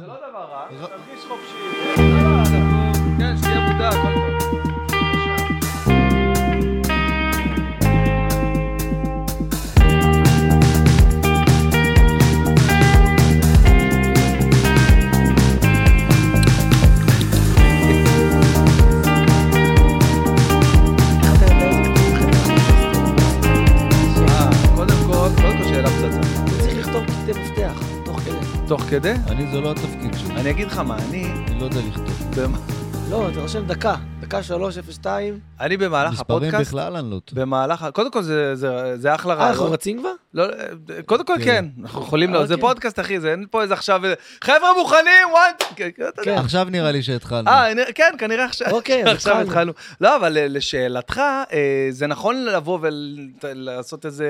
לא תרגיש חופשי. כן, שתהיה מודע, הכל טוב. אה, קודם כל, קודם כל שאלה פצצה. הוא צריך לכתוב קטעי מפתח, תוך כדי. תוך כדי? אני, זה לא התפקיד שלי, אני אגיד לך מה, אני... אני לא יודע לכתוב. במ- לא, אתה רושם דקה, דקה 302. אני במהלך מספרים הפודקאסט, בכלל אני לא טוב. במהלך, ה- קודם כל זה- זה זה אחלה אה, אנחנו רעיון. רצים כבר? לא, אה, קודם כל כן. כן, אנחנו יכולים, לא, זה אוקיי. פודקאסט אחי, זה אין פה איזה עכשיו, איזה, חבר'ה מוכנים, וואט, כן, כן, אתה יודע. כן. עכשיו נראה לי שהתחלנו. אה, הנה, כן, כנראה עכשיו. אוקיי, אז עכשיו התחלנו. התחלנו. לא, אבל אה, לשאלתך, אה, זה נכון לבוא ולעשות איזה...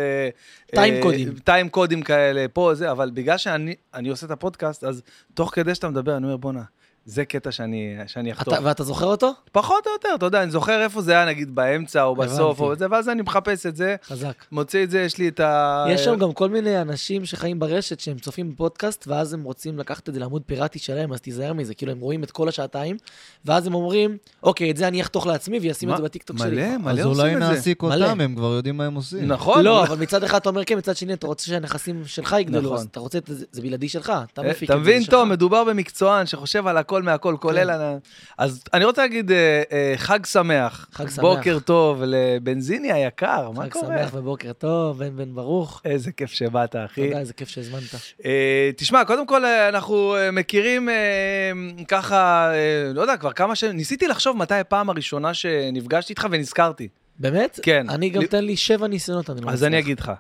אה, טיים קודים. טיים קודים כאלה, פה, זה, אבל בגלל שאני אני עושה את הפודקאסט, אז תוך כדי שאתה מדבר, אני אומר, בואנה, זה קטע שאני שאני אחתוך. אתה- ואתה זוכר אותו? פחות או יותר, אתה יודע, אני זוכר איפה זה היה, נגיד באמצע או בסוף, הבנתי. או זה, ואז אני מחפש את זה, חזק. מוצא את זה, יש לי את ה... יש שם גם כל מיני אנשים שחיים ברשת שהם צופים בפודקאסט, ואז הם רוצים לקחת את זה לעמוד פיראטי שלהם, אז תיזהר מזה, כאילו הם רואים את כל השעתיים, ואז הם אומרים, אוקיי, את זה אני אחתוך לעצמי ואשים את זה מה- בטיקטוק שלי. מלא, מלא אז עושים אולי את זה. נעסיק מלא. אותם, הם כבר יודעים מה הם עושים. נכון. לא, אבל מצד אחד אתה אומר כן, מצד שני אתה רוצה שהנכסים שלך יגדלו, נכון. אז אתה רוצה, את זה- זה בלעדי שלך, אתה אה, מפיק את זה. כן. אתה מבין, שלך. תום, מדובר במקצוען שחושב על הכל מהכל, כולל... על ה- אז אני רוצה להגיד אה, אה, חג שמח. חג שמח. בוקר טוב לבנזיני היקר, מה חג קורה? שמח ובוקר טוב, בן בן ברוך. איזה כיף שבאת, אחי. תודה, איזה כיף שהזמנת. אה, תשמע, קודם כל, אה, אנחנו אה, מכירים אה, ככה, אה, לא יודע, כבר כמה שנים, ניסיתי לחשוב מתי הפעם הראשונה שנפגשתי איתך ונזכרתי. באמת? כן. אני גם, ל- תן לי שבע ניסיונות, אני לא אז מצליח. אני אגיד לך.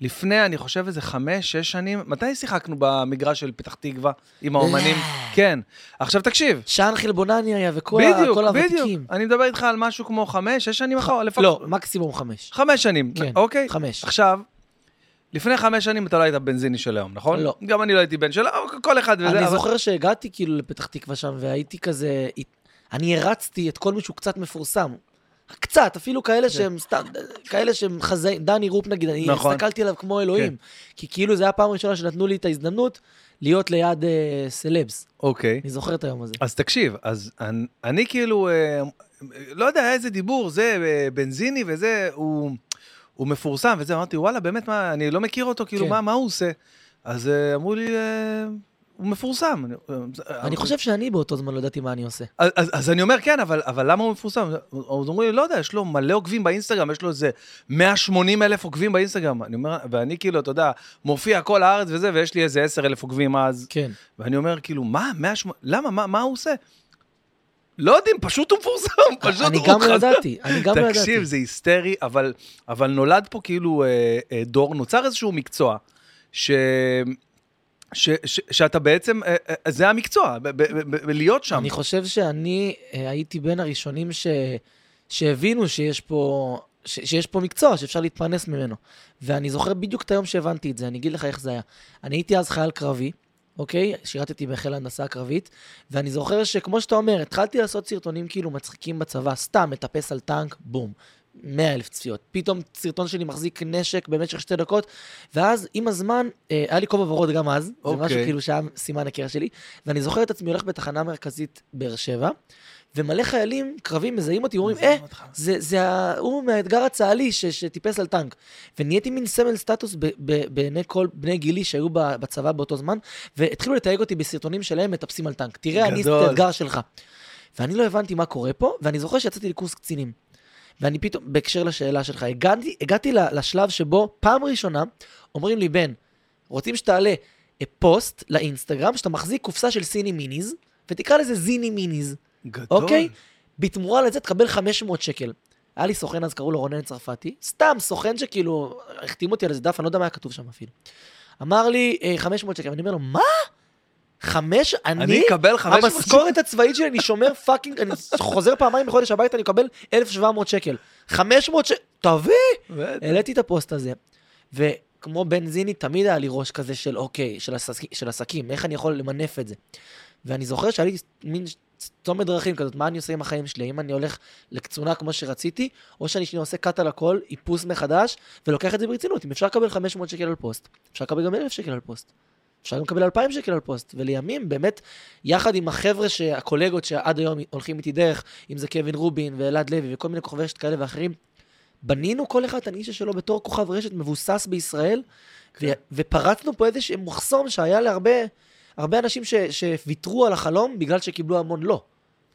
לפני, אני חושב איזה חמש, שש שנים, מתי שיחקנו במגרש של פתח תקווה עם האומנים? אה. כן. עכשיו תקשיב, שאן חלבונני היה וכל ה- בדיוק, כל בדיוק. הוותיקים. אני מדבר איתך על משהו כמו חמש, שש שנים אחורה, לפחות. לא, מקסימום חמש. חמש שנים, כן, אוקיי? חמש. עכשיו, לפני חמש שנים אתה לא היית בנזיני של היום, נכון? לא. גם אני לא הייתי בן של היום, כל אחד וזה. אני אבל- זוכר שהגעתי כאילו לפתח תקווה שם, והייתי כזה... אני הרצתי את כל מי שהוא קצת מפורסם. קצת, אפילו כאלה שהם סתם, כאלה שהם חזאים, דני רופ נגיד, אני כן. נכון. כן. הסתכלתי עליו כמו אלוהים. כי כאילו זה היה הפעם הראשונה שנתנו לי את ההזדמנות להיות ליד אה, סלבס. אוקיי. אני זוכר את היום הזה. אז תקשיב, אז אני, אני כאילו, אה, לא יודע היה איזה דיבור, זה אה, בנזיני וזה, הוא, הוא מפורסם וזה, אמרתי, וואלה, באמת, מה, אני לא מכיר אותו, כאילו, כן. מה, מה הוא עושה? אז אה, אמרו לי, אה, הוא מפורסם. אני, אה, אני חושב שאני באותו זמן לא ידעתי מה אני עושה. אז, אז, אז אני אומר, כן, אבל, אבל למה הוא מפורסם? אז אומרים לי, לא יודע, יש לו מלא עוקבים באינסטגרם, יש לו איזה 180 אלף עוקבים באינסטגרם. אני אומר, ואני כאילו, אתה יודע, מופיע כל הארץ וזה, ויש לי איזה 10 אלף עוקבים אז. כן. ואני אומר, כאילו, מה, 180, למה, מה, מה הוא עושה? לא יודעים, פשוט הוא מפורסם, פשוט אני הוא גם לא חזק. ידעתי, אני גם לא ידעתי. תקשיב, זה היסטרי, אבל, אבל נולד פה כאילו אה, אה, דור, נוצר איזשהו מקצוע, ש... ש, ש, שאתה בעצם, אה, אה, זה המקצוע, ב, ב, ב, ב, להיות שם. אני חושב שאני אה, הייתי בין הראשונים ש... שהבינו שיש פה, ש... שיש פה מקצוע שאפשר להתפרנס ממנו. ואני זוכר בדיוק את היום שהבנתי את זה, אני אגיד לך איך זה היה. אני הייתי אז חייל קרבי, אוקיי? שירתתי בחיל ההנדסה הקרבית, ואני זוכר שכמו שאתה אומר, התחלתי לעשות סרטונים כאילו מצחיקים בצבא, סתם מטפס על טנק, בום. 100 אלף צפיות. פתאום סרטון שלי מחזיק נשק במשך שתי דקות, ואז עם הזמן, אה, היה לי כובע ורוד גם אז, זה משהו אוקיי. כאילו שהיה סימן הכר שלי, ואני זוכר את עצמי הולך בתחנה מרכזית באר שבע, ומלא חיילים קרבים מזהים אותי, אומרים, אה, אותך. זה, זה ה- הוא מהאתגר הצה"לי ש, שטיפס על טנק. ונהייתי מין סמל סטטוס ב, ב, בעיני כל בני גילי שהיו ב- בצבא באותו זמן, והתחילו לתייג אותי בסרטונים שלהם מטפסים על טנק. תראה, אני גדול. את האתגר שלך. ואני לא הבנתי מה קורה פה, ואני זוכר שיצאתי לקורס קצינים. ואני פתאום, בהקשר לשאלה שלך, הגעתי, הגעתי ל- לשלב שבו פעם ראשונה אומרים לי, בן, רוצים שתעלה אה, פוסט לאינסטגרם, שאתה מחזיק קופסה של סיני מיניז, ותקרא לזה זיני מיניז. גדול. אוקיי? בתמורה לזה תקבל 500 שקל. היה לי סוכן אז, קראו לו רונן צרפתי, סתם סוכן שכאילו, החתים אותי על איזה דף, אני לא יודע מה היה כתוב שם אפילו. אמר לי, "אה, 500 שקל, ואני אומר לו, מה? חמש? אני? אני אקבל 500 המשכורת הצבאית שלי, אני שומר פאקינג, אני חוזר פעמיים בחודש הביתה, אני מקבל 1,700 שקל. 500 שקל, תביא! ו- העליתי את הפוסט הזה, וכמו בנזיני, תמיד היה לי ראש כזה של אוקיי, של, עסק, של עסקים, איך אני יכול למנף את זה. ואני זוכר שהיה לי מין ש- צומת דרכים כזאת, מה אני עושה עם החיים שלי, אם אני הולך לקצונה כמו שרציתי, או שאני שנייה עושה קאט על הכל, איפוס מחדש, ולוקח את זה ברצינות. אם אפשר לקבל 500 שקל על פוסט, אפשר לקבל גם 1,000 שקל על פוסט. אפשר גם לקבל 2,000 שקל על פוסט. ולימים, באמת, יחד עם החבר'ה, ש- הקולגות שעד היום הולכים איתי דרך, אם זה קווין רובין ואלעד לוי וכל מיני כוכבי רשת כאלה ואחרים, בנינו כל אחד את הנישה שלו בתור כוכב רשת מבוסס בישראל, ו- ופרצנו פה איזשהו מחסום שהיה להרבה הרבה אנשים ש- שוויתרו על החלום בגלל שקיבלו המון לא.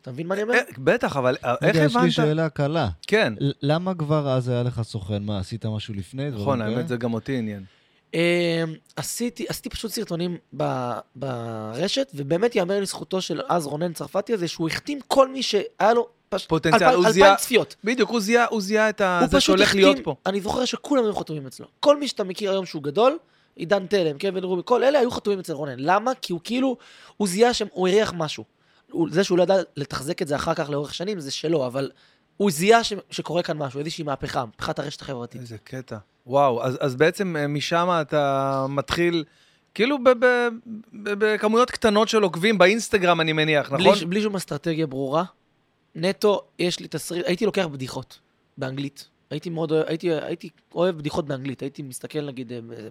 אתה מבין מה אני אומר? אה, בטח, אבל אה, איך רגע, יש לי הבנת? שאלה קלה. כן, ל- למה כבר אז היה לך סוכן? מה, עשית משהו לפני? דברים נכון, כאלה? האמת זה גם אותי עניין. אמ, עשיתי, עשיתי פשוט סרטונים ב, ברשת, ובאמת יאמר לזכותו של אז רונן צרפתי הזה, שהוא החתים כל מי שהיה לו פש... פוטנציאל, אלפיים- הוא זיהה- אלפיים צפיות. בדיוק, הוא זיהה- הוא זיהה את ה- הוא זה פשוט שהולך להיות פה. אני זוכר שכולם היו חתומים אצלו. כל מי שאתה מכיר היום שהוא גדול, עידן תלם, קווין רובי, כל אלה היו חתומים אצל רונן. למה? כי הוא כאילו, הוא זיהה שם, הוא הריח משהו. הוא- זה שהוא לא ידע לתחזק את זה אחר כך לאורך שנים, זה שלו, אבל הוא זיהה ש... שקורה כאן משהו, איזושהי מהפכה, מהפכת הרשת החברתית. איזה קטע. וואו, אז, אז בעצם אה, משם אתה מתחיל, כאילו ב- ב- ב- בכמויות קטנות של עוקבים באינסטגרם, אני מניח, נכון? בלי, ש- בלי שום אסטרטגיה ברורה. נטו, יש לי תסריט, הייתי לוקח בדיחות באנגלית. הייתי מאוד אוהב, הייתי, הייתי אוהב בדיחות באנגלית. הייתי מסתכל נגיד אה, אה,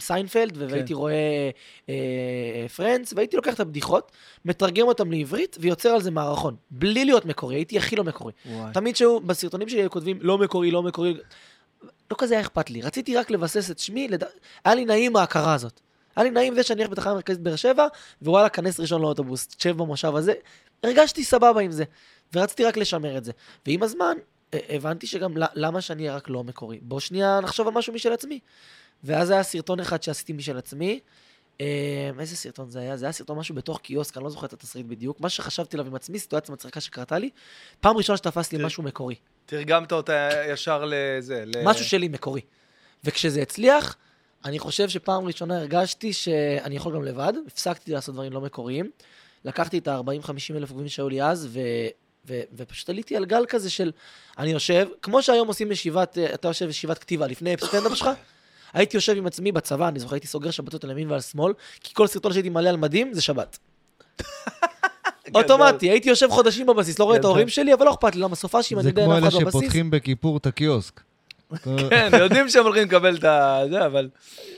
סיינפלד, ו- והייתי רואה אה, פרנדס, והייתי לוקח את הבדיחות, מתרגם אותן לעברית, ויוצר על זה מערכון. בלי להיות מקורי, הייתי הכי לא מקורי. וואי. תמיד שהיו, בסרטונים שלי היו כותבים לא מקורי, לא מקורי. לא כזה היה אכפת לי. רציתי רק לבסס את שמי, לד... היה לי נעים ההכרה הזאת. היה לי נעים זה שאני הולך בתחנה מרכזית באר שבע, ווואלה, כנס ראשון לאוטובוס, תשב במושב הזה. הרגשתי סבבה עם זה, ורציתי רק לשמר את זה. ועם הזמן, אה, הבנתי שגם ל- למה שאני אהיה רק לא מקורי. בוא שנייה נחשוב על משהו משל עצמי. ואז היה סרטון אחד שעשיתי משל עצמי. אה, איזה סרטון זה היה? זה היה סרטון משהו בתוך קיוסק, אני לא זוכר את התסריט בדיוק. מה שחשבתי עליו עם עצמי, סיטואציה מצחיקה שקרתה לי, פעם ראשונה שתפס לי כן. אה. משהו מקורי. תרגמת אותה ישר לזה. ל... משהו שלי מקורי. וכשזה הצליח, אני חושב שפעם ראשונה הרגשתי שאני יכול גם לבד, הפסקתי לעשות דברים לא מקוריים. לקחתי את ה-40-50 אלף עוקבים שהיו לי אז, ו... ו- ופשוט עליתי על גל כזה של, אני יושב, כמו שהיום עושים ישיבת, אה, אתה יושב ישיבת כתיבה לפני סטנדאפ שלך, הייתי יושב עם עצמי בצבא, אני זוכר, הייתי סוגר שבתות על ימין ועל שמאל, כי כל סרטון שהייתי מעלה על מדים זה שבת. כן, גדול. אוטומטי, הייתי יושב חודשים בבסיס, לא רואה את גדול. ההורים שלי, אבל לא אכפת לי, למה סופאשים, אני זה יודע, אין כמו אף אלה אחד לא בבסיס. שפותחים בכיפור את הקיוסק. כן, יודעים שהם הולכים לקבל את ה... זה, אבל...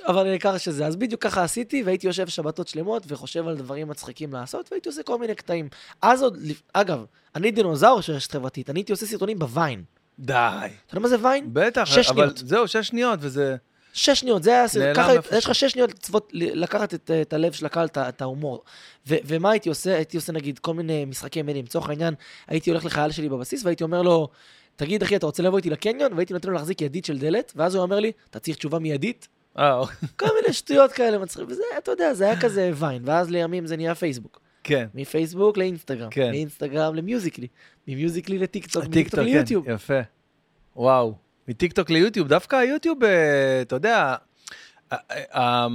אבל העיקר שזה. אז בדיוק ככה עשיתי, והייתי יושב שבתות שלמות וחושב על דברים מצחיקים לעשות, והייתי עושה כל מיני קטעים. אז עוד, לפ- אגב, אני דינוזאור של רשת חברתית, אני הייתי עושה סרטונים בוויין. די. אתה יודע מה זה ויין? בטח, שש אבל שניות. זהו, שש שניות, וזה... שש שניות, זה היה נעלם הסרט. ככה, היית- איפשהו. יש לך שש שניות לצוות, ל- לקחת את, אה, את הלב של הקהל, את ה- את ההומור. ו- ומה הייתי עושה? הייתי עושה נגיד כל מיני משחקי מילים. לצורך העניין, הייתי הולך לחייל שלי בבסיס והייתי אומר לו, תגיד אחי, אתה רוצה לבוא איתי לקניון? והייתי נותן לו להחזיק ידית של דלת, ואז הוא אומר לי, אתה צריך תשובה מיידית? אה, כל מיני שטויות כאלה מצחיק, וזה, אתה יודע, זה היה כזה ויין, ואז לימים זה נהיה פייסבוק. כן. מפייסבוק לאינסטגרם, כן. מאינסטגרם למיוזיקלי, ממיוזיקלי לטיקטוק, הטיקטוק, מטיקטוק כן, ליוטיוב. יפה. וואו. מטיקטוק ליוטיוב, דווקא היוטיוב, אה, אתה יודע, ה- ה-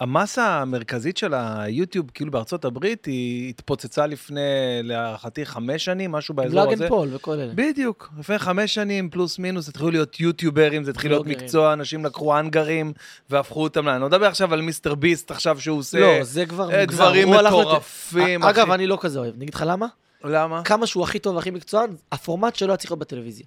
המסה המרכזית של היוטיוב, כאילו בארצות הברית, היא התפוצצה לפני, להערכתי, חמש שנים, משהו באזור בלאג הזה. אנד פול וכל אלה. בדיוק, לפני חמש שנים, פלוס מינוס, התחילו להיות יוטיוברים, זה התחיל להיות בלוגרים. מקצוע, אנשים לקחו האנגרים והפכו אותם, ל- אני לא מדבר עכשיו על מיסטר ביסט עכשיו שהוא עושה... לא, זה כבר אה, מוגזם. דברים הוא הלך לת- מטורפים, א- אגב, אחי. אני לא כזה אוהב, אני אגיד לך למה? למה? כמה שהוא הכי טוב והכי מקצוען, הפורמט שלו היה צריך להיות בטלוויזיה.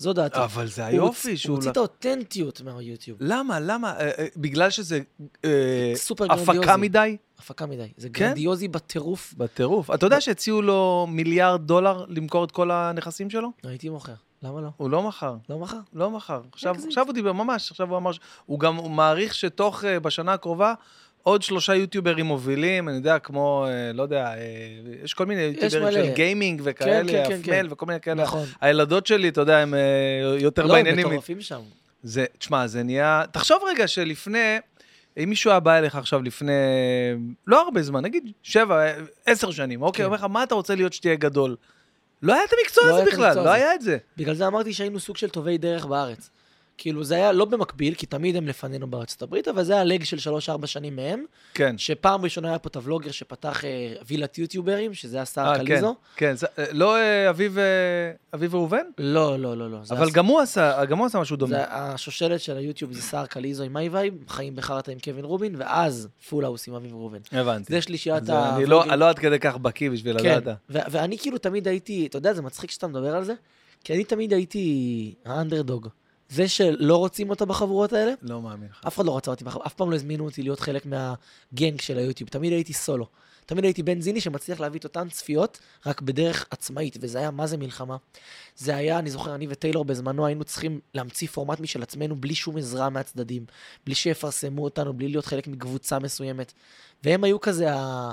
זו דעתי. אבל זה הוא היופי הוצ- שהוא... הוא הוציא את האותנטיות מהיוטיוב. למה? למה? אה, אה, בגלל שזה אה, סופר הפקה גרנדיוזי. מדי? הפקה מדי. זה כן? גרנדיוזי בטירוף. בטירוף. אתה יודע שהציעו לו מיליארד דולר למכור את כל הנכסים שלו? הייתי מוכר, למה לא? הוא לא מכר. לא מחר. לא מכר. עכשיו, מגזים. עכשיו הוא דיבר ממש, עכשיו הוא אמר, ש- הוא גם הוא מעריך שתוך, אה, בשנה הקרובה, עוד שלושה יוטיוברים מובילים, אני יודע, כמו, אה, לא יודע, אה, יש כל מיני יוטיוברים מלא. של גיימינג כן, וכאלה, כן, כן. אפמל וכל מיני כאלה. נכון. הילדות שלי, אתה יודע, הן אה, יותר לא, הם בעניינים. מטורפים שם. זה, תשמע, זה נהיה... תחשוב רגע שלפני, אם מישהו היה בא אליך עכשיו לפני לא הרבה זמן, נגיד שבע, אה, עשר שנים, אוקיי, כן. אומר לך, מה אתה רוצה להיות שתהיה גדול? לא היה את המקצוע לא היה הזה את בכלל, המקצוע לא הזה. היה את זה. בגלל זה אמרתי שהיינו סוג של טובי דרך בארץ. כאילו זה היה לא במקביל, כי תמיד הם לפנינו בארצות הברית, אבל זה היה לג של 3-4 שנים מהם, כן. שפעם ראשונה היה פה את הוולוגר שפתח אה, וילת יוטיוברים, שזה השר אה, כן, קליזו. כן, זה- אה, לא אה, אביב אה, אביב ראובן? לא, לא, לא, לא. זה אבל הס- גם הוא עשה, גם הוא עשה משהו זה דומה. השושלת של היוטיוב זה סער קליזו עם מי וייב, חיים בחרטה עם קווין רובין, ואז פול האוס עם אביב ראובן. הבנתי. זה שלישיית אוקיי. זה- ה... אני לא לא עד כדי כך בקיא בשביל כן, לדעת. ו- ואני כאילו תמיד הייתי, אתה יודע, זה מצחיק שאתה מדבר על זה, כי אני תמיד הייתי האנדרדוג. זה שלא רוצים אותה בחבורות האלה, לא מאמין לך. אף אחד לא רצה אותי, בחב- אף פעם לא הזמינו אותי להיות חלק מהגנג של היוטיוב, תמיד הייתי סולו. תמיד הייתי בנזיני שמצליח להביא את אותן צפיות, רק בדרך עצמאית, וזה היה מה זה מלחמה. זה היה, אני זוכר, אני וטיילור בזמנו היינו צריכים להמציא פורמט משל עצמנו בלי שום עזרה מהצדדים, בלי שיפרסמו אותנו, בלי להיות חלק מקבוצה מסוימת. והם היו כזה ה...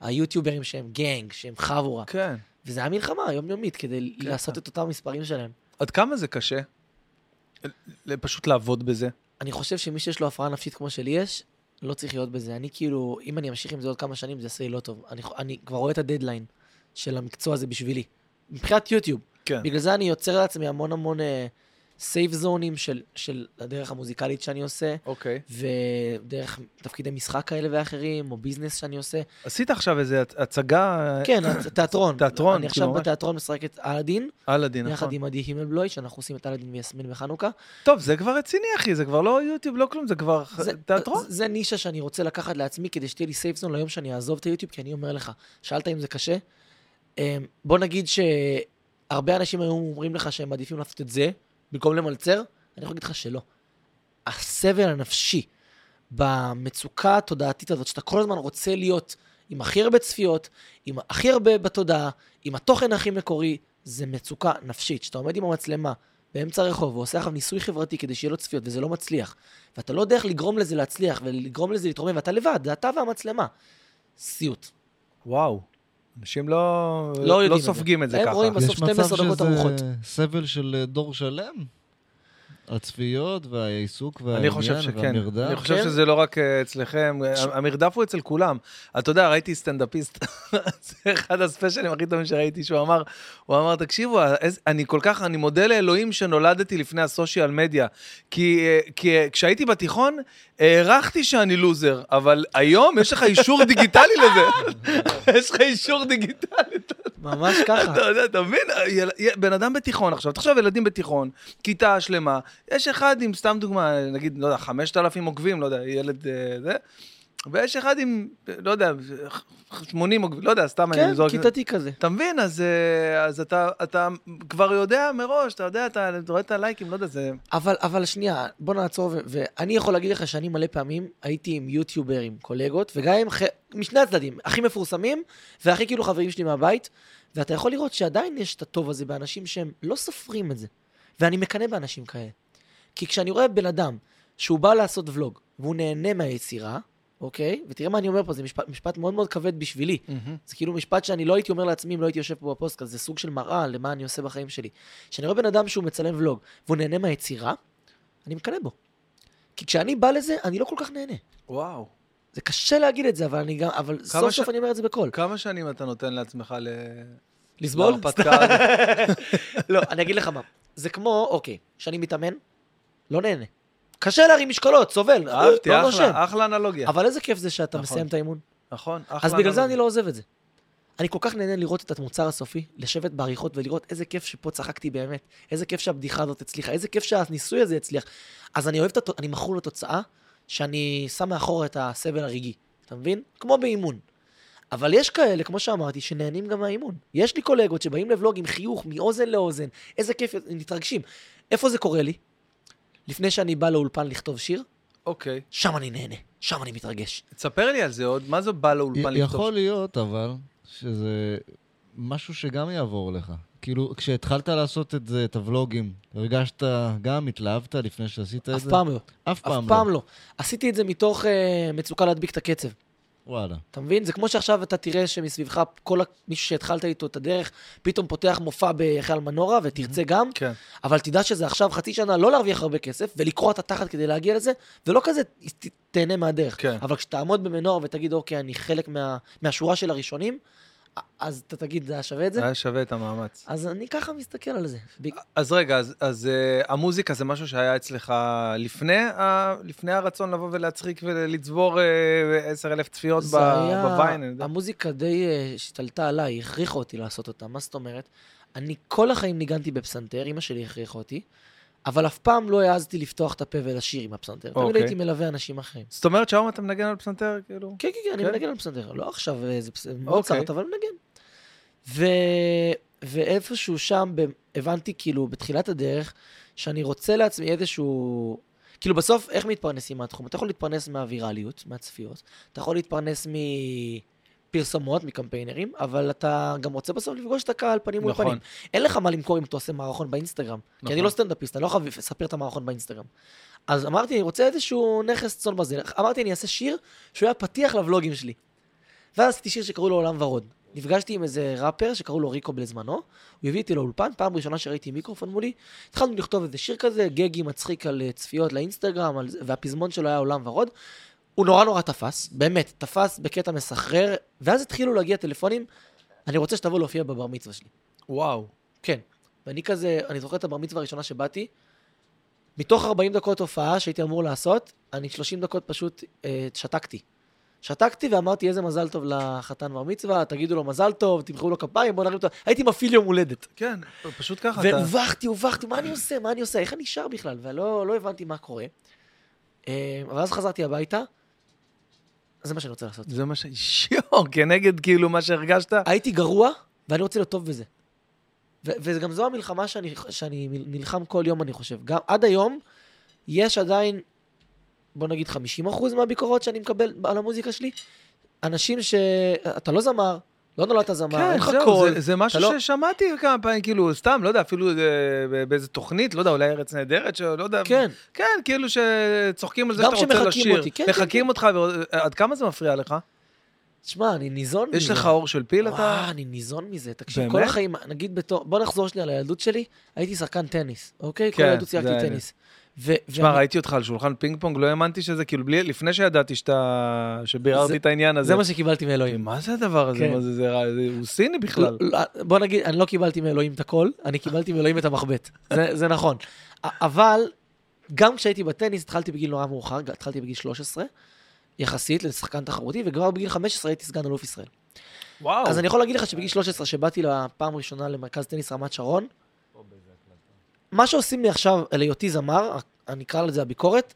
היוטיוברים שהם גנג, שהם חבורה. כן. וזה היה מלחמה יומיומית כדי כן. לעשות את אותם המספרים שלהם. עד כמה זה קשה? ל- פשוט לעבוד בזה? אני חושב שמי שיש לו הפרעה נפשית כמו שלי יש, לא צריך להיות בזה. אני כאילו, אם אני אמשיך עם זה עוד כמה שנים, זה יעשה לי לא טוב. אני, ח- אני כבר רואה את הדדליין של המקצוע הזה בשבילי. מבחינת יוטיוב. כן. בגלל זה אני יוצר לעצמי המון המון סייב זונים של, של הדרך המוזיקלית שאני עושה, אוקיי. ודרך תפקידי משחק כאלה ואחרים, או ביזנס שאני עושה. עשית עכשיו איזו הצגה, כן, הת- תיאטרון. תיאטרון, אני כאילו, עכשיו ממש. בתיאטרון משחק את אלאדין, אלאדין, יחד נכון. עם עדי הימלבלוי, שאנחנו עושים את אלאדין ויסמין בחנוכה. טוב, זה כבר רציני, אחי, זה כבר לא יוטיוב, לא כלום, זה כבר ח- זה- תיאטרון. זה- זה נישה שאני רוצה לקחת לעצמי כדי שתהיה לי סייף זון ליום שאני אעזוב את היוטיוב, כי אני אומר לך, שאלת אם זה קשה? אמ, בוא נגיד שהרבה אנשים היו אומרים לך שהם מעדיפים לעשות את זה במקום למלצר, אני יכול להגיד לך שלא. הסבל הנפשי במצוקה התודעתית הזאת, שאתה כל הזמן רוצה להיות עם הכי הרבה צפיות, עם הכי הרבה בתודעה, עם התוכן הכי מקורי, זה מצוקה נפשית. שאתה עומד עם המצלמה באמצע הרחוב ועושה עכשיו ניסוי חברתי כדי שיהיה לו צפיות וזה לא מצליח, ואתה לא יודע איך לגרום לזה להצליח ולגרום לזה להתרומם, ואתה לבד, זה אתה והמצלמה. סיוט. וואו. אנשים לא לא יודעים לא את זה. סופגים את זה הם ככה. רואים בסוף יש מצב 12 דקות ארוחות. שזה סבל של אה, דור שלם? הצפיות והעיסוק אני והעניין חושב שכן. והמרדף? אני חושב כן? שזה לא רק אה, אצלכם, אה, המרדף הוא אצל כולם. אתה יודע, ראיתי סטנדאפיסט, זה אחד הספיישלים הכי טובים שראיתי, שהוא אמר, הוא אמר, תקשיבו, איזה- אני כל כך, אני מודה לאלוהים שנולדתי לפני הסושיאל מדיה, כי אה, כי, אה, כשהייתי בתיכון, הערכתי שאני לוזר, אבל היום יש לך אישור דיגיטלי לזה. יש לך אישור דיגיטלי. ממש ככה. אתה יודע, לא, אתה מבין? יל- י- בן אדם בתיכון עכשיו, תחשוב, ילדים בתיכון, כיתה שלמה, יש אחד עם, סתם דוגמה, נגיד, לא יודע, 5,000 עוקבים, לא יודע, ילד אה, זה, ויש אחד עם, לא יודע, 80 עוקבים, לא יודע, סתם כן, אני זורק. כיתתי כזה. אתה מבין? אז, אה, אז אתה, אתה כבר יודע מראש, אתה יודע, אתה רואה את הלייקים, לא יודע, זה... אבל, אבל שנייה, בוא נעצור, ו- ואני יכול להגיד לך שאני מלא פעמים הייתי עם יוטיוברים, קולגות, וגם עם ח... משני הצדדים, הכי מפורסמים, והכי כאילו חברים שלי מהבית, ואתה יכול לראות שעדיין יש את הטוב הזה באנשים שהם לא סופרים את זה. ואני מקנא באנשים כאלה. כי כשאני רואה בן אדם שהוא בא לעשות ולוג, והוא נהנה מהיצירה, אוקיי? ותראה מה אני אומר פה, זה משפט, משפט מאוד מאוד כבד בשבילי. זה כאילו משפט שאני לא הייתי אומר לעצמי אם לא הייתי יושב פה בפוסטקאסט, זה סוג של מראה למה אני עושה בחיים שלי. כשאני רואה בן אדם שהוא מצלם ולוג והוא נהנה מהיצירה, אני מקנא בו. כי כשאני בא לזה, אני לא כל כך נהנה. וואו. זה קשה להגיד את זה, אבל אני גם, אבל סוף ש- סוף אני אומר את זה בקול. כמה שנים אתה נותן לעצמך ל... לסבול? להרפתקה הזאת? לא, אני אגיד לך מה. זה כמו, אוקיי, כשאני מתאמן, לא נהנה. קשה להרים משקולות, סובל, אהבתי, לא נושם. אחלה, אחלה אנלוגיה. אבל איזה כיף זה שאתה נכון. מסיים את האימון. נכון, אחלה אז בגלל זה אני אנלוגיה. לא עוזב את זה. אני כל כך נהנה לראות את המוצר הסופי, לשבת בעריכות ולראות איזה כיף שפה צחקתי באמת, איזה כיף שהבדיחה הזאת הצליחה, איזה כיף שהניסוי הזה הצליח. אז אני אוהב את התוצאה, אני מכור לתוצאה, שאני שם מאחור את הסבל הרגעי, אתה מבין? כמו באימון. אבל יש כאלה, כמו שאמרתי, שנהנים גם מהאימון. יש לי קולגות שבאים לוולוג עם חיוך מאוזן לאוזן, איזה כיף, הם מתרגשים. איפה זה קורה לי? לפני שאני בא לאולפן לכתוב שיר, אוקיי. שם אני נהנה, שם אני מתרגש. תספר לי על זה עוד, מה זה בא לאולפן י- לכתוב? יכול להיות, אבל, שזה משהו שגם יעבור לך. כאילו, כשהתחלת לעשות את זה, את הוולוגים, הרגשת, גם התלהבת לפני שעשית את אף זה? פעם לא. אף אף פעם לא. פעם לא. עשיתי את זה מתוך אה, מצוקה להדביק את הקצב. וואלה. אתה מבין? זה כמו שעכשיו אתה תראה שמסביבך כל ה- מישהו שהתחלת איתו את הדרך, פתאום פותח מופע בהיכל מנורה Mhm. ותרצה גם, כן. אבל תדע שזה עכשיו חצי שנה לא להרוויח הרבה כסף ולקרוע את התחת כדי להגיע לזה, ולא כזה ת- תהנה מהדרך. כן. אבל כשתעמוד במנורה ותגיד, אוקיי, אני חלק מה- מהשורה של הראשונים, א- אז אתה תגיד, זה היה שווה את זה? אה. היה שווה את המאמץ. אז אני ככה מסתכל על זה. ב- אז רגע, אז, אז uh, המוזיקה זה משהו שהיה אצלך לפני, ה, לפני הרצון לבוא ולהצחיק ולצבור uh, 10,000 צפיות ב, זה היה- בוויין? אני יודע. המוזיקה די אה, השתלטה עליי, הכריחה אותי לעשות אותה, מה זאת אומרת? אני כל החיים ניגנתי בפסנתר, אימא שלי הכריחה אותי, אבל אף פעם לא העזתי לפתוח את הפה ולשיר עם הפסנתר. תמיד אוקיי. הייתי מלווה אנשים אחרים. זאת אומרת שהיום אתה מנגן על פסנתר, כאילו? כן, כן, כן, אני כן? מנגן על פסנתר. לא עכשיו איזה פס- מוצרט, אבל מנגן. ו... ואיפשהו שם ב- הבנתי, כאילו, בתחילת הדרך, שאני רוצה לעצמי איזשהו... כאילו בסוף, איך מתפרנסים מהתחום? אתה יכול להתפרנס מהווירליות, מהצפיות, אתה יכול להתפרנס מפרסומות, מקמפיינרים, אבל אתה גם רוצה בסוף לפגוש את הקהל פנים מול נכון. פנים. אין לך מה למכור אם אתה עושה מערכון באינסטגרם. כי אני נכון. לא סטנדאפיסט, אני לא חייב לספר את המערכון באינסטגרם. אז אמרתי, אני רוצה איזשהו נכס צאן ברזל. אמרתי, אני אעשה שיר שהוא היה פתיח לבלוגים שלי. ואז עשיתי שיר שקראו לו עולם ורוד. נפגשתי עם איזה ראפר שקראו לו ריקו בזמנו, הוא הביא אותי לאולפן, פעם ראשונה שראיתי מיקרופון מולי, התחלנו לכתוב איזה שיר כזה, גגי מצחיק על אה, צפיות לאינסטגרם, על... זה- והפזמון שלו היה עולם ורוד. הוא נורא נורא תפס, באמת, תפס בקטע מסחרר, ואז התחילו להגיע טלפונים, אני רוצה שתבוא להופיע בבר מצווה שלי. וואו. כן. ואני כזה, אני זוכר את הבר מצווה הראשונה שבאתי, מתוך 40 דקות הופעה שהייתי אמור לעשות, אני 30 דקות פשוט אה, שתקתי. שתקתי ואמרתי, איזה מזל טוב לחתן בר מצווה, תגידו לו מזל טוב, תמחאו לו כפיים, בואו נרים אותו. הייתי מפעיל יום הולדת. כן, פשוט ככה. אתה- והובכתי, הובכתי, מה אני עושה, מה אני עושה, איך אני שר בכלל? ולא לא הבנתי מה קורה. אה, אבל אז חזרתי הביתה, זה מה שאני רוצה לעשות. זה מה ש... שיו, כנגד כאילו מה שהרגשת? הייתי גרוע, ואני רוצה להיות טוב בזה. ו- וגם זו המלחמה שאני, שאני מל- נלחם כל יום, אני חושב. גם עד היום, יש עדיין, בוא נגיד 50% מהביקורות שאני מקבל על המוזיקה שלי, אנשים ש... אתה לא זמר, לא נולדת זמר, אין כן, לך זהו, קול. זה- זה משהו אתה לא- ששמעתי כמה פעמים, כאילו, סתם, לא יודע, אפילו אה, ב- באיזה תוכנית, לא יודע, אולי ארץ נהדרת, שלא יודע. כן. כן, כאילו שצוחקים על זה גם שאתה רוצה שמחקים לשיר. אותי, כן, Mm. מחקים אותך, ו- עד כמה זה מפריע לך? תשמע, אני ניזון מזה. יש לך אור של פיל, אתה... וואו, אני ניזון מזה. תקשיב, באמת? כל החיים, נגיד בתור... בוא נחזור שנייה לילדות שלי, הייתי שחקן טניס, אוקיי? כל כן, הילדות שיחקתי זה אני. טניס. ו- תשמע, ואני- ראיתי אותך על שולחן פינג פונג, לא האמנתי שזה, כאילו, בלי- לפני שידעתי שאתה... זה- שביררתי את העניין הזה. אה, זה מה שקיבלתי מאלוהים. מה זה הדבר הזה? כן. מה זה, זה רע? זה- הוא סיני בכלל. לא, לא, בוא נגיד, אני לא קיבלתי מאלוהים את הכל, אני קיבלתי מאלוהים את המחבט. זה, זה נכון. א- אבל גם כשהייתי בטניס, התחלתי בגיל נורא מאוחר, התחלתי בגיל 13, יחסית לשחקן תחרותי, וכבר בגיל 15 הייתי סגן אלוף ישראל. וואו. אז אני יכול להגיד לך שבגיל 13, שבאתי לפעם הראשונה למרכז טניס רמת שרון, מה שעושים לי עכשיו, על היותי זמר, אני אקרא לזה הביקורת,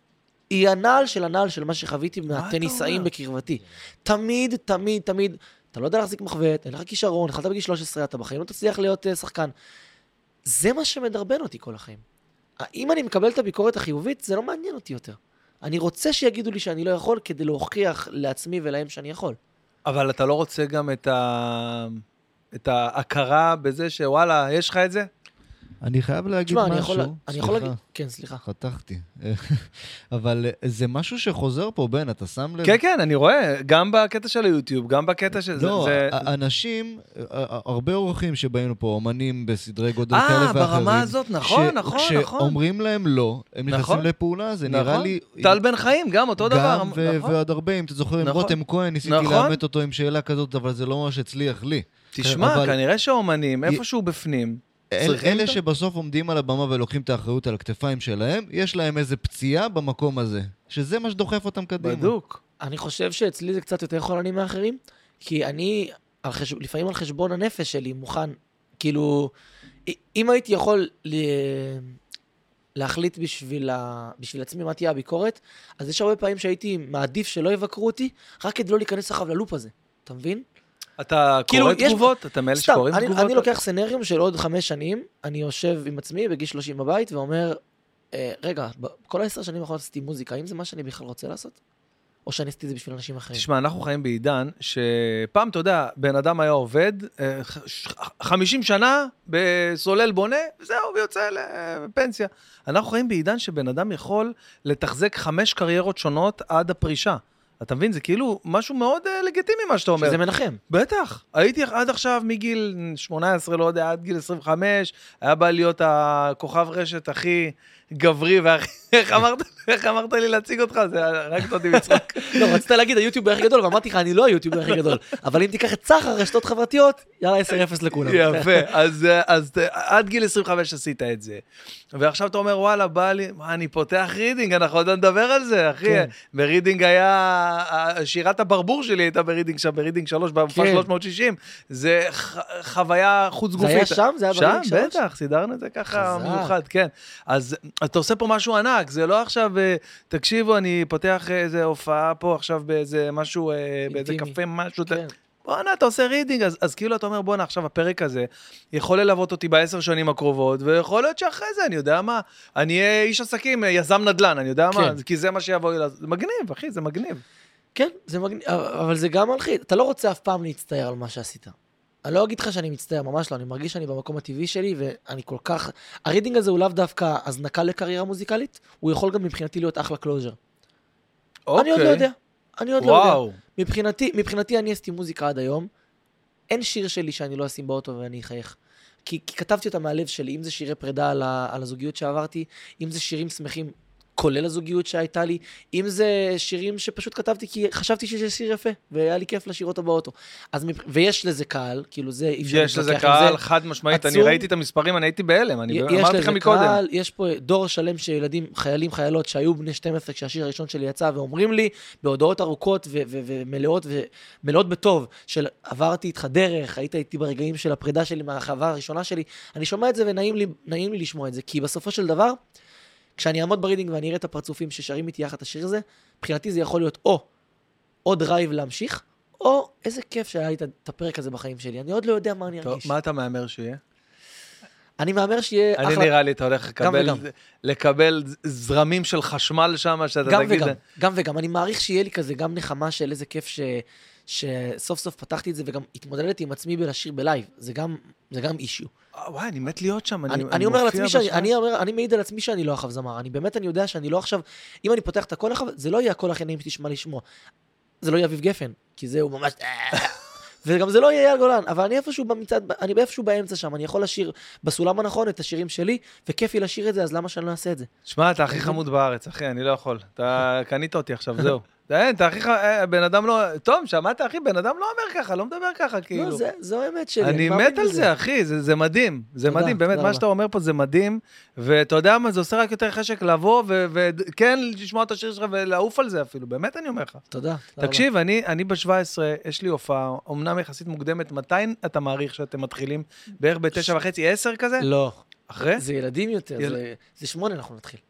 היא הנעל של הנעל של מה שחוויתי אתה מהטניסאים אומר? בקרבתי. תמיד, תמיד, תמיד, אתה לא יודע להחזיק מחבט, אין לך כישרון, התחלת בגיל 13, אתה בחיים לא תצליח להיות אה, שחקן. זה מה שמדרבן אותי כל החיים. אה, אם אני מקבל את הביקורת החיובית, זה לא מעניין אותי יותר. אני רוצה שיגידו לי שאני לא יכול כדי להוכיח לעצמי ולהם שאני יכול. אבל אתה לא רוצה גם את ה... את ההכרה בזה שוואלה, יש לך את זה? אני חייב להגיד תשמע, משהו. אני יכול, אני יכול סליחה, להגיד... כן, סליחה. חתכתי. אבל אה, זה משהו שחוזר פה, בן, אתה שם לב? כן, כן, אני רואה, גם בקטע של היוטיוב, גם בקטע של... לא, זה- ה- אנשים, אה, אה, הרבה אורחים שבאים לפה, אומנים בסדרי גודל אה, כאלה ואחרים. ברמה הזאת, נכון, ש- נכון, נכון. כשאומרים להם לא, הם נכנסים נכון. לפעולה, זה זה נראה נכון? לי... טל בן חיים, גם אותו דבר. גם ו- נכון? ועוד הרבה, אם אתה זוכר, עם נכון. רותם כהן, ניסיתי נכון. לעמת אותו עם שאלה כזאת, אבל זה לא ממש הצליח לי. תשמע, אבל- כנראה שהאומנים, י- איפשהו בפנים, אל, צריכים אלה את ה- שבסוף עומדים על הבמה ולוקחים את האחריות על הכתפיים שלהם, יש להם איזה פציעה במקום הזה, שזה מה שדוחף אותם קדימה. בדוק. אני חושב שאצלי זה קצת יותר חולני מאחרים, כי אני, על חש... לפעמים על חשבון הנפש שלי, מוכן, כאילו, א- אם הייתי יכול ל... להחליט בשביל, ה... בשביל עצמי מה תהיה הביקורת, אז יש הרבה פעמים שהייתי מעדיף שלא יבקרו אותי, רק כדי לא להיכנס אחריו ללופ הזה, אתה מבין? אתה כאילו, קורא יש- תגובות? אתה מאלה סתם, שקוראים אני, תגובות? אני לוקח סנריום של עוד חמש שנים, אני יושב עם עצמי בגיל 30 בבית ואומר, אה, רגע, בכל העשר שנים האחרונות עשיתי מוזיקה, האם זה מה שאני בכלל רוצה לעשות? או שאני עשיתי את זה בשביל אנשים אחרים? תשמע, אנחנו חיים בעידן שפעם, אתה יודע, בן אדם היה עובד אה, ח- ש- 50 שנה בסולל בונה, וזהו, ויוצא לפנסיה. אנחנו חיים בעידן שבן אדם יכול לתחזק חמש קריירות שונות עד הפרישה. אתה מבין? זה כאילו משהו מאוד אה, לגיטימי מה שאתה אומר. שזה מנחם. בטח, הייתי עד עכשיו מגיל 18, לא יודע, עד גיל 25, היה בא להיות הכוכב רשת הכי גברי והכי... איך אמרת, איך אמרת לי להציג אותך? זה הרגת אותי מצחוק. לא, רצית להגיד היוטיובר הכי גדול, ואמרתי לך, אני לא היוטיובר הכי גדול. אבל אם תיקח את סחר, רשתות חברתיות, יאללה, 10-0 לכולם. יפה, אז, אה, אז אה, עד גיל 25 עשית את זה. ועכשיו אתה אומר, וואלה, בא לי, מה, אני פותח רידינג, אנחנו עוד לא נדבר על זה, אחי. כן. ברידינג היה, אה, שירת הברבור שלי הייתה ברידינג שם, ברידינג 3, בהופעה כן. 360. זה ח- חוויה חוץ זה גופית. היה שם? זה היה בריג שם, שלוש? בטח, סידרנו את זה ככה חזק. מיוחד, כן. אז אתה עושה פה משהו ענק, זה לא עכשיו, אה, תקשיבו, אני פותח איזה הופעה פה עכשיו באיזה משהו, אה, באיזה אינטימי. קפה, משהו, ת- כן. בוא, בואנה, אתה עושה רידינג, אז, אז כאילו אתה אומר, בואנה, עכשיו הפרק הזה יכול ללוות אותי בעשר שנים הקרובות, ויכול להיות שאחרי זה, אני יודע מה, אני אהיה איש עסקים, אה, יזם נדל"ן, אני יודע מה, כן. כי זה מה שיבוא לי, לעשות. זה מגניב, אחי, זה מגניב. כן, זה מגניב, אבל זה גם מלחיץ. אתה לא רוצה אף פעם להצטער על מה שעשית. אני לא אגיד לך שאני מצטער, ממש לא, אני מרגיש שאני במקום הטבעי שלי, ואני כל כך... הרידינג הזה הוא לאו דווקא הזנקה לקריירה מוזיקלית, הוא יכול גם מבחינתי להיות אחלה קלוז'ר. אני עוד לא יודע. אני עוד לא יודע. אוקיי. וואו. מבחינתי, מבחינתי אני עשיתי מוזיקה עד היום. אין שיר שלי שאני לא אשים באוטו ואני אחייך. כי, כי כתבתי אותה מהלב שלי, אם זה שירי פרידה על, ה, על הזוגיות שעברתי, אם זה שירים שמחים, כולל הזוגיות שהייתה לי, אם זה שירים שפשוט כתבתי כי חשבתי שזה שיר יפה, והיה לי כיף לשיר אותו באוטו. אז מבח... ויש לזה קהל, כאילו זה אי אפשר יש לזה להתווכח עם זה. קהל, חד משמעית, אני עצום. ראיתי את המספרים, אני הייתי בהלם, אני י- באמת- אמרתי לך מקודם. קהל, יש פה דור שלם של ילדים, חיילים, חיילות, שהיו בני 12 כשהשיר הראשון שלי יצא, ואומרים לי בהודעות ארוכות ו- ו- ומלאות, ו- מלאות בטוב, של עברתי איתך דרך, היית איתי ברגעים של הפרידה שלי מהחווה הראשונה שלי. אני שומע את זה ונעים לי, נעים לי לשמוע את זה, כי בסופו של דבר, כשאני אעמוד ברידינג ואני אראה את הפרצופים ששרים איתי יחד את השיר הזה, מבחינתי זה יכול להיות או עוד דרייב להמשיך, או איזה כיף שהיה לי את את הפרק הזה בחיים שלי. אני עוד לא יודע מה אני טוב, ארגיש. מה אתה מהמר שיהיה? אני מהמר שיהיה אני אה, אחלה... נראה לי, אתה הולך לקבל- וגם. לקבל ז- זרמים של חשמל שם, שאתה גם תגיד... וגם, גם וגם. אני מעריך שיהיה לי כזה גם נחמה של איזה כיף ש... שסוף סוף פתחתי את זה וגם התמודדתי עם עצמי בלשיר בלייב. זה גם, זה גם אישיו. "אה, וואי, אני מת להיות שם, אני, אני אני, אני מופיע אומר לעצמי שאני, בשעה." אני, אומר, אני מעיד על עצמי שאני לא אחאב זמר. אני באמת, אני יודע שאני לא עכשיו, אם אני פותח את הקול אחאב, זה לא יהיה הקול הכי נעים שתשמע לשמוע. זה לא יהיה אביב גפן, כי זה הוא ממש... וגם זה לא יהיה אייל גולן, אבל אני איפשהו במצעד, אני איפשהו באמצע שם, אני יכול לשיר בסולם הנכון את השירים שלי, וכיף לי לשיר את זה, אז למה שאני לא אעשה את זה? שמע, אתה הכי חמוד בארץ, אחי, אני לא יכול. אתה קנית אותי עכשיו, זהו. אין, אתה הכי ח... אה, בן אדם לא... תום, שמעת, אחי? בן אדם לא אומר ככה, לא מדבר ככה, לא, כאילו. זה, זו האמת שלי. אני מאמין מת על בזה. זה, אחי, זה זה מדהים. זה תודה, מדהים, באמת, תודה מה רבה. שאתה אומר פה זה מדהים. ואתה יודע מה, זה עושה רק יותר חשק לבוא, וכן, לשמוע את השיר שלך ולעוף על זה אפילו, באמת אני אומר לך. תודה. תודה רבה. תקשיב, אני, אני ב-17, יש לי הופעה, אמנם יחסית מוקדמת, מתי אתה מעריך שאתם מתחילים? בערך בתשע וחצי, עשר כזה? לא. אחרי? זה ילדים יותר, אה? יל- זה- זה שמונה אנחנו נתחיל.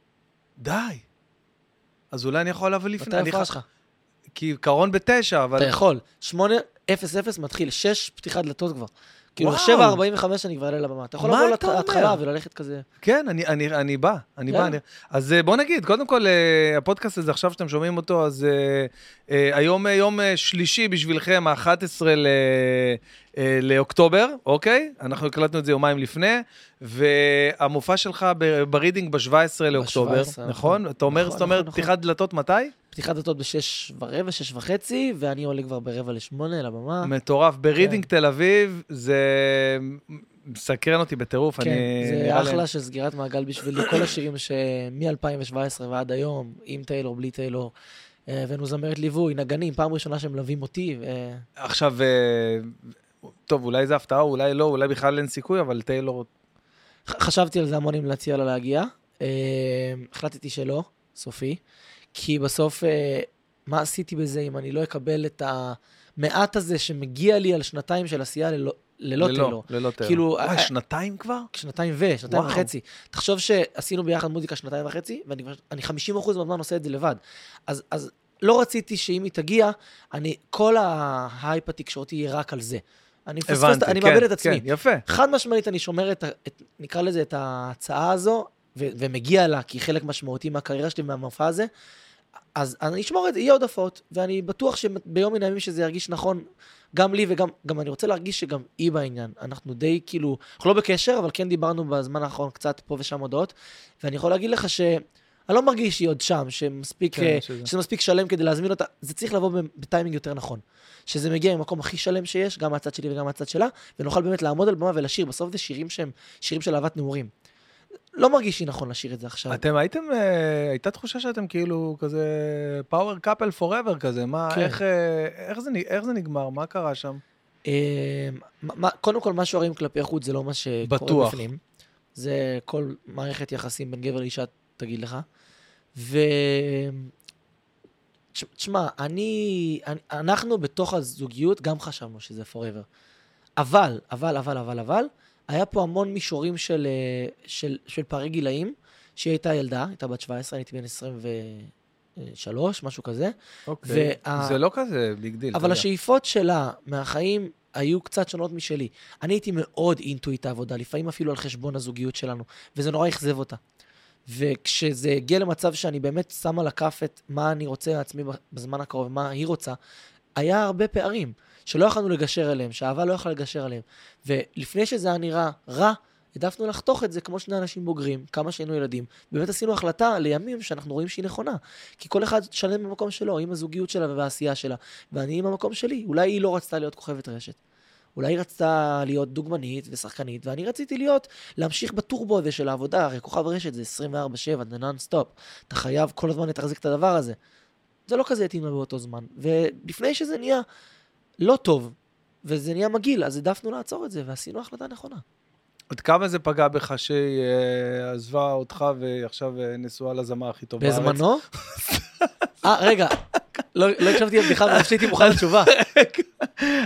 די. אז אולי אני יכול לבוא לפני. מתי אני ההופעה ח- שלך? כי קרון בתשע, אבל... אתה יכול. שמונה, אפס, אפס מתחיל, שש פתיחת דלתות כבר. כאילו, וואו. שבע, ארבעים וחמש אני כבר אעלה לבמה. אתה יכול מה לבוא אתה לת- אומר? להתחלה וללכת כזה. כן, אני, אני, אני בא, אני בא. יאללה. אני... אז אה, בוא נגיד, קודם כל, אה, הפודקאסט הזה, עכשיו שאתם שומעים אותו, אז אה, אה, היום אה, יום אה, שלישי בשבילכם, ה-11 ל... אה, לאוקטובר, אוקיי? אנחנו הקלטנו את זה יומיים לפני, והמופע שלך ב- ברידינג ב-17 לאוקטובר, ב-17, נכון? אתה אומר, נכון, זאת אומרת, נכון, נכון. פתיחת דלתות מתי? פתיחת דלתות בשש ורבע, שש וחצי, ואני עולה כבר ברבע לשמונה לבמה. מטורף. ברידינג כן. תל אביב, זה מסקרן אותי בטירוף. כן, אני... זה נראה לי- אחלה של סגירת מעגל בשבילי. כל השירים שמ-2017 ועד היום, עם טיילור, בלי טיילור, אה, הבאנו זמרת ליווי, נגנים, פעם ראשונה שהם מלווים אותי. אה, עכשיו, אה, טוב, אולי זה הפתעה, אולי לא, אולי בכלל אין סיכוי, אבל טיילור... ח- חשבתי על זה המון אם להציע לה להגיע. אה, החלטתי שלא, סופי. כי בסוף, אה, מה עשיתי בזה אם אני לא אקבל את המעט הזה שמגיע לי על שנתיים של עשייה ללא, ללא לא טיילור? ללא טיילור. כאילו, וואי, אה, שנתיים כבר? שנתיים ו, שנתיים וואו. וחצי. תחשוב שעשינו ביחד מוזיקה שנתיים וחצי, ואני כבר- אני 50% מהזמן עושה את זה לבד. אז, אז לא רציתי שאם היא תגיע, אני, כל ההייפ התקשורתי יהיה רק על זה. אני מפספס, הבנתי, אני כן, מאבד את עצמי. כן, יפה. חד משמעית אני שומר את, ה- את נקרא לזה, את ההצעה הזו, ו- ומגיע לה, כי היא חלק משמעותי מהקריירה שלי, מהמופע הזה, אז אני אשמור את זה, יהיה עוד הופעות, ואני בטוח שביום מן הימים שזה ירגיש נכון, גם לי וגם, גם אני רוצה להרגיש שגם היא בעניין. אנחנו די כאילו, אנחנו לא בקשר, אבל כן דיברנו בזמן האחרון קצת פה ושם הודעות, ואני יכול להגיד לך ש... אני לא מרגיש שהיא עוד שם, שמספיק, כן, כן, שזה- שזה. שזה מספיק שלם כדי להזמין אותה. זה צריך לבוא ב- בטיימינג יותר נכון. שזה מגיע ממקום הכי שלם שיש, גם מהצד שלי וגם מהצד שלה, ונוכל באמת לעמוד על במה ולשיר. בסוף זה שירים שהם שירים של אהבת נעורים. לא מרגיש לי נכון לשיר את זה עכשיו. אתם הייתם, אה, הייתה תחושה שאתם כאילו כזה פאוור קאפל פוראבר כזה, מה, כן. איך, אה, איך, זה, נ- איך זה נגמר, מה קרה שם? אה, מה- מה- קודם כל, מה שאומרים כלפי חוץ זה לא מה שקורה בטוח. בפנים. זה כל מערכת יחסים בין גבר לאישה תגיד לך. ו... תש- תשמע, אני, אני, אנחנו בתוך הזוגיות גם חשבנו שזה forever. אבל, אבל, אבל, אבל, אבל, היה פה המון מישורים של, אה, של, של פערי גילאים, שהיא הייתה ילדה, הייתה בת 17, אני הייתי בן 20 ו... אה, שלוש, משהו כזה. אוקיי. וה- זה לא כזה ביג דיל. אבל השאיפות שלה מהחיים היו קצת שונות משלי. אני הייתי מאוד אינטואי את העבודה, לפעמים אפילו על חשבון הזוגיות שלנו, וזה נורא אכזב אותה. וכשזה הגיע למצב שאני באמת שם על הכף את מה אני רוצה לעצמי בזמן הקרוב, מה היא רוצה, היה הרבה פערים שלא יכולנו לגשר עליהם, שהאהבה לא יכלה לגשר עליהם. ולפני שזה היה נראה רע, העדפנו לחתוך את זה כמו שני אנשים בוגרים, כמה שהיינו ילדים. באמת עשינו החלטה לימים שאנחנו רואים שהיא נכונה. כי כל אחד שלם במקום שלו, עם הזוגיות שלה ובעשייה שלה. ואני עם המקום שלי. אולי היא לא רצתה להיות כוכבת רשת. אולי היא רצתה להיות דוגמנית ושחקנית, ואני רציתי להיות, להמשיך בטורבו הזה של העבודה, הרי כוכב רשת זה 24/7, זה נונסטופ. אתה חייב כל הזמן לתחזיק את הדבר הזה. זה לא כזה התאים לה באותו זמן. ולפני שזה נהיה לא טוב, וזה נהיה מגעיל, אז העדפנו לעצור את זה, ועשינו החלטה נכונה. עד כמה זה פגע בך שהיא אה, עזבה אותך והיא עכשיו אה, נשואה לזמר הכי טוב בארץ? בזמנו? אה, רגע, לא לא הקשבתי לבדיחה, אבל פשוט הייתי מוכן לתשובה.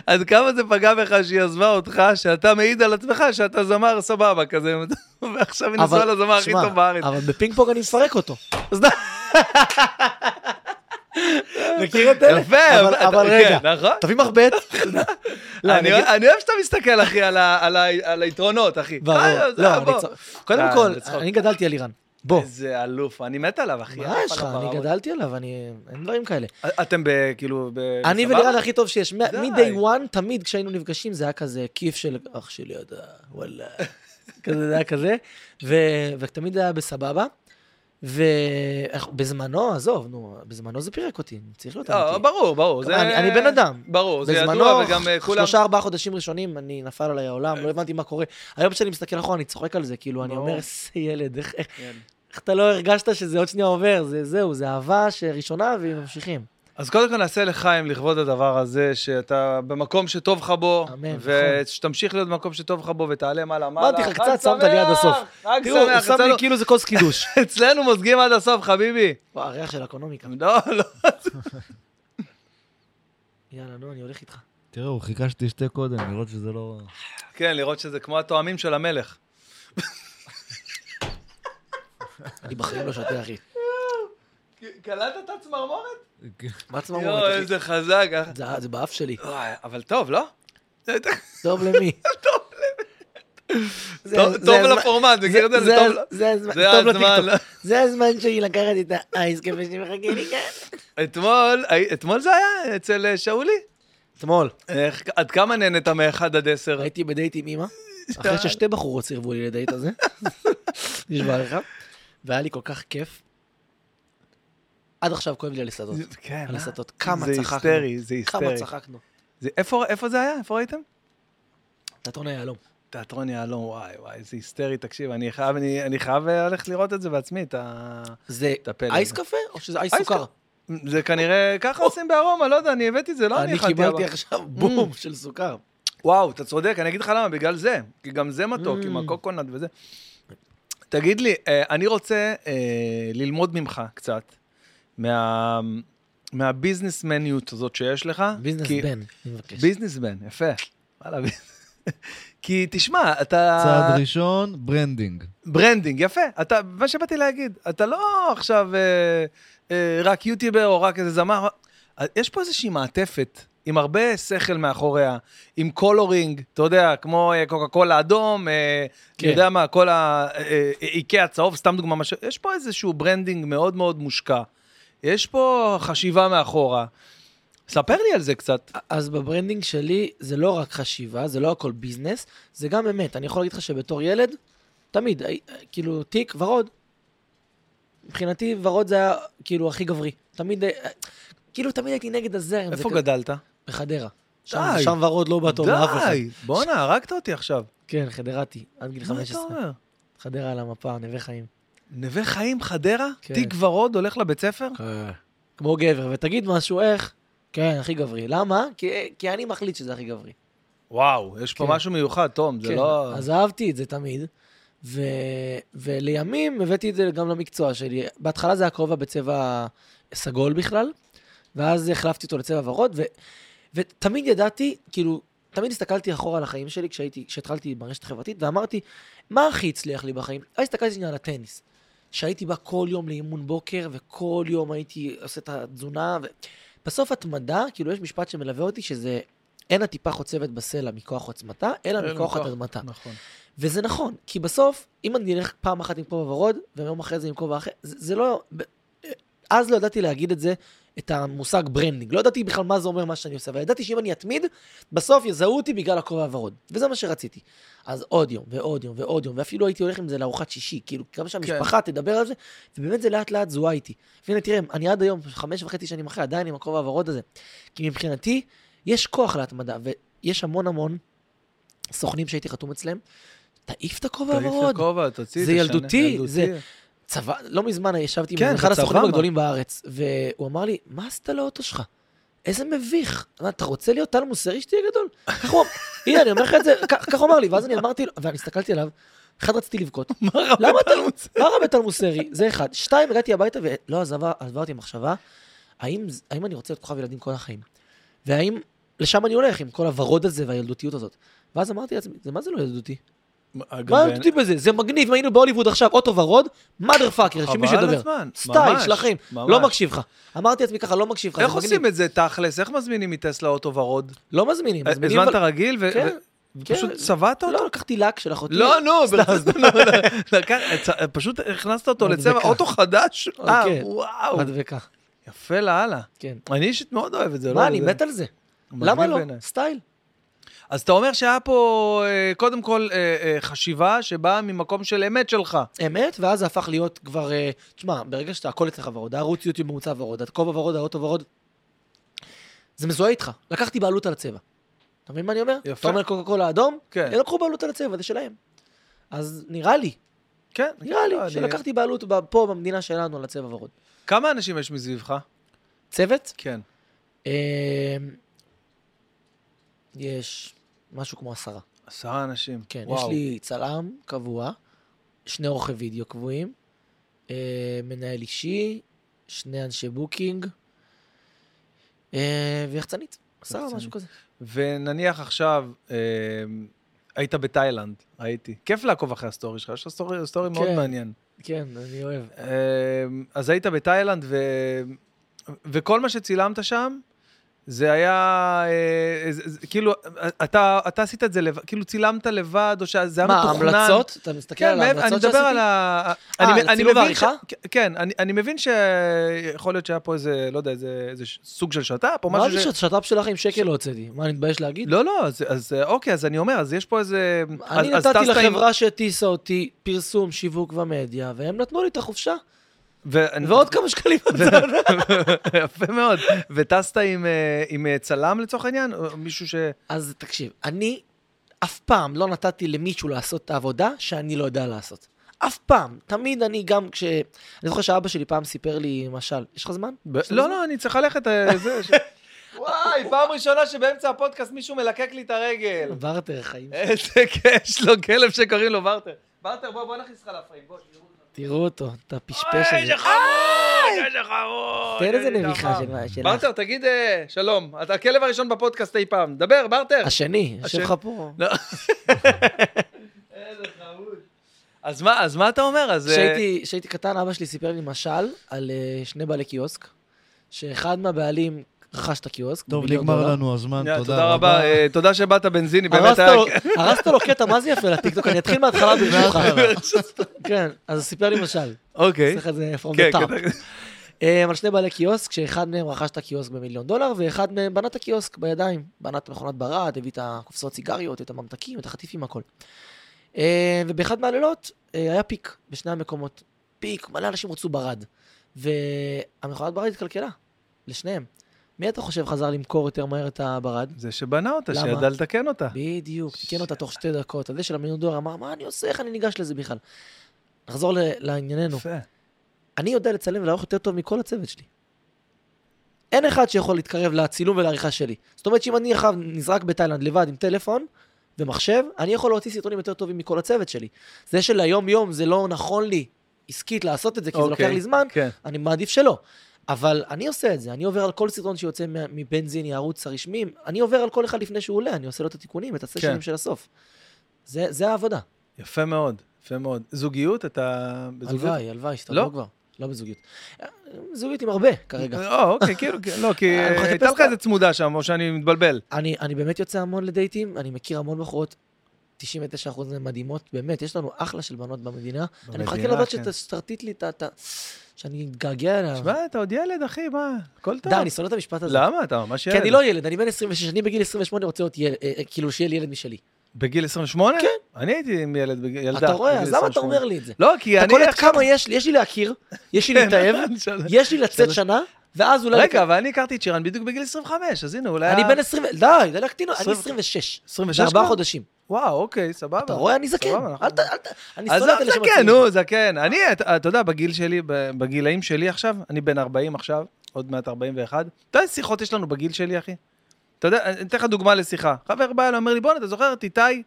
עד כמה זה פגע בך שהיא עזבה אותך, שאתה מעיד על עצמך שאתה זמר סבבה כזה, ועכשיו היא נשואה לזמר הכי שמע, טוב בארץ. אבל בפינג פונג אני מפרק אותו. אז די. מכיר את אלה? יפה, אבל- אתה- אבל כן, רגע, נכון? תביא מחבט. לא, אני אני אוהב- אגיד- אני אוהב שאתה מסתכל, אחי, על ה- על ה- על היתרונות, אחי. ברור. אה, זה- לא, אה, אני בוא. צ- קודם אה, כל, בצחוק. אני גדלתי על איראן. בוא. איזה אלוף, אני מת עליו, אחי. מה אלוף יש על לך? אני הבראוות. גדלתי עליו, אני... אין דברים כאלה. אתם ב- כאילו, ב- אני בסבבה? ולירן הכי טוב שיש. מה- די. מ-day one, תמיד כשהיינו נפגשים, זה היה כזה כיף של אח שלי, אתה, וואלה. כזה, זה היה כזה. ו- ותמיד היה בסבבה. ובזמנו, עזוב, נו, בזמנו זה פירק אותי, צריך להיות לא, אמיתי. ברור, ברור. זה- אני- אני בן אדם. ברור, זה ידוע, בזמנו, וגם אה, כולם... אה. שלושה ארבעה חודשים ראשונים, אני נפל עליי העולם, לא הבנתי מה קורה. היום כשאני מסתכל אחורה, אני צוחק על זה, כאילו, אני ברור. אומר, איזה ילד, איך- איך- כן. איך אתה לא הרגשת שזה עוד שנייה עובר, זה זהו, זה אהבה שראשונה, והיא ממשיכים. אז קודם כל נעשה לחיים לכבוד הדבר הזה, שאתה במקום שטוב לך בו, אמן, נכון. ושתמשיך להיות במקום שטוב לך בו ותעלה מעלה מעלה. אמרתי לך, חג קצת שמת לי עד שמח! הסוף. חג תראו, הוא שמח, לא- שם לי אצלנו- כאילו זה כוס קידוש. אצלנו מוזגים עד הסוף, חביבי. וואי, הריח של אקונומיקה. לא, לא. יאללה, נו, אני הולך איתך. תראה, הוא חיכה שתשתה קודם, לראות שזה לא... כן, לראות שזה כמו התואמים של המלך. אני בחיים לא שותה, אחי. קלטת את הצמרמורת? אה, מה צמרמורת, יואו, אחי? איזה חזק. אה. זה- זה באף שלי. וואי, אבל טוב, לא? טוב למי? זה- טוב- זה טוב הזמן- לפורמט, מכיר את זה? זה זה- טוב- זה הזמן, זה טוב הזמן, לטיקטוק. זה הזמן שלי לקחת את האייסקפה שמחכה לי כאן. אתמול, הי- אתמול זה היה אצל אה, שאולי. אתמול, איך- עד כמה נהנית מ-1 עד 10? הייתי בדייט עם אימא, אחרי ששתי בחורות סירבו לי לדייט הזה, נשבע לך, והיה לי כל כך כיף. עד עכשיו כואב לי על הסטות, כן, על אה? הסטות, כמה זה צחקנו, היסטרי, זה כמה היסטרי. צחקנו. זה- איפה איפה זה היה? איפה ראיתם? תיאטרון היהלום. תיאטרון יהלום, וואי, וואי, זה היסטרי, תקשיב, אני חייב, אני, אני חייב אה, ללכת לראות את זה בעצמי, את ה... זה את הפלא אייס הזה. קפה או שזה אייס אייס סוכר? זה כנראה, ככה עושים בארומה, לא יודע, אני הבאתי את זה, לא אני אני Mm. הכנתי. קיבלתי אבל- עכשיו בום של סוכר. וואו, אתה צודק, אני אגיד לך למה, בגלל זה. כי גם זה מתוק, Mm. עם הקוקונט וזה. תגיד לי, אה, אני רוצה אה, ללמוד ממך קצת, מה... מהביזנסמניות הזאת שיש לך. ביזנס כי- בן, אני מבקש. ביזנסמן, יפה. וואלה, ביז- כי תשמע, אתה... צעד ראשון, ברנדינג. ברנדינג, יפה. אתה, מה שבאתי להגיד, אתה לא עכשיו אה, אה, רק יוטיובר או רק איזה זמר, אה, יש פה איזושהי מעטפת. עם הרבה שכל מאחוריה, עם קולורינג, אתה יודע, כמו אה, קוקה קולה אדום, אה, כן. אני יודע מה, כל אה, האיקאה צהוב, סתם דוגמה, משהו, יש פה איזשהו ברנדינג מאוד מאוד מושקע. יש פה חשיבה מאחורה. ספר לי על זה קצת. אז בברנדינג שלי זה לא רק חשיבה, זה לא הכל ביזנס, זה גם אמת. אני יכול להגיד לך שבתור ילד, תמיד, הי- כאילו, תיק ורוד. מבחינתי ורוד זה היה כאילו הכי גברי. תמיד, אה, כאילו תמיד הייתי נגד הזרם. זה איפה כזה- גדלת? בחדרה. שם, די. שם ורוד לא בא טוב לאף אחד. די, בואנה, הרגת אותי עכשיו. כן, חדרתי, עד גיל מה אתה 15. אומר? חדרה על המפה, נווה חיים. נווה חיים, חדרה? כן. תיק ורוד הולך לבית ספר? אה, כמו גבר, ותגיד משהו, איך? כן, הכי גברי. למה? כי, כי אני מחליט שזה הכי גברי. וואו, יש פה כן. משהו מיוחד, תום, זה כן, לא... אז אהבתי את זה תמיד, ו... ולימים הבאתי את זה גם למקצוע שלי. בהתחלה זה היה כובע בצבע סגול בכלל, ואז החלפתי אותו לצבע ורוד, ו... ותמיד ידעתי, כאילו, תמיד הסתכלתי אחורה על החיים שלי כשהייתי, כשהתחלתי ברשת החברתית, ואמרתי, מה הכי הצליח לי בחיים? אז הסתכלתי שנייה על הטניס. שהייתי בא כל יום לאימון בוקר, וכל יום הייתי עושה את התזונה. ו... בסוף התמדה, כאילו יש משפט שמלווה אותי, שזה אין הטיפה חוצבת בסלע מכוח עוצמתה, אלא אין מכוח מכוח- התדמתה. נכון. וזה נכון, כי בסוף, אם אני אלך פעם אחת עם כובע ורוד, ויום אחרי זה עם כובע אחר, זה, זה לא... ב- אז לא ידעתי להגיד את זה, את המושג ברנדינג. לא ידעתי בכלל מה זה אומר מה שאני עושה, אבל ידעתי שאם אני אתמיד, בסוף יזהו אותי בגלל הכובע הוורוד. וזה מה שרציתי. אז עוד יום, ועוד יום, ועוד יום, ואפילו הייתי הולך עם זה לארוחת שישי, כאילו, כמה שהמשפחה כן. תדבר על זה, ובאמת זה לאט לאט זוהה איתי. והנה, תראה, אני עד היום, חמש וחצי שנים אחרי, עדיין עם הכובע הוורוד הזה. כי מבחינתי, יש כוח להתמדה, ויש המון המון סוכנים שהייתי חתום אצלם, תעיף את הכובע תעיף את הוורוד. הכובע, תוציא, זה תשנה, ילדותי, זה- צבא, לא מזמן ישבתי כן, עם אחד בצבא, הסוכנים מה? הגדולים בארץ, והוא אמר לי, מה עשית לאוטו שלך? איזה מביך. מה, אתה רוצה להיות טל מוסרי שתהיה גדול? ככה הוא אמר, הנה, אני אומר לך את זה, כ- ככה הוא אמר לי, ואז אני אמרתי לו, ואני הסתכלתי עליו, אחד רציתי לבכות, מה רע למה אתה- לא- מוציא? מה רע בטל מוסרי? זה אחד. שתיים, הגעתי הביתה ולא עזבה, עזבה אותי מחשבה, האם, ז- האם אני רוצה להיות כוכב ילדים כל החיים? והאם לשם אני הולך עם כל הוורוד הזה והילדותיות הזאת? ואז אמרתי לעצמי, זה מה זה לא ילדותי? לא, מה ילדותי בזה? זה מגניב, אם היינו בהוליווד עכשיו, אוטו ורוד, מאדר פאקר, שמי חבל על שידבר. הזמן, סטייל ממש, של החיים, ממש. לא מקשיב לך. אמרתי לעצמי ככה, לא מקשיב לך, איך זה מגניב. עושים את זה תכלס? איך מזמינים מטסלה אוטו ורוד? לא מזמינים, מזמינים, הזמנת אבל- רגיל ו- כן, ו- כן. ופשוט צבעת אותו? לא, לקחתי לק של אחותי. לא, נו, סתם. ברצינות, לא, לקח- צ- פשוט הכנסת אותו מדבקה. לצבע אוטו חדש? אה, כן. וואו. מדבקה, יפה לאללה. כן. אני אישית מאוד אוהב את זה. מה, לא? אני זה מת על זה. מגניב למה לא? בעיניי. סטייל. אז אתה אומר שהיה פה, אה, קודם כל, אה, אה, חשיבה שבאה ממקום של אמת שלך. אמת, ואז זה הפך להיות כבר, אה, תשמע, ברגע שאתה הכל אצלך ורוד, הערוץ יוטיוב ממוצע ורוד, הכובע ורוד, האוטו ורוד, זה מזוהה איתך. לקחתי בעלות על הצבע. אתה מבין מה אני אומר? יפה. אתה אומר קוקה קולה אדום, כן. הם לקחו בעלות על הצבע, זה שלהם. אז נראה לי, כן. נראה לי, לא, אני- שלקחתי בעלות ב- פה במדינה שלנו על הצבע ורוד. כמה אנשים יש מסביבך? צוות? כן. אמ, יש משהו כמו עשרה. עשרה אנשים. כן, יש וואו. לי צלם קבוע, שני עורכי וידאו קבועים, אה, מנהל אישי, שני אנשי בוקינג, אה, ויחצנית. עשרה, יחצנית. משהו כזה. ונניח עכשיו, אה, היית בתאילנד, הייתי. כיף לעקוב אחרי הסטורי שלך, יש לך סטורי, סטורי מאוד כן. מעניין. כן, אני אוהב. אה, אז היית בתאילנד, ו... וכל מה שצילמת שם, זה היה, אה, זה, זה, כאילו, אתה, אתה עשית את זה לבד, כאילו צילמת לבד, או שזה היה מה, מתוכנן. ההמלצות? אתה מסתכל כן, על מעבר- ההמלצות אני שעשיתי? אה, מדבר על ה... אני מ- על אני צילום מבין ועריכה? ש- כ- כן, אני- אני מבין שיכול להיות שהיה פה איזה, לא יודע, איזה איזה ש- סוג של שת"פ או מה משהו זה ששת"פ שלך עם שקל לא הוצאתי? מה, אני מתבייש להגיד? לא, לא, אז, אז אה, אוקיי, אז אני אומר, אז יש פה איזה... אני אז- אז נתתי טסת עם- לחברה שהטיסה אותי פרסום, שיווק ומדיה, והם נתנו לי את החופשה. ו- ועוד כמה שקלים. יפה מאוד. וטסת עם, אה, עם אה, צלם לצורך העניין? או מישהו ש... אז תקשיב, אני אף פעם לא נתתי למישהו לעשות את העבודה שאני לא יודע לעשות. אף פעם. תמיד אני גם כש... אני זוכר שאבא שלי פעם סיפר לי, משל, יש לך זמן? ב- יש לך לא, זמן? לא, אני צריך ללכת... אה, זה, ש... וואי, פעם ראשונה שבאמצע הפודקאסט מישהו מלקק לי את הרגל. ורטר חיים. איזה כיף, יש לו כלב שקוראים לו ורטר. ורטר, בוא, בוא נכניס לך לפריים, בוא, תראו. תראו אותו, את הפשפש אוי, הזה. איזה חמוד, איזה חמוד. תן איזה איזה נביכה דבר. של- שלך. ברטר, תגיד אה, שלום. אתה הכלב הראשון בפודקאסט אי פעם. דבר, ברטר. השני, יושב השני. לך פה. לא. איזה חמוד. אז מה, אז מה אתה אומר? אז... אה, כשהייתי- כשהייתי קטן, אבא שלי סיפר לי משל על אה, שני בעלי קיוסק, שאחד מהבעלים רכש את הקיוסק. טוב, במיליון נגמר דולר. לנו הזמן, יאללה, תודה רבה. אה, תודה שבאת בנזיני, באמת הרסת היה... לו- הרסת לו קטע, מה זה יפה לטיקטוק? אני אתחיל מההתחלה ברשותך. כן, אז סיפר לי משל. אוקיי. צריך את זה from כן, the top. כן. אמ, על שני בעלי קיוסק, שאחד מהם רכש את הקיוסק במיליון דולר, ואחד מהם בנה את הקיוסק בידיים. בנה את מכונת ברד, הביא את הקופסאות סיגריות, את הממתקים, את החטיפים, הכל. אה, ובאחד מהלילות אה, היה פיק בשני המקומות. פיק, מלא אנשים רצו ברד. והמכונת ברד התקלקלה, לשניהם. מי אתה חושב חזר למכור יותר מהר את הברד? זה שבנה אותה, למה? שידע לתקן אותה. בדיוק, תיקן אותה תוך שתי דקות. הזה של המיליון דולר אמר, מה אני עושה, איך אני ניגש לזה בכלל? נחזור ל- לענייננו. יפה. אני יודע לצלם ולערוך יותר טוב מכל הצוות שלי. אין אחד שיכול להתקרב לצילום ולעריכה שלי. זאת אומרת שאם אני עכשיו נזרק בתאילנד לבד עם טלפון ומחשב, אני יכול להוציא סרטונים יותר טובים מכל הצוות שלי. זה שליום-יום זה לא נכון לי עסקית לעשות את זה, כי זה אוקיי, לוקח לי זמן, כן. אני מעדיף שלא. אבל אני עושה את זה, אני עובר על כל סרטון שיוצא מה- מבנזיני, הערוץ הרשמי, אני עובר על כן. כל אחד לפני שהוא עולה, אני עושה לו את התיקונים, את הסשנים של הסוף. זה, זה העבודה. יפה מאוד. יפה מאוד. זוגיות, אתה בזוגיות? הלוואי, הלוואי, שתבוא לא? כבר. לא בזוגיות. אה, זוגיות עם הרבה כרגע. או, אוקיי, כאילו, כן, לא, כי אני אה, מחפש הייתה לך את ה- איזה צמודה שם, או שאני מתבלבל. אני, אני באמת יוצא המון לדייטים, אני מכיר המון בחורות, 99% מהן מדהימות, באמת, יש לנו אחלה של בנות במדינה. אני מחכה במדינה, לבת כן. שתרטיט לי את ה... את ה- שאני אתגעגע אליה. שמע, אתה עוד ילד, אחי, מה? הכל טוב. כן. די, אני שונא את המשפט הזה. למה? אתה ממש ילד. כי אני לא ילד, אני בן 26, אני בגיל 28 רוצה להיות ילד, אה, אה, כאילו שיהיה לי ילד משלי. בגיל 28? כן. אני הייתי עם ילד, בג- ילדה. אתה רואה, בגיל אז למה אתה 28. אומר לי את זה? לא, כי אתה אני... קולט כמה יש לי, יש לי להכיר, יש לי להתאהב, יש לי לצאת שלוש- שנה, ואז אולי... רגע, אבל אני הכרתי את שירן בדיוק בגיל 25, אז הנה, אולי... אני ה- בן 20, די, די להקטין, אני עשרים- 26. 26 זה ארבעה כבר? חודשים. וואו, אוקיי, סבבה. אתה רואה, אני זקן. סבבה, אנחנו- אל ת... אל ת... אני אז שונא את אלה זה שמצליחים. כן, נו, זה כן. אני, אתה אתה יודע, בגיל שלי, ב- בגילאים שלי עכשיו, אני בן 40 עכשיו, עוד מעט 41. אתה יודע איזה שיחות יש לנו בגיל שלי, אחי? אתה יודע, אני אתן לך דוגמה לשיחה. חבר בא אליי, אומר לי, בואנה, אתה זוכר את איתי?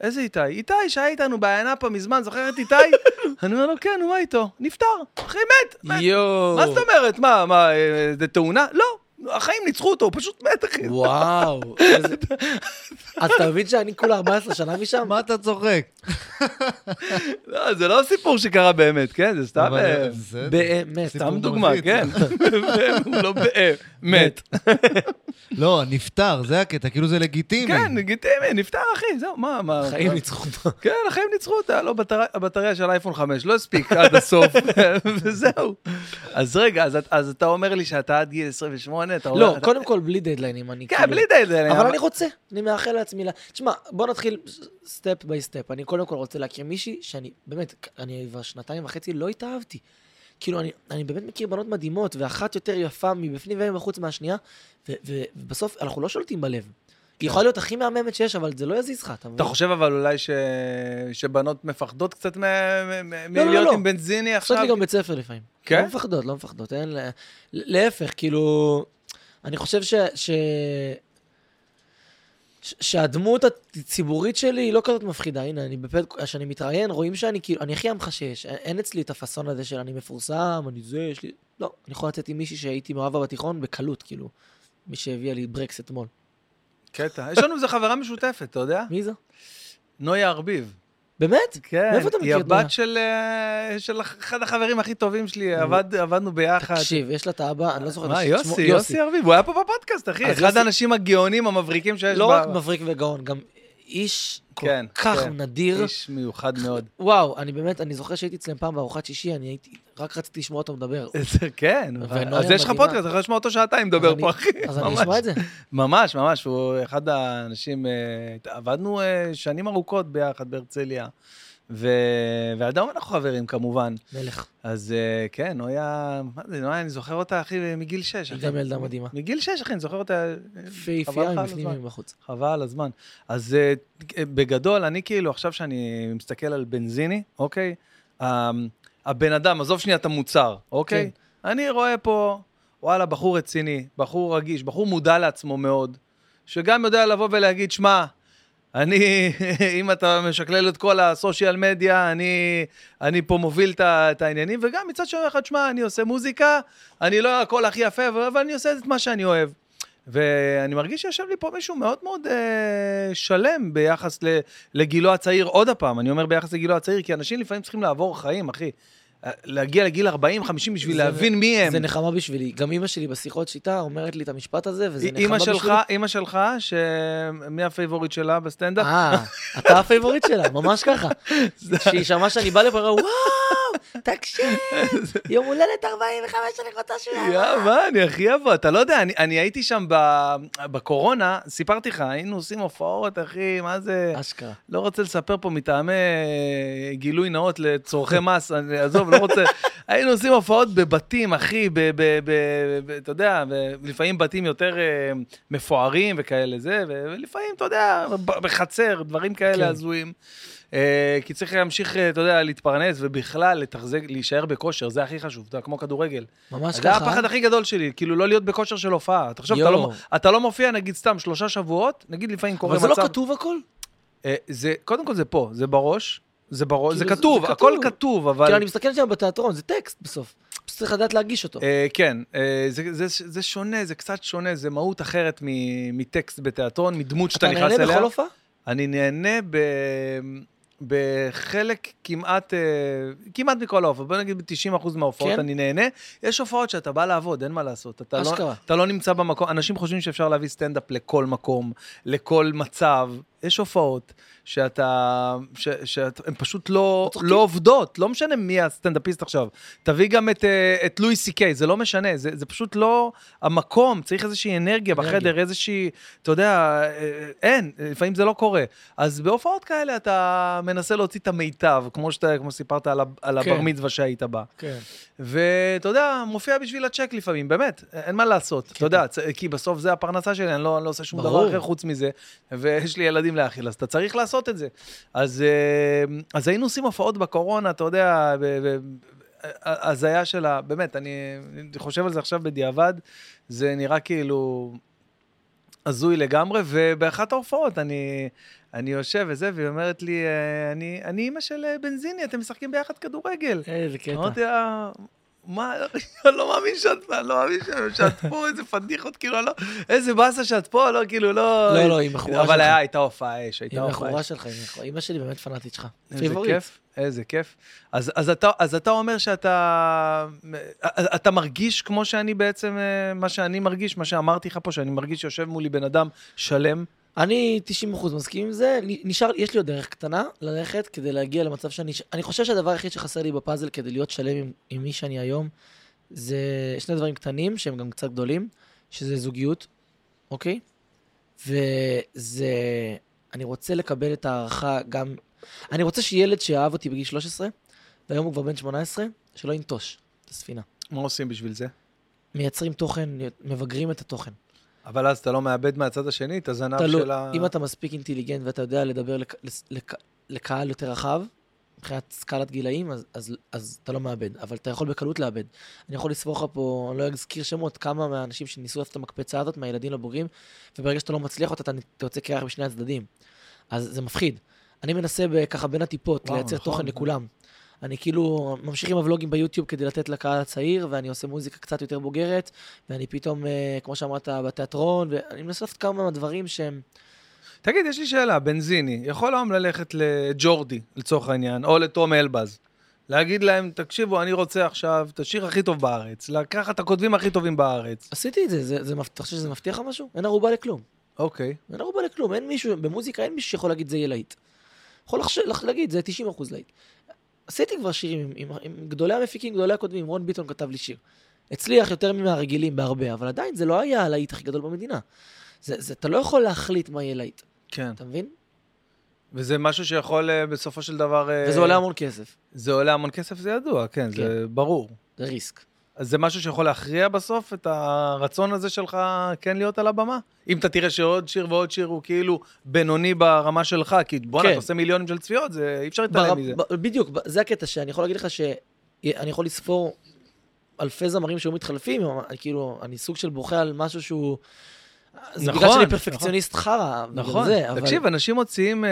איזה איתי? איתי שהיה איתנו בענפה מזמן, זוכר את איתי? אני אומר לו, כן, נו, מה איתו? נפטר. אחי, מת. מת. יואו. מה זאת אומרת? מה, מה, אה, זה תאונה? לא. החיים ניצחו אותו, הוא פשוט מת, אחי. וואו. איזה- אז אתה מבין שאני כולה 14 שנה אה, משם? מה אתה צוחק? לא, זה לא סיפור שקרה באמת, כן? זה סתם... אבל, אה, בסדר. באמת. סיפור סתם דוגמה, מלחיץ. כן. הוא לא בא- מת. לא, נפטר, זה הקטע, כאילו זה לגיטימי. כן, לגיטימי, נפטר אחי, זהו, מה, מה... חיים ניצחו אותו. כן, החיים ניצחו אותה, לא, בטרי- הבטריה של אייפון 5 לא הספיק עד הסוף, וזהו. אז רגע, אז את- אז אתה אומר לי שאתה עד גיל 28, אתה אומר... לא, אתה- קודם כל בלי דדליינים. אני אה, כן, כאילו- בלי דדליין. אבל אני רוצה, אני מאחל לעצמי, לה- תשמע, בוא נתחיל סטפ ביי סטפ. אני קודם כל רוצה להכיר מישהי שאני, באמת, אני כבר שנתיים וחצי לא התאהבתי. כאילו, אני, אני באמת מכיר בנות מדהימות, ואחת יותר יפה מבפנים ומבחוץ מהשנייה, ו- ו- ובסוף אנחנו לא שולטים בלב. היא יכולה להיות הכי מהממת שיש, אבל זה לא יזיז לך, אתה מבין? אתה חושב אבל אולי ש- שבנות מפחדות קצת מ- מ- מ- לא, לא, מלהיות לא. עם בנזיני עושות עכשיו? לי גם בית ספר לפעמים. כן? לא מפחדות, לא מפחדות, אין... לה- להפך, כאילו... אני חושב ש... ש... ש- שהדמות הציבורית שלי היא לא כזאת מפחידה. הנה, אני בפד... כשאני מתראיין, רואים שאני כאילו... אני הכי עמך שיש. אין- אין אצלי את הפאסון הזה של אני מפורסם, אני זה, יש לי... לא, אני יכול לצאת עם מישהי שהייתי מאוהב בה בתיכון בקלות, כאילו. מי שהביאה לי ברקס אתמול. קטע. יש לנו איזה חברה משותפת, אתה יודע? מי זו? נויה ארביב. באמת? כן, מאיפה אתה מכיר את היא נויה? הבת של, אה, של אחד החברים הכי טובים שלי, עבד, עבדנו ביחד. תקשיב, יש לה את האבא, אני לא זוכר את מה, שמו- יוסי, יוסי ארביב, הוא היה פה בפודקאסט, אחי, אז אחד יוסי- האנשים הגאונים המבריקים שיש לא ב- רק מבריק וגאון, גם איש כל כן, כך כן. נדיר. איש מיוחד מאוד. וואו, אני באמת, אני זוכר שהייתי אצלם פעם בארוחת שישי, אני הייתי, רק רציתי לשמוע אותו מדבר. זה כן, ונויה אז יש לך מדהימה. פודקאסט, אתה יכול לשמוע אותו שעתיים מדבר אז פה, אני- אחי. אז אני ממש. אשמע את זה. ממש, ממש, הוא אחד האנשים, אה, עבדנו אה, שנים ארוכות ביחד בהרצליה, ו- ועד היום אנחנו חברים כמובן. מלך. אז אה, כן, נויה, מה זה, נויה, אני זוכר אותה, אחי, מגיל שש. היא אחי. גם ילדה מדהימה. מגיל שש, אחי, אני זוכר אותה. אה, חבל לך יפהפייה על מבפנים הזמן. ומבחוץ. חבל על הזמן. אז אה, אה, בגדול, אני כאילו, עכשיו שאני מסתכל על בנזיני, אוקיי? ה- הבן אדם, עזוב שנייה את המוצר, אוקיי? אני רואה פה, וואלה, בחור רציני, בחור רגיש, בחור מודע לעצמו מאוד, שגם יודע לבוא ולהגיד, שמע, אני, אם אתה משקלל את כל הסושיאל מדיה, אני, אני פה מוביל את ה- את העניינים, וגם מצד שאומר לך, תשמע, אני עושה מוזיקה, אני לא הכל הכי יפה, אבל אבל אני עושה את מה שאני אוהב. ואני מרגיש שיושב לי פה מישהו מאוד מאוד אה, שלם ביחס ל, לגילו הצעיר. עוד הפעם, אני אומר ביחס לגילו הצעיר, כי אנשים לפעמים צריכים לעבור חיים, אחי. אה, להגיע לגיל 40-50 בשביל זה- להבין מי הם. זה נחמה בשבילי. גם אימא שלי בשיחות שיטה אומרת לי את המשפט הזה, וזה נחמה בשבילי. אה, אימא שלך, אימא שלך, שמי הפייבוריט שלה בסטנדאפ? אה, אתה הפייבוריט שלה, ממש ככה. כשהיא שמעה שאני בא לפה, היא אמרה, וואו, תקשיב, יום הולדת 45 אני רוצה שהוא יעבור." יא, מה, אני הכי יבוא, אתה לא יודע, אני, אני הייתי שם ב, בקורונה, סיפרתי לך, היינו עושים הופעות, אחי, מה זה... אשכרה. לא רוצה לספר פה מטעמי אה, גילוי נאות לצורכי מס, אני- עזוב, לא רוצה. היינו עושים הופעות בבתים, אחי, ב- ב- ב- ב- אתה יודע, ב- לפעמים בתים יותר אה, מפוארים וכאלה זה, ו- ולפעמים, אתה יודע, ב- בחצר, דברים כן. כאלה הזויים. אה, כי צריך להמשיך, אה, אתה יודע, להתפרנס, ובכלל, לתחזק, להישאר בכושר, זה הכי חשוב, אתה יודע, כמו כדורגל. ממש ככה. זה הפחד הכי גדול שלי, כאילו לא להיות בכושר של הופעה. תחשוב, אתה יואו. לא, אתה לא מופיע נגיד סתם שלושה שבועות, נגיד לפעמים קורה אבל מצב... זה לא כתוב הכל? אה, זה, קודם כל זה פה, זה בראש, זה בראש, כאילו זה זה- כתוב, זה הכל כתוב. כתוב, כאילו, אבל... אני מסתכל שם בתיאטרון, זה טקסט בסוף. פשוט צריך לדעת להגיש אותו. אה, כן, אה, זה, זה, זה שונה, זה קצת שונה, זה מהות אחרת מ- מטקסט בתיאטרון, מדמות שאתה אתה נכנס אליה. נהנה בכל הופעה? אני נהנה ב... בחלק כמעט, אה, כמעט מכל ההופעות, בוא נגיד ב-90% מההופעות כן. אני נהנה, יש הופעות שאתה בא לעבוד, אין מה לעשות. אתה לא, אשכרה. אתה לא נמצא במקום, אנשים חושבים שאפשר להביא סטנדאפ לכל מקום, לכל מצב. יש הופעות שאתה, שהן פשוט לא, צוחקים. לא עובדות, לא משנה מי הסטנדאפיסט עכשיו. תביא גם את, אה, את לואי סי קיי, זה לא משנה, זה, זה פשוט לא המקום, צריך איזושהי אנרגיה אנרגיה. בחדר, איזושהי, אתה יודע, אה, אין, לפעמים זה לא קורה. אז בהופעות כאלה אתה מנסה להוציא את המיטב, כמו, שאתה, כמו שסיפרת על, ה- על כן. הבר מצווה שהיית בה. כן. ואתה יודע, מופיע בשביל הצ'ק לפעמים, באמת, אין מה לעשות, אתה יודע, צ- כי בסוף זה הפרנסה שלי, אני לא, אני לא עושה שום ברור. דבר אחר חוץ מזה, ויש לי ילדים להאכיל, אז אתה צריך לעשות את זה. אז, אה, אז היינו עושים הופעות בקורונה, אתה יודע, ב- ב- הזיה של ה... באמת, אני אני חושב על זה עכשיו בדיעבד, זה נראה כאילו הזוי לגמרי, ובאחת ההופעות אני, אני יושב וזה, והיא אומרת לי, אה, אני, אני אימא של אה, בנזיני, אתם משחקים ביחד כדורגל. אה, איזה קטע. אמרתי לה, מה, אני לא מאמין שאת, אני לא מאמין ש- שאת פה, איזה פדיחות, כאילו, לא, איזה באסה שאת פה, לא, כאילו, לא... לא, לא, היא מכורה שלך. אבל היה, הייתה הופעה אש, היא הייתה הופעה מכורה אש. שלך, היא מכורה. אימא שלי באמת פנאטית שלך. איזה פייבוריט. כיף, איזה כיף. אז, אז, אתה, אז אתה אומר שאתה... אתה מרגיש כמו שאני בעצם, אה, מה שאני מרגיש, מה שאמרתי לך פה, שאני מרגיש שיושב מולי בן אדם שלם. אני 90% מסכים עם זה, נ- נשאר, יש לי עוד דרך קטנה ללכת כדי להגיע למצב שאני, אני חושב שהדבר היחיד שחסר לי בפאזל כדי להיות שלם עם, עם מי שאני היום, זה שני דברים קטנים שהם גם קצת גדולים, שזה זוגיות, אוקיי? וזה, אני רוצה לקבל את ההערכה גם, אני רוצה שילד שאהב אותי בגיל 13, והיום הוא כבר בן 18, שלא ינטוש את הספינה. מה עושים בשביל זה? מייצרים תוכן, מבגרים את התוכן. אבל אז אתה לא מאבד מהצד השני את הזנב תלוי, של ה... אם אתה מספיק אינטליגנט ואתה יודע לדבר לק... לס- לק... לקהל יותר רחב, מבחינת סקלת גילאים, אז, אז, אז אתה לא מאבד, אבל אתה יכול בקלות לאבד. אני יכול לספור לך פה, אני לא אזכיר שמות, כמה מהאנשים שניסו לעשות את המקפצה הזאת, מהילדים לבוגרים, וברגע שאתה לא מצליח אותה, אתה נ- אתה יוצא קרח בשני הצדדים. אז זה מפחיד. אני מנסה ב- ככה בין הטיפות וואו, לייצר נכון. תוכן לכולם. אני כאילו ממשיך עם הוולוגים ביוטיוב כדי לתת לקהל הצעיר, ואני עושה מוזיקה קצת יותר בוגרת, ואני פתאום, אה, כמו שאמרת, בתיאטרון, ואני מנסה לעשות כמה דברים שהם... תגיד, יש לי שאלה, בנזיני, יכול היום ללכת לג'ורדי, לצורך העניין, או לתום אלבז, להגיד להם, תקשיבו, אני רוצה עכשיו את השיר הכי טוב בארץ, לקחת את הכותבים הכי טובים בארץ. עשיתי את זה, זה, זה, מפ- אתה חושב שזה מבטיח לך משהו? אין ערובה לכלום. אוקיי. אין ערובה לא לכלום, אין מישהו, במוזיקה אין מישהו שיכול להגיד זה יהיה להיט. יכול לחש... לח- להגיד, זה 90% להיט. עשיתי כבר שירים עם, עם, עם גדולי המפיקים, גדולי הכותבים, רון ביטון כתב לי שיר. הצליח יותר מהרגילים בהרבה, אבל עדיין זה לא היה הלהיט הכי גדול במדינה. זה, זה, אתה לא יכול להחליט מה יהיה להיט, כן. אתה מבין? וזה משהו שיכול אה, בסופו של דבר... אה, וזה עולה המון כסף, זה עולה המון כסף, זה ידוע, כן, זה ברור. זה ריסק. אז זה משהו שיכול להכריע בסוף את הרצון הזה שלך כן להיות על הבמה? אם אתה תראה שעוד שיר ועוד שיר הוא כאילו בינוני ברמה שלך, כי בואנה, כן. אתה עושה מיליונים של צפיות, זה- אי אפשר להתעלם מזה. ב- בדיוק, ב- זה הקטע שאני יכול להגיד לך שאני יכול לספור אלפי זמרים שהיו מתחלפים, אבל כאילו, אני סוג של בוכה על משהו שהוא... זה בגלל נכון, שאני נכון. פרפקציוניסט חרא, בגלל נכון, זה, אבל... תקשיב, אנשים מוציאים אה,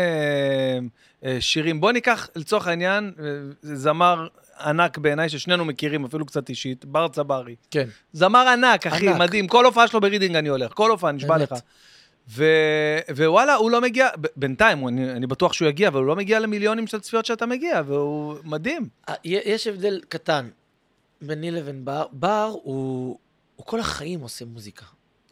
אה, שירים. בוא ניקח, לצורך העניין, אה, זמר ענק בעיניי, ששנינו מכירים, אפילו קצת אישית, בר צברי. כן, זמר ענק, אחי, ענק. מדהים. כל הופעה שלו ברידינג אני הולך, כל הופעה, נשבע באמת. לך. ו... ווואלה, הוא לא מגיע, ב- בינתיים, הוא- אני, אני בטוח שהוא יגיע, אבל הוא לא מגיע למיליונים של צפיות שאתה מגיע, והוא מדהים. אה, י- יש הבדל קטן ביני לבין בר. בר הוא... הוא כל החיים עושה מוזיקה.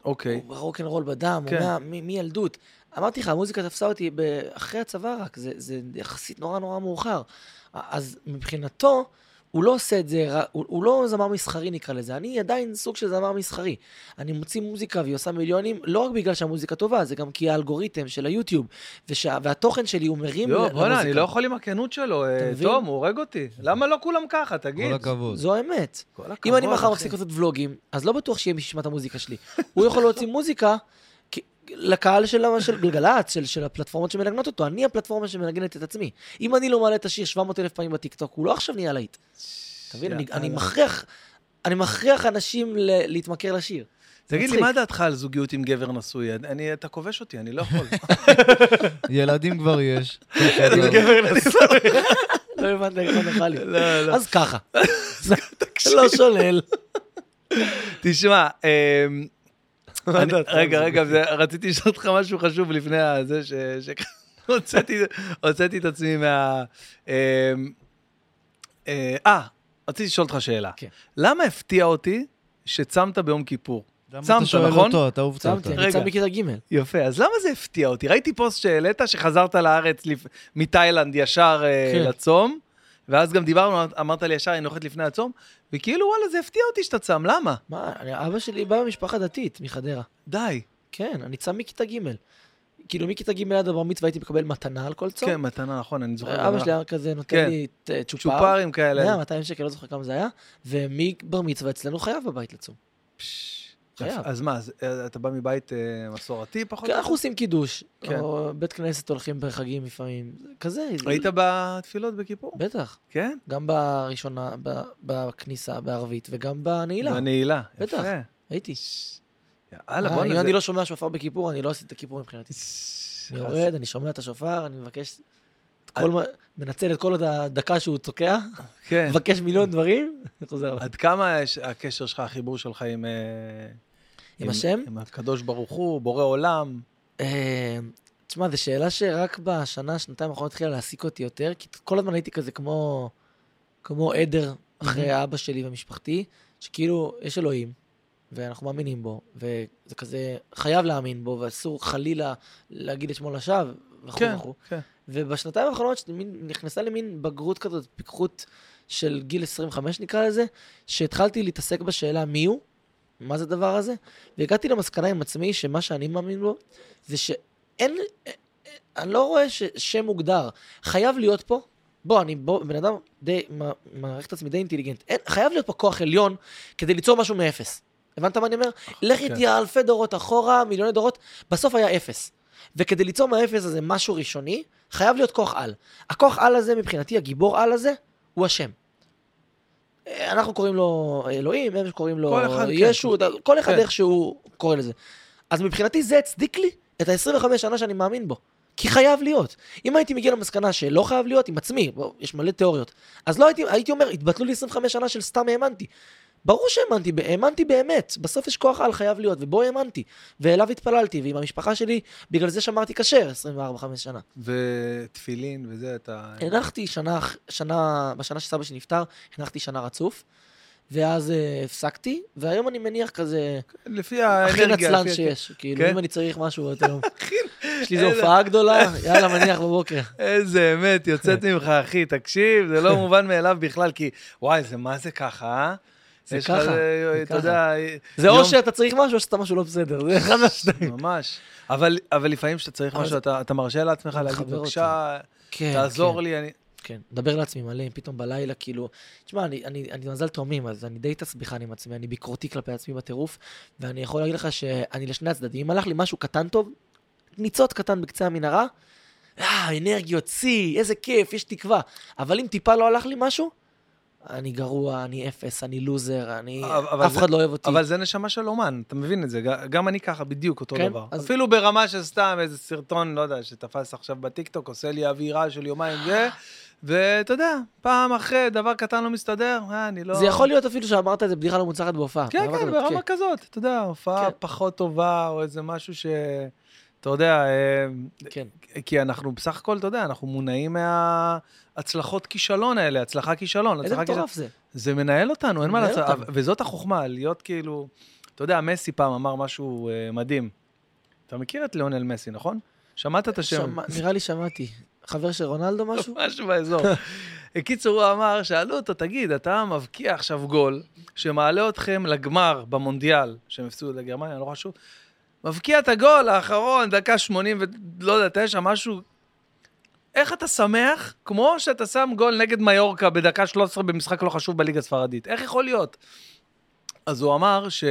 אוקיי. הוא ברוקנרול בדם, כן. הוא מה- מ- מילדות. אמרתי לך, המוזיקה תפסה אותי ב- אחרי הצבא רק, זה, זה יחסית נורא נורא מאוחר. אז מבחינתו, הוא לא עושה את זה, ר- הוא, הוא לא זמר מסחרי נקרא לזה, אני עדיין סוג של זמר מסחרי. אני מוציא מוזיקה והיא עושה מיליונים, לא רק בגלל שהמוזיקה טובה, זה גם כי האלגוריתם של היוטיוב, ושה, והתוכן שלי הוא מרים יואו, ל- בוא'נה, אני לא יכול עם הכנות שלו, אה, אתה מבין? תום, הוא הורג אותי. למה לא כולם ככה, תגיד? כל הכבוד. זו האמת. כל הכבוד, אם אני מחר אחי. מפסיק לעשות ולוגים, אז לא בטוח שיהיה מי שישמע את המוזיקה שלי. הוא יכול להוציא מוזיקה כ- לקהל של, ה- של גלגלצ, של, של הפלטפורמות שמנגנות אותו. אני הפלטפורמה שמנגנת את עצמי. אם אני לא מעלה את השיר 700 אלף פעמים בטיקטוק, הוא לא עכשיו נהיה להיט. אתה מבין? אני, אני יאללה. מכריח... אני מכריח אנשים ל- להתמכר לשיר. זה תגיד לי, מצחיק. מה דעתך על זוגיות עם גבר נשוי? אני, אתה כובש אותי, אני לא יכול. ילדים כבר יש. גבר נשוי. לא הבנת איך זה נראה לי. לא, לא. אז ככה. לא שולל. תשמע, אמ, מה אני- דעתך על רגע, זה? רגע, זה- רציתי לשאול אותך משהו חשוב לפני זה ש... ש- הוצאתי- הוצאתי את עצמי מה... אה, אה, אה, רציתי לשאול אותך שאלה. כן. למה הפתיע אותי שצמת ביום כיפור? למה צמת, אתה שואל נכון? אותו, אתה עובד צמתי, אותה. אני רגע. צם בכיתה ג'. יפה, אז למה זה הפתיע אותי? ראיתי פוסט שהעלית שחזרת לארץ לפ... מתאילנד ישר כן. כן. לצום, ואז גם דיברנו, אמרת לי ישר, אני נוחת לפני הצום, וכאילו, וואלה, זה הפתיע אותי שאתה צם, למה? מה, אני- אבא שלי בא ממשפחה דתית, מחדרה. די. כן, אני צם מכיתה ג'. כאילו מכיתה ג' עד הבר מצווה הייתי מקבל מתנה על כל צום. כן, מתנה, נכון, אני זוכר. אבא שלי היה כזה כן. נותן לי ת- צ'ופר. צ'ופרים כאלה. 100, 200 שקל, לא זוכר כמה זה היה. ומבר מצווה אצלנו חייב בבית לצום. פש, חייב. אז מה, אז, אה, אתה בא מבית אה, מסורתי פחות? כן, אנחנו עושים קידוש. כן. או בית כנסת הולכים בחגים לפעמים. זה כזה. זה- היית בתפילות בכיפור? בטח. כן? גם בראשונה, ב- בכניסה בערבית, וגם בנעילה. בנעילה. בטח. יפה. הייתי. יאללה, אה, בוא'נה. אם זה- אני לא שומע שופר בכיפור, אני לא עשיתי את הכיפור מבחינתי. ש- אני יורד, אני שומע את השופר, אני מבקש... את כל מה- מנצל את כל עוד הדקה שהוא תוקע, אה. כן. אה, מבקש מיליון דברים, וחוזר הביתה. עד כמה יש- הקשר שלך, החיבור שלך עם... אה, עם השם? עם הקדוש ברוך הוא, בורא עולם. אה, תשמע, זו שאלה שרק בשנה, שנתיים האחרונות התחילה להעסיק אותי יותר, כי כל הזמן הייתי כזה כמו, כמו עדר אחרי אבא שלי ומשפחתי, שכאילו, יש אלוהים, ואנחנו מאמינים בו, וזה כזה, חייב להאמין בו, ואסור חלילה להגיד את שמו לשווא, וכו' כן, וכו'. כן. ובשנתיים האחרונות שאת מין- נכנסה למין בגרות כזאת, פיקחות של גיל 25 נקרא לזה, שהתחלתי להתעסק בשאלה מי הוא, מה זה הדבר הזה, והגעתי למסקנה עם עצמי שמה שאני מאמין בו, זה שאין, אה, אה, אני לא רואה ששם מוגדר. חייב להיות פה, בוא, אני בוא, בן אדם די, מע- מעריך את עצמי די אינטליגנט, אין, חייב להיות פה כוח עליון כדי ליצור משהו מאפס. הבנת מה אני אומר? לך כן. איתי אלפי דורות אחורה, מיליוני דורות, בסוף היה אפס. וכדי ליצור מהאפס הזה משהו ראשוני, חייב להיות כוח על. הכוח על הזה, מבחינתי, הגיבור על הזה, הוא השם. אה, אנחנו קוראים לו אלוהים, הם קוראים לו כל אחד, כן. ישו, אתה- כל אחד כן. איך שהוא קורא לזה. אז מבחינתי זה הצדיק לי את ה-25 שנה שאני מאמין בו. כי חייב להיות. אם הייתי מגיע למסקנה שלא חייב להיות, עם עצמי, בוא, יש מלא תיאוריות, אז לא הייתי, הייתי אומר, התבטלו לי 25 שנה של סתם האמנתי. ברור שהאמנתי, ב- האמנתי באמת, בסוף יש כוח על חייב להיות, ובו האמנתי, ואליו התפללתי, ועם המשפחה שלי, בגלל זה שמרתי כשר 24-5 שנה. ותפילין וזה, אתה... הנחתי שנה, אח- שנה, בשנה שסבא שלי נפטר, הנחתי שנה רצוף, ואז uh, הפסקתי, והיום אני מניח כזה, לפי הכי האנרגיה. נצלן לפי- שיש, כאילו, כן? אם אני צריך משהו, אתה יודע, יש לי איזו איזה- הופעה גדולה, יאללה, מניח בבוקר. איזה אמת יוצאת כן. ממך, אחי, תקשיב, זה לא מובן מאליו בכלל, כי וואי, זה מה זה ככה, אה? זה יש לך, ככה, אה, זה אתה ככה. יודע... זה יום- או שאתה צריך משהו, או שאתה משהו לא בסדר, זה אחד מהשניים. ממש. אבל אבל לפעמים כשאתה צריך אבל משהו, זה- אתה אתה מרשה לעצמך זה להגיד, מחבר בבקשה, כן, תעזור לי, אני... כן, מדבר לעצמי מלא, פתאום בלילה, כאילו... תשמע, אני, אני, אני מזל תאומים, אז אני די תסביכן עם עצמי, אני ביקורתי כלפי עצמי בטירוף, ואני יכול להגיד לך שאני לשני הצדדים, אם הלך לי משהו קטן טוב, ניצוץ קטן בקצה המנהרה, אה, אנרגיות, שיא, איזה כיף, יש תקווה. אבל אם טיפה לא הלך לי משהו, אני גרוע, אני אפס, אני לוזר, אני... אבל- אבל אף זה- אחד לא אוהב אותי. אבל זה נשמה של אומן, אתה מבין את זה, ג- גם אני ככה, בדיוק אותו כן, דבר. אז- אפילו ברמה של סתם איזה סרטון, לא יודע, שתפס עכשיו בטיקטוק, עושה לי אווירה של יומיים זה, ואתה יודע, פעם אחרי דבר קטן לא מסתדר, אה, אני לא... זה יכול להיות אפילו שאמרת את זה בדיחה לא מוצלחת בהופעה. כן, ברמה כן, כזאת, ברמה כזאת, אתה יודע, הופעה כן. פחות טובה, או איזה משהו ש... אתה יודע, אה, כן. כי אנחנו בסך הכל, אתה יודע, אנחנו מונעים מההצלחות כישלון האלה, הצלחה כישלון, איזה הצלחה כישלון. מטורף זה. זה מנהל אותנו, אין מה מנהל לעשות. אותנו. אבל- וזאת החוכמה, להיות כאילו... אתה יודע, מסי פעם אמר משהו אה, מדהים. אתה מכיר את ליאונל מסי, נכון? שמעת את השם. שמע- נראה לי שמעתי. חבר של רונלדו משהו? משהו באזור. קיצור, הוא אמר, שאלו אותו, תגיד, אתה מבקיע עכשיו גול שמעלה אתכם לגמר במונדיאל, שהם הפסידו לגרמניה, לא חשוב. מבקיע את הגול האחרון, דקה 80 ולא יודע, תשע, משהו. איך אתה שמח? כמו שאתה שם גול נגד מיורקה בדקה 13 במשחק לא חשוב בליגה הספרדית. איך יכול להיות? אז הוא אמר ש...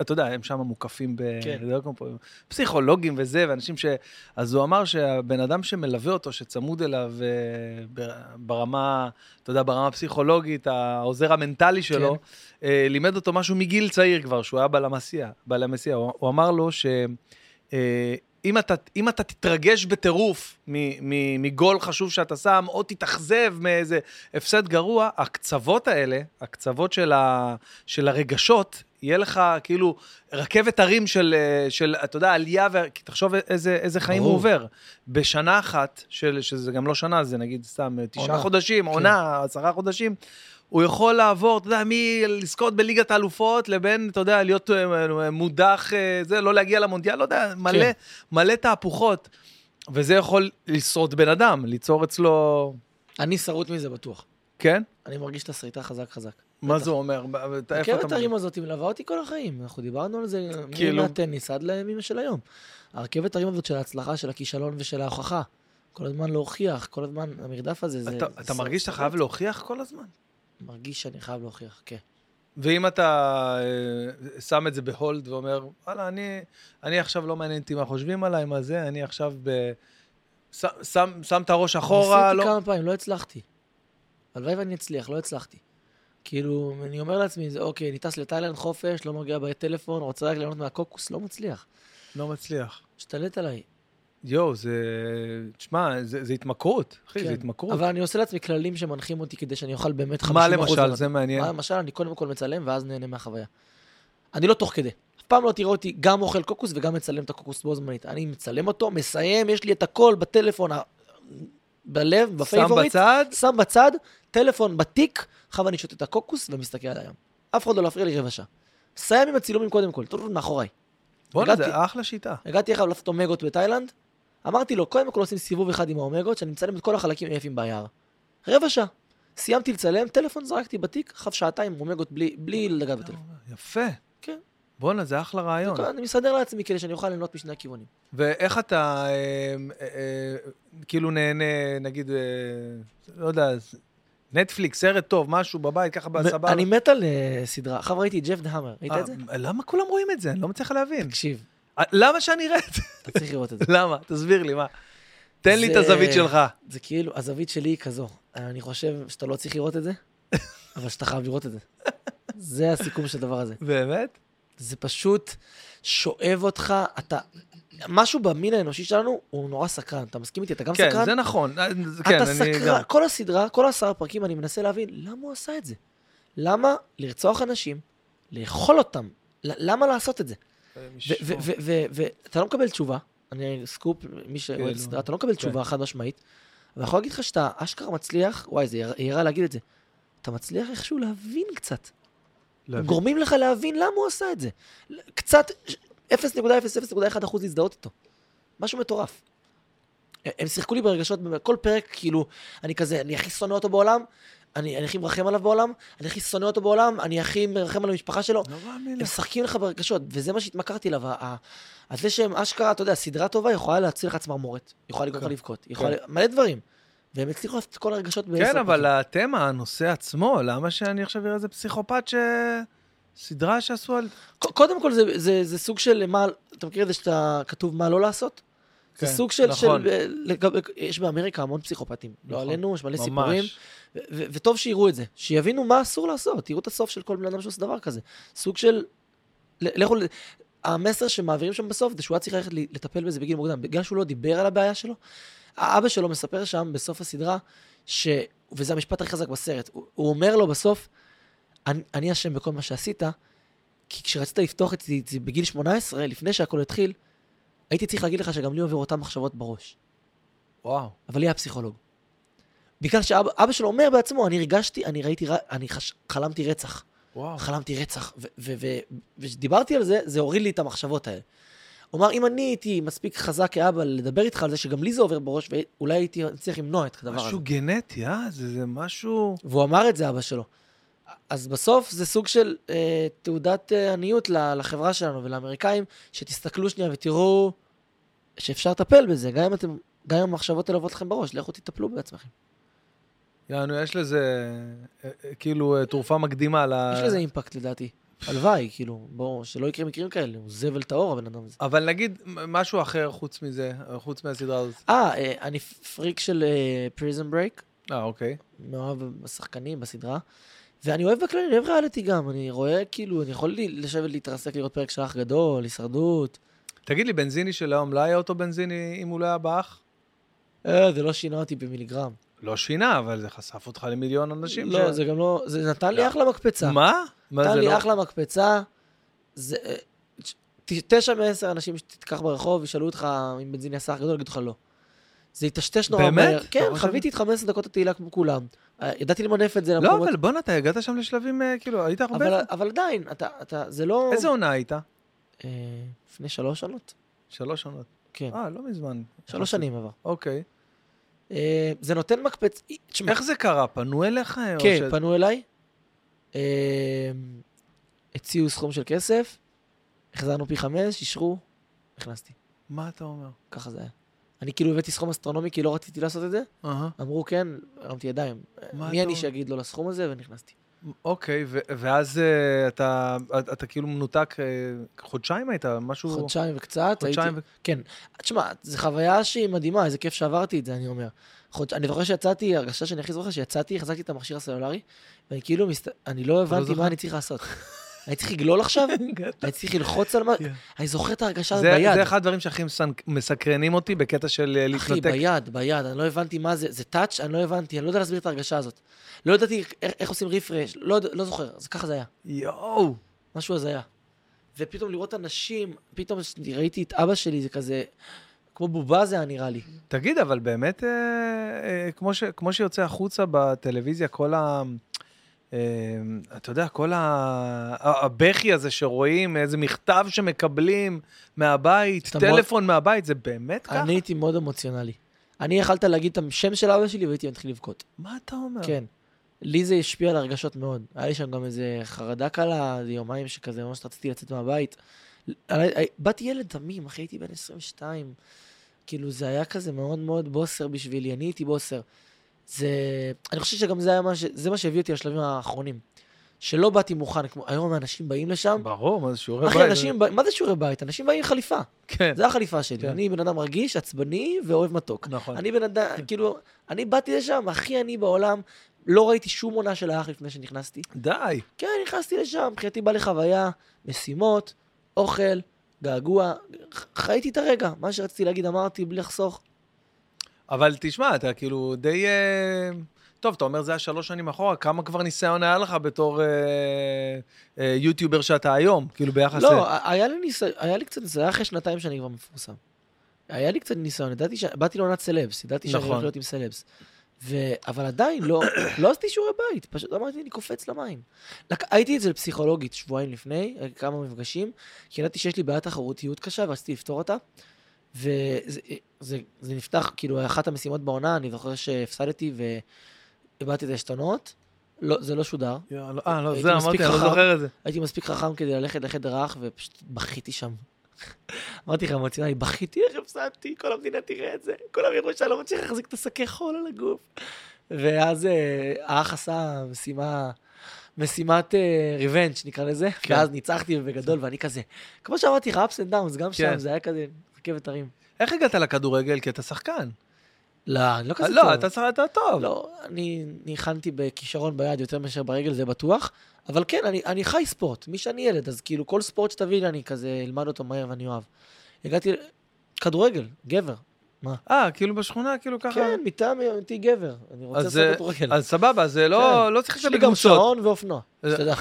אתה יודע, הם שם מוקפים ב... כן. זה לא כמו פה, פסיכולוגים וזה, ואנשים ש... אז הוא אמר שהבן אדם שמלווה אותו, שצמוד אליו אה, בר- ברמה, אתה יודע, ברמה הפסיכולוגית, העוזר המנטלי שלו, אה, לימד אותו משהו מגיל צעיר כבר, שהוא היה בלמסיע. בלמסיע. הוא, הוא אמר לו ש... אה, אם אתה, אם אתה תתרגש בטירוף מ- מ- מגול חשוב שאתה שם, או תתאכזב מאיזה הפסד גרוע, הקצוות האלה, הקצוות של, ה, של הרגשות, יהיה לך כאילו רכבת הרים של, אה, של אתה יודע, עלייה, ו... כי תחשוב איזה, איזה חיים הוא ברור. עובר. בשנה אחת, של, שזה גם לא שנה, זה נגיד סתם אה, תשעה עונה. חודשים, עונה, עשרה חודשים, הוא יכול לעבור, אתה יודע, מלזכות בליגת האלופות לבין, אתה יודע, להיות אה, אה, מודח, אה, זה, לא להגיע למונדיאל, לא יודע, מלא, כן. מלא תהפוכות. וזה יכול לשרוד בן אדם, ליצור אצלו... אני שרוט מזה בטוח. כן? אני מרגיש את הסריטה חזק חזק. מה בטח. זה אומר? ב- ב- אתה- איפה רכבת אתה- הרים הזאת מלווה אותי כל החיים, אנחנו דיברנו על זה כאילו- כאילו... מהטניס עד לימים של היום. הרכבת הרים הזאת של ההצלחה, של הכישלון ושל ההוכחה. כל הזמן להוכיח, כל הזמן, המרדף הזה, זה... אתה, זה אתה סרט. מרגיש שאתה חייב להוכיח כל הזמן? מרגיש שאני חייב להוכיח, כן. ואם אתה אה, שם את זה בהולד ואומר, וואלה, אני, אני עכשיו לא מעניין אותי מה חושבים עליי, מה זה, אני עכשיו ב... שם, שם, שם את הראש אחורה, ניסיתי לא... כמה פעמים, לא הצלחתי. הלוואי ואני אצליח, לא הצלחתי. כאילו, אני אומר לעצמי, זה אוקיי, אני טס לתאילנד חופש, לא נוגע בטלפון, רוצה רק ליהנות מהקוקוס, לא מצליח. לא מצליח. השתלט עליי. יואו, זה... תשמע, זה, זה התמכרות, אחי, זה כן. התמכרות. אבל אני עושה לעצמי כללים שמנחים אותי כדי שאני אוכל באמת 50% מה למשל, זמן. זה מעניין. מה למשל, אני קודם כל מצלם ואז נהנה מהחוויה. אני לא תוך כדי. אף פעם לא תראה אותי גם אוכל קוקוס וגם מצלם את הקוקוס בו זמנית. אני מצלם אותו, מסיים, יש לי את הכל בטלפון, ה- בלב, שם בפייבוריט. בצד, שם בצד, טלפון בתיק, עכשיו אני שותה את הקוקוס ומסתכל על הים. אף אחד לא להפריע לי רבע שעה. מסיים עם הצילומים קודם כל, טוב, מאחוריי. בוא'נה, הגעתי- זה אחלה שיטה. הגעתי אחריו לעשות אומגות בתאילנד, אמרתי לו, קודם כל עושים סיבוב אחד עם האומגות, שאני מצלם את כל החלקים היפים ביער. רבע שעה. סיימתי לצלם, טלפון זרקתי בתיק, אחר שעתיים עם אומגות בלי, בלי לגעת בטלפון. יפה. כן. בוא'נה, זה אחלה רעיון. אני מסדר לעצמי כדי שאני אוכל ליהנות משני הכיוונים. ואיך אתה אה, אה, אה, כאילו נהנה, נגיד, אה, לא יודע, ס- נטפליקס, סרט טוב, משהו בבית, ככה בסבבה? אני מת על אה, סדרה, עכשיו ראיתי את ג'ף דהמר, ראית אה, את זה? למה כולם רואים את זה? אני לא מצליח להבין. תקשיב, אה, למה שאני אראה את זה? אתה צריך לראות את זה. למה? תסביר לי, מה? תן לי את זה- הזווית שלך. זה כאילו, הזווית שלי היא כזו. אני חושב שאתה לא צריך לראות את זה, אבל שאתה חייב לראות את זה. זה הסיכום של הדבר הזה. באמת? זה פשוט שואב אותך, אתה... משהו במין האנושי שלנו הוא נורא סקרן. אתה מסכים איתי? אתה גם כן, סקרן? זה נכון. אה, זה- כן, אתה אני סקרן. גם... כל הסדרה, כל עשרה פרקים, אני מנסה להבין למה הוא עשה את זה. למה לרצוח אנשים, לאכול אותם? ל- למה לעשות את זה? ואתה לא מקבל תשובה, אני סקופ, מי שרואה את כאילו, הסדרה, אתה לא מקבל כן. תשובה חד משמעית, ואני יכול להגיד לך שאתה אשכרה מצליח, וואי, זה ירא- יהיה רע להגיד את זה, אתה מצליח איכשהו להבין קצת. הם להבין. גורמים לך להבין למה הוא עשה את זה. קצת, 0.00.1% להזדהות איתו. משהו מטורף. הם- הם שיחקו לי ברגשות, כל פרק, כאילו, אני כזה, אני הכי שונא אותו בעולם, אני אני הכי מרחם עליו בעולם, אני הכי שונא אותו בעולם, אני הכי מרחם על המשפחה שלו. לא מאמין הם לך. משחקים לך ברגשות, וזה מה שהתמכרתי אליו. ה- ה- אז זה שהם אשכרה, אתה יודע, סדרה טובה יכולה להציל לך צמרמורת, יכולה לגרום לך כן. לבכות, יכולה... מלא דברים. והם הצליחו לעשות את כל הרגשות בעשר כן, אבל פרקים. התמה, הנושא עצמו, למה שאני עכשיו אראה איזה פסיכופת ש... סדרה שעשו על... ק- קודם כל, זה- זה זה סוג של מה... אתה מכיר את זה שאתה כתוב מה לא לעשות? זה כן, סוג של... נכון. של- אה, לגב- יש באמריקה המון פסיכופטים. לא נכון. עלינו, יש מלא סיפורים. ממש. ו- ו- וטוב שיראו את זה, שיבינו מה אסור לעשות, תראו את הסוף של כל בן אדם שעושה דבר כזה. סוג של... ל- לכו... ל- המסר שמעבירים שם בסוף זה שהוא היה צריך ללכת ל- לטפל בזה בגיל מוקדם, בגלל שהוא לא דיבר על הבעיה שלו. האבא שלו מספר שם בסוף הסדרה, ש... וזה המשפט הכי חזק בסרט, הוא, הוא אומר לו בסוף, אני, אני אשם בכל מה שעשית, כי כשרצית לפתוח את זה את זה בגיל 18, לפני שהכל התחיל, הייתי צריך להגיד לך שגם לי עובר אותן מחשבות בראש. וואו. אבל היא הפסיכולוג. בגלל שאבא אבא שלו אומר בעצמו, אני הרגשתי, אני ראיתי, ר- אני חש, חלמתי רצח. וואו. חלמתי רצח. ו- ו- ו- וכשדיברתי על זה, זה הוריד לי את המחשבות האלה. הוא אמר, אם אני הייתי מספיק חזק כאבא לדבר איתך על זה, שגם לי זה עובר בראש, ואולי הייתי מצליח למנוע את הדבר הזה. משהו גנטי, אה? זה זה משהו... והוא אמר את זה, אבא שלו. אז בסוף זה סוג של אה, תעודת אה, עניות ל- לחברה שלנו ולאמריקאים, שתסתכלו שנייה ותראו שאפשר לטפל בזה, גם אם אתם, גם אם המחשבות האלה עוברות לכם בראש, לכו תטפלו בעצמכם. יענו, יש לזה אה, אה, כאילו אה, תרופה מקדימה ל... יש לזה אימפקט לדעתי. הלוואי, כאילו, בואו, שלא יקרה מקרים כאלה, הוא זבל טהור הבן אדם הזה. אבל נגיד מ- משהו אחר חוץ מזה, אה, חוץ מהסדרה הזאת. אה, אה, אני פריק של פריזם ברייק, אה, אוקיי. מאוהב בשחקנים, בסדרה, ואני אוהב בכלל, אני אוהב ריאליטי גם, אני רואה, כאילו, אני יכול לי- לשבת להתרסק, לראות פרק של אח גדול, הישרדות. תגיד לי, בנזיני של היום, לא היה אותו בנזיני אם הוא לא היה באח? אה, זה לא שינה אותי במיליגרם. לא שינה, אבל זה חשף אותך למיליון אנשים. לא, זה גם לא, זה נתן לי לא. אחלה מקפצה. מה? מה נתן זה לי לא? אחלה מקפצה, זה... אה, ת- תשע מעשר אנשים שתיקח ברחוב, ישאלו אותך אם בנזין יעשה אח גדול, יגידו לך לא. זה יטשטש נורא באמת? מהר. אתה כן, רואה חוויתי את 15 דקות התהילה כמו כולם. אה, ידעתי למנף את זה לא, למקומות. אבל בואנה, אתה הגעת שם לשלבים, אה, כאילו, היית הרבה... אבל, אבל עדיין, אתה, אתה, זה לא... איזה עונה היית? אה, לפני שלוש שנות? שלוש עונות. כן. אה, לא מזמן. שלוש שנים עבר. אוקיי. אה, זה נותן מקפץ... אי, תשמע, איך זה קרה? פנו אליך? אה, או כן, ש- פנו אליי, אה, הציעו סכום של כסף, החזרנו פי חמש, אישרו, נכנסתי. מה אתה אומר? ככה זה היה. אני כאילו הבאתי סכום אסטרונומי כי לא רציתי לעשות את זה, אהה. אמרו כן, הרמתי ידיים. מה אה, מי אתה אני אומר? שיגיד לא לסכום הזה? ונכנסתי. אוקיי, ו- ואז אה, אתה, אתה, אתה כאילו מנותק, אה, חודשיים היית, משהו... חודשיים וקצת, חודשיים הייתי... כן. תשמע, זו חוויה שהיא מדהימה, איזה כיף שעברתי את זה, אני אומר. חודש... אני זוכר שיצאתי, הרגשה שאני הכי זוכר שיצאתי, החזקתי את המכשיר הסלולרי, ואני כאילו, מסת... אני לא הבנתי זוכר? מה אני צריך לעשות. אני צריך לגלול עכשיו? אני צריך ללחוץ על מה? כן. אני זוכר את ההרגשה הזאת זה, ביד. זה אחד הדברים שהכי מסנק- מסקרנים אותי בקטע של אה, אחי, להתנתק. ביד, ביד, אני לא הבנתי מה זה, זה טאץ', אני לא הבנתי, אני לא יודע להסביר את ההרגשה הזאת. לא ידעתי איך, איך עושים רפרש, לא, יודע- לא זוכר, זה ככה זה היה, יואו! משהו הזיה. ופתאום לראות אנשים, פתאום ש- ראיתי את אבא שלי, זה כזה, כמו בובה זה היה נראה לי. תגיד, אבל באמת, אה, אה, כמו, ש, כמו שיוצא החוצה בטלוויזיה, כל ה... אה, אתה יודע, כל ה... ה- הבכי הזה שרואים, איזה מכתב שמקבלים מהבית, אתה מאוד- טלפון מהבית, זה באמת ככה? אני הייתי מאוד אמוציונלי. אני יכלת להגיד את השם של אבא שלי והייתי מתחיל לבכות, מה אתה אומר? כן. לי זה השפיע על הרגשות מאוד. היה לי שם גם איזה חרדה קלה, זה יומיים שכזה ממש רציתי לצאת מהבית. אני- הי- באתי ילד תמים, אחי, הייתי בן 22. כאילו, זה היה כזה מאוד מאוד בוסר בשבילי, אני הייתי בוסר. זה... אני חושב שגם זה היה מה ש... זה מה שהביא אותי לשלבים האחרונים. שלא באתי מוכן, כמו היום אנשים באים לשם. ברור, מה זה שיעורי בית? אחי, אנשים... בא- מה זה שיעורי בית? אנשים באים עם חליפה. כן, זה החליפה שלי. כן. אני בן אדם רגיש, עצבני ואוהב מתוק. נכון. אני בן אדם, כאילו, אני באתי לשם, הכי עני בעולם, לא ראיתי שום עונה של האח לפני שנכנסתי. די. כן, נכנסתי לשם, מבחינתי בא לחוויה, משימות, אוכל, געגוע, ח- חייתי את הרגע, מה שרציתי להגיד אמרתי בלי לחסוך. אבל תשמע, אתה כאילו די... אה, טוב, אתה אומר זה היה שלוש שנים אחורה, כמה כבר ניסיון היה לך בתור אה, אה, יוטיובר שאתה היום, כאילו ביחס ל... לא, היה לי ניסיון, היה לי קצת, זה היה אחרי שנתיים שאני כבר מפורסם. היה לי קצת ניסיון, ידעתי ש... באתי לעונת סלבס, ידעתי שאני נכון. הולך להיות עם סלבס. ו... אבל עדיין לא, לא עשיתי שיעורי בית, פשוט אמרתי, אני קופץ למים. לק... הייתי אצל פסיכולוגית שבועיים לפני, אה, כמה מפגשים, כי ידעתי שיש לי בעיית תחרותיות קשה ורציתי לפתור אותה. וזה זה, זה נפתח, כאילו, אחת המשימות בעונה, אני זוכר שהפסדתי והבעתי את העשתונות. לא, זה לא שודר, יאללה, אה, לא, הייתי זה מספיק אמרתי, אני לא חכם. זוכר את זה. הייתי מספיק חכם כדי ללכת לחדר רך, ופשוט בכיתי שם. אמרתי לך, אמוציונלי, בכיתי איך הפסדתי, כל המדינה תראה את זה, כולם יראו שאני לא מצליח להחזיק את השקי חול על הגוף. ואז אה, האח עשה משימה, משימת ריבנג' נקרא לזה, כן. ואז ניצחתי בגדול, ואני כזה, כמו שאמרתי לך, ups and downs, גם כן. שם, זה היה כזה רכבת הרים. איך הגעת לכדורגל? כי אתה שחקן. לא, אני לא כזה לא, טוב. אתה שח- אתה טוב. לא, אני ניחנתי בכישרון ביד יותר מאשר ברגל, זה בטוח. אבל כן, אני, אני חי ספורט, מי שאני ילד, אז כאילו כל ספורט שתביא לי, אני כזה אלמד אותו מהר ואני אוהב. הגעתי, כדורגל, גבר. אה, כאילו בשכונה, כאילו ככה. כן, מטעם היותי גבר, אני רוצה אז, לעשות אה, כדורגל. אז סבבה, זה לא, לא יש שיחקת לי כן. גם בקבוצות, שעון ואופנוע, זה- שתדע.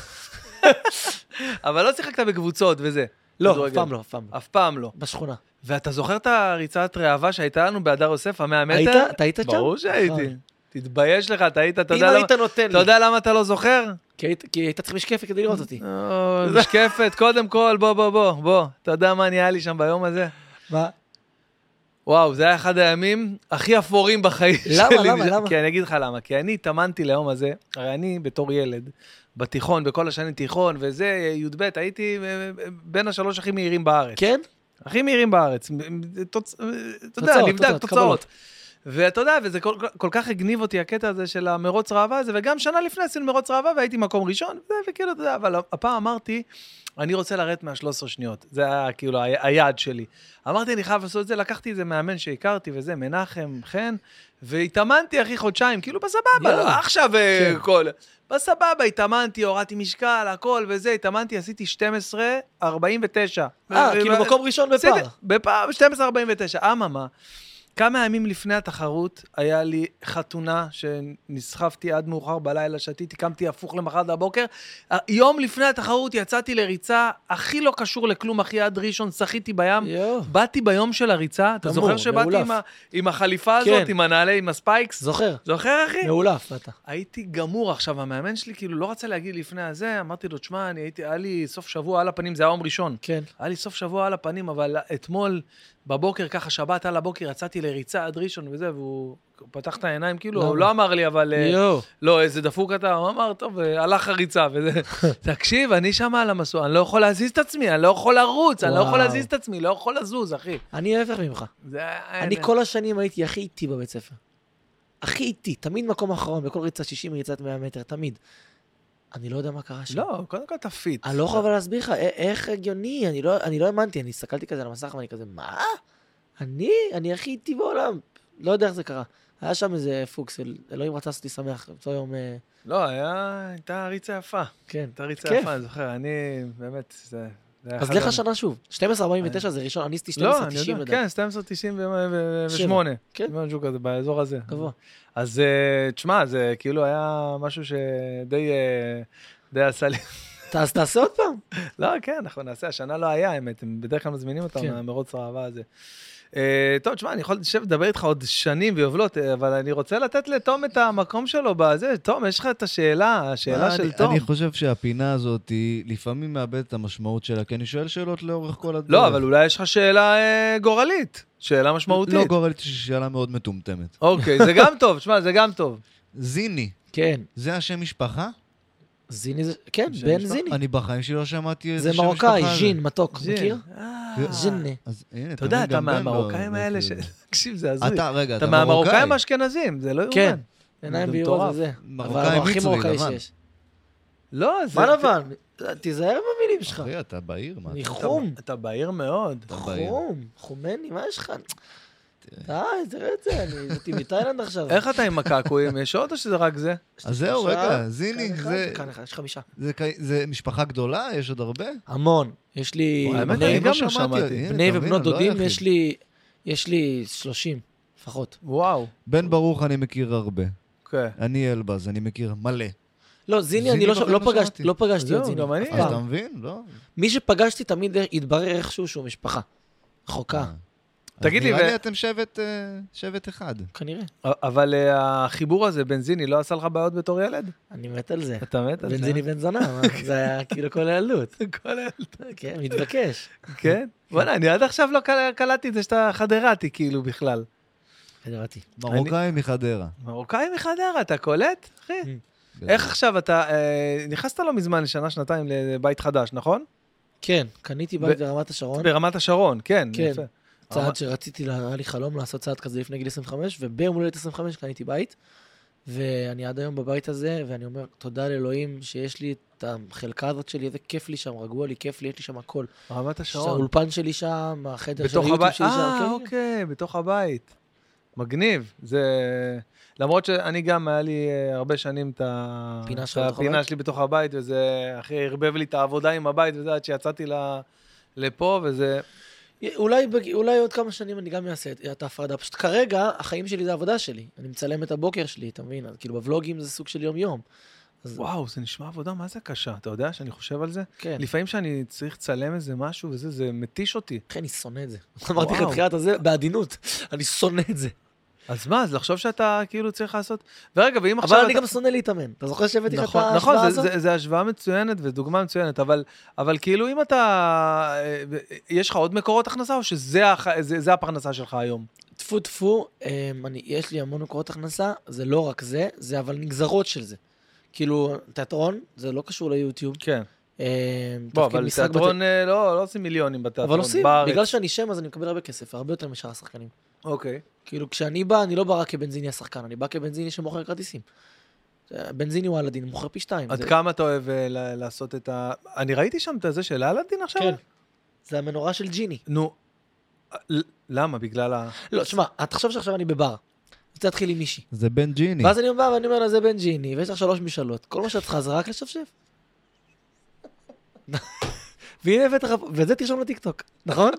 אבל לא שיחקת בקבוצות וזה. לא, אף כדורגל. פעם לא, אף פעם לא. אף פעם לא. בשכונה. ואתה זוכר את הריצת ראווה שהייתה לנו בהדר יוסף, המאה מטר? היית? אתה היית שם? ברור שהייתי. נכון. תתבייש לך, אתה היית, אתה אם יודע למה... היית נותן אתה לי, יודע למה אתה לא זוכר? כי היית- כי היית צריך משקפת כדי לראות אותי. אה, משקפת, קודם כל, בוא, בוא, בוא, בוא. אתה יודע מה נהיה לי שם ביום הזה? מה? וואו, זה היה אחד הימים הכי אפורים בחיים למה, שלי. למה, למה? כי אני אגיד לך למה. כי אני התאמנתי ליום הזה, הרי אני בתור ילד, בתיכון, בכל השנים תיכון וזה, י"ב, הייתי אה, בין השלוש הכי מהירים בארץ. כן? הכי מהירים בארץ. תוצ... אתה יודע, תוצאות, נבדק, תוצאות, תוצאות. קבלות. ואתה יודע, וזה כל, כל כך הגניב אותי הקטע הזה של המרוץ ראווה הזה, וגם שנה לפני עשינו מרוץ ראווה והייתי מקום ראשון, וזה, וכאילו, אתה יודע, אבל הפעם אמרתי, אני רוצה לרדת מה-13 שניות, זה היה כאילו ה- היעד שלי. אמרתי, אני חייב לעשות את זה, לקחתי איזה מאמן שהכרתי וזה, מנחם חן, והתאמנתי אחי חודשיים, כאילו בסבבה, יאללה. לא, עכשיו אה, כן. כל... בסבבה, התאמנתי, הורדתי משקל, הכל וזה, התאמנתי, עשיתי 12.49. אה, כאילו מקום ראשון עשיתי- בפער. בפער, 12.49. אממה, כמה ימים לפני התחרות היה לי חתונה שנסחפתי עד מאוחר בלילה, שתיתי, קמתי הפוך למחרת בבוקר. ה- יום לפני התחרות יצאתי לריצה, הכי לא קשור לכלום, אחי עד ראשון, שחיתי בים. יואו. באתי ביום של הריצה, אתה גמור, זוכר שבאתי מאולף. עם, ה, עם החליפה כן. הזאת, עם הנעלי, עם הספייקס? זוכר. זוכר, אחי? מעולף אתה. הייתי גמור עכשיו, המאמן שלי כאילו לא רצה להגיד לפני הזה, אמרתי לו, תשמע, אני הייתי, היה לי סוף שבוע על הפנים, זה היה יום ראשון. כן. היה לי סוף שבוע על הפנים, אבל אתמול בבוקר, ככה שבת על הבוקר, יצאתי לריצה עד ראשון וזה, והוא פתח את העיניים, כאילו, למה? הוא לא אמר לי, אבל... אה, יואו. לא, איזה דפוק אתה, הוא אמר, טוב, אה, הלך הריצה, וזה... תקשיב, אני שם על המסוע, אני לא יכול להזיז את עצמי, אני לא יכול לרוץ, אני לא יכול וואו. להזיז את עצמי, לא יכול לזוז, אחי. אני ההפך ממך. זה היה- אני כל השנים הייתי הכי איטי בבית ספר. הכי איטי, תמיד מקום אחרון, בכל ריצה 60 ריצת 100 מטר, תמיד. אני לא יודע מה קרה שם. לא, קודם כל אתה פיט. אני לא יכול אבל להסביר לך, א- איך הגיוני, אני לא, אני לא האמנתי, אני הסתכלתי כזה על המסך ואני כזה, מה? אני? אני הכי איטי בעולם. לא יודע איך זה קרה. היה שם איזה פוקס, אל- אלוהים רצה לעשות לי שמח, באותו יום, אה, לא, היה- הייתה ריצה יפה. כן. הייתה ריצה כיף. יפה, אני זוכר, אני, באמת, זה... זה היה אז אחד לך ה- שנה שוב, 12.49 זה ראשון, אני עשיתי 12.90 לא, אני יודע, לדעתי. כן, 1298. כן. כן. משהו כזה, באזור הזה. גבוה. אז אה, תשמע, זה כאילו היה משהו שדי אה, די עשה לי... ת- אז תעשה עוד פעם. לא, כן, אנחנו נעשה, השנה לא היה, האמת, הם בדרך כלל מזמינים אותם כן. מהמרוץ האהבה הזה. אה, טוב, תשמע, אני יכול לשבת לדבר איתך עוד שנים ויובלות, אה, אבל אני רוצה לתת לתום את המקום שלו בזה. תום, יש לך את השאלה, השאלה אני- של תום. אני חושב שהפינה הזאת, היא לפעמים מאבדת את המשמעות שלה, כי אני שואל שאלות לאורך כל הדרך. לא, אבל אולי יש לך שאלה אה, גורלית, שאלה לא משמעותית. גורלת שאלה מאוד מטומטמת. אוקיי, זה גם טוב, שמע, זה גם טוב. זיני, כן, זה השם משפחה? זיני זה, כן, שם בן משפחה? זיני. אני בחיים שלי לא שמעתי את זה השם משפחה מרוקאי, הזה. ז'ין, מתוק, ז'ין. מכיר? אה. ז'יני. אז הנה, אתה יודע, תמיד אתה גם בן לא- מהמרוקאים לא האלה ש... כאילו. תקשיב, זה הזוי. אתה, רגע, אתה מהמרוקאים האשכנזים, זה לא כן, יאומן. עיניים זה בהירות מטורף. וזה. מרוקאי אבל הוא הכי מצרי, מרוקאי לבן. שיש. לא, זה... מה לבן? תיזהר במילים שלך. אחי, אתה בעיר, מה? אני אתה- אתה- חום. אתה בהיר מאוד. אתה בעיר. חום, חומני, מה יש לך? די, תראה את זה, אני הייתי מתאילנד עכשיו. איך אתה עם הקעקועים? יש עוד או שזה רק זה? אז זהו, שלושה, רגע, כאן זיני, אחד, זה- כאן אחד, יש חמישה. זה כ- זה משפחה גדולה? יש עוד הרבה? המון. יש לי, וואי, האמת, בני- אני גם לא שמעתי, שמעתי. הנה, בני אתה מבין, ובנות אני לא דודים, היחיד. יש לי, יש לי 30 לפחות. וואו. בן ברוך אני מכיר הרבה. כן. אני אלבז, אני מכיר מלא. לא, זיני, אני זיני לא בכלל ש- לא לא פגשתי, שמעתי. לא פגשתי זהו, את זיני. גם אני. אף אז פעם. אתה מבין? לא? מי שפגשתי תמיד התברר איכשהו שהוא משפחה. אה. חוקה, אז תגיד לי, נראה ו- לי אתם שבט, אה, שבט אחד. כנראה. אבל אה, החיבור הזה, בנזיני, לא עשה לך בעיות בתור ילד? אני מת על זה. אתה מת על זה? בן זיני בן זונה, מה? זה היה כאילו כל הילדות. כל הילד. כן, מתבקש. כן? וואלה, אני עד עכשיו לא קל- קלטתי את זה שאתה חדרתי, כאילו, בכלל. ידעתי. מרוקאי מחדרה. מרוקאי מחדרה, אתה קולט, אחי? איך עכשיו אתה... אה, נכנסת לא מזמן, שנה, שנתיים, לבית חדש, נכון? כן, קניתי בית ברמת השרון. ברמת השרון, כן. נכון? כן. יפה. צעד שרציתי, לה- היה לי חלום לעשות צעד כזה לפני גיל 25, וביום הולדת 25 קניתי בית, ואני עד היום בבית הזה, ואני אומר, תודה לאלוהים שיש לי את החלקה הזאת שלי, איזה כיף לי שם, רגוע לי, כיף לי, יש לי שם הכל. רמת השרון. האולפן שלי שם, החדר של בתוך היוטיוב הבית, שלי שם, אה, כן, אוקיי, בתוך הבית. מגניב. זה... למרות שאני גם, היה לי אה, הרבה שנים את ה- פינה את שלך בתוך הפינה הבית? שלי בתוך הבית, וזה, אחי, ערבב לי את העבודה עם הבית, וזה, עד שיצאתי ל- לפה, וזה... כן. אולי, בג- אולי עוד כמה שנים אני גם אעשה את- את ההפרדה, פשוט כרגע החיים שלי זה העבודה שלי. אני מצלם את הבוקר שלי, אתה מבין? אז כאילו בוולוגים זה סוג של יום-יום. אז וואו, זה נשמע עבודה, מה זה קשה? אתה יודע שאני חושב על זה? כן, לפעמים שאני צריך לצלם איזה משהו וזה, זה מתיש אותי. לכן אני שונא את זה. אמרתי לך וואו. בתחילת הזה, בעדינות, אני שונא את זה. אז מה, אז לחשוב שאתה כאילו צריך לעשות... ורגע, ואם עכשיו... אבל אני אתה- גם שונא להתאמן. אתה זוכר שהבאתי לך את נכון, נכון, ההשוואה זה, הזאת? זה, זה השוואה מצוינת ודוגמה מצוינת, אבל, אבל כאילו אם אתה, אה, יש לך עוד מקורות הכנסה או שזה הח, זה, זה הפרנסה שלך היום? טפו טפו, אמ, אני- יש לי המון מקורות הכנסה, זה לא רק זה, זה אבל נגזרות של זה. כאילו, תיאטרון, זה לא קשור ליוטיוב. כן. אמ, בוא, תפקיד אבל משחק תיאטרון, אה, לא, לא עושים מיליונים בת- בתיאטרון אבל עושים, בארץ. בגלל שאני שם אז אני מקבל הרבה כסף, הרבה יותר משאר השחקנים. אוקיי. כאילו, כשאני בא, אני לא בא רק כבנזיני השחקן, אני בא כבנזיני שמוכר כרטיסים. בנזיני הוא אלאדין, הוא מוכר פי שתיים. עד זה- כמה אתה אוהב אה, ל- לעשות את ה... אני ראיתי שם את זה של אלאדין עכשיו? כן. זה המנורה של ג'יני. נו, אה, ל- למה? בגלל ה... לא, תשמע, תחשוב שעכשיו אני בבר. רוצה להתחיל עם מישהי. זה בן ג'יני. ואז אני בא ואני אומר לה, זה בן ג'יני, ויש לך שלוש משאלות. כל מה שאת צריכה זה רק לשפשף. והנה הבאת לך, ואת זה תרשום לטיקטוק, נכון?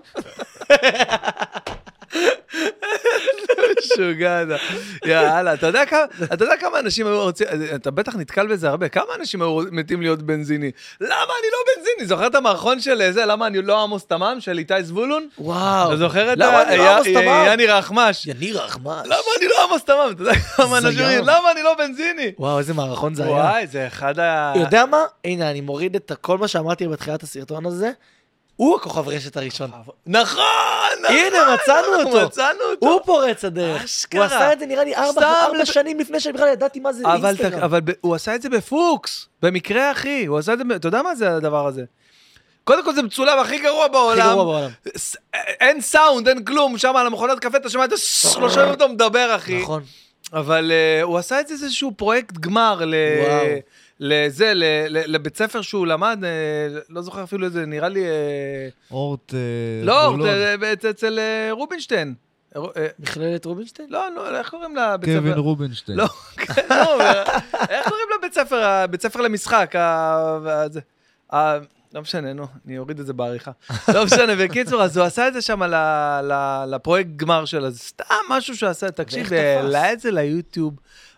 משוגע אתה. יאללה, אתה יודע כמה- אתה יודע כמה אנשים היו רוצים, אתה בטח נתקל בזה הרבה, כמה אנשים היו מתים להיות בנזיני? למה אני לא בנזיני? זוכר את המערכון של אה, זה, למה אני לא עמוס תמם של איתי זבולון? וואו. אתה זוכר את למה אני לא עמוס תמם? יאני רחמש? יניר רחמש. למה אני לא עמוס תמם? אתה יודע כמה זה אנשים היה. אומרים, למה אני לא בנזיני? וואו, איזה מערכון זה היה. וואי, זה אחד ה... יודע מה? הנה, אני מוריד את כל מה שאמרתי בתחילת הסרטון הזה. הוא הכוכב רשת הראשון. נכון! הנה, נכון, מצאנו אנחנו אותו. מצאנו אותו. הוא פורץ הדרך. אשכרה. הוא עשה את זה נראה לי ארבע סתם ארבע לב- שנים לפני שאני בכלל ידעתי מה זה אבל, ת, אינסטגרם. אבל ב, הוא עשה את זה בפוקס, במקרה אחי, הוא עשה את זה, ב- אתה יודע מה זה הדבר הזה? קודם כל זה מצולם הכי גרוע בעולם, הכי גרוע בעולם. ס- אין סאונד, אין כלום, שם על המכונת קפה אתה שומע את הס- לא שומעים אותו מדבר אחי, נכון. אבל uh, הוא עשה את זה איזשהו פרויקט גמר ל... וואו. לזה, ל, ל, לבית ספר שהוא למד, אה, לא זוכר אפילו איזה, נראה לי, אה, אורט... אה, לא, חולון. אה, אצל- אצל אה, רובינשטיין, אה, אה, מכללת רובינשטיין? לא, נו, איך קוראים לבית ספר? קווין רובינשטיין. לא, כן, לא, איך קוראים לבית ספר, הבית ספר למשחק, ה- וה- זה- ה- לא משנה, נו, אני אוריד את זה בעריכה. לא משנה, בקיצור, אז הוא עשה את זה שם ל- ל- לפרויקט גמר שלו, זה סתם משהו שהוא עשה, ואיך תקשיב, תפס? העלה את זה ליוטיוב.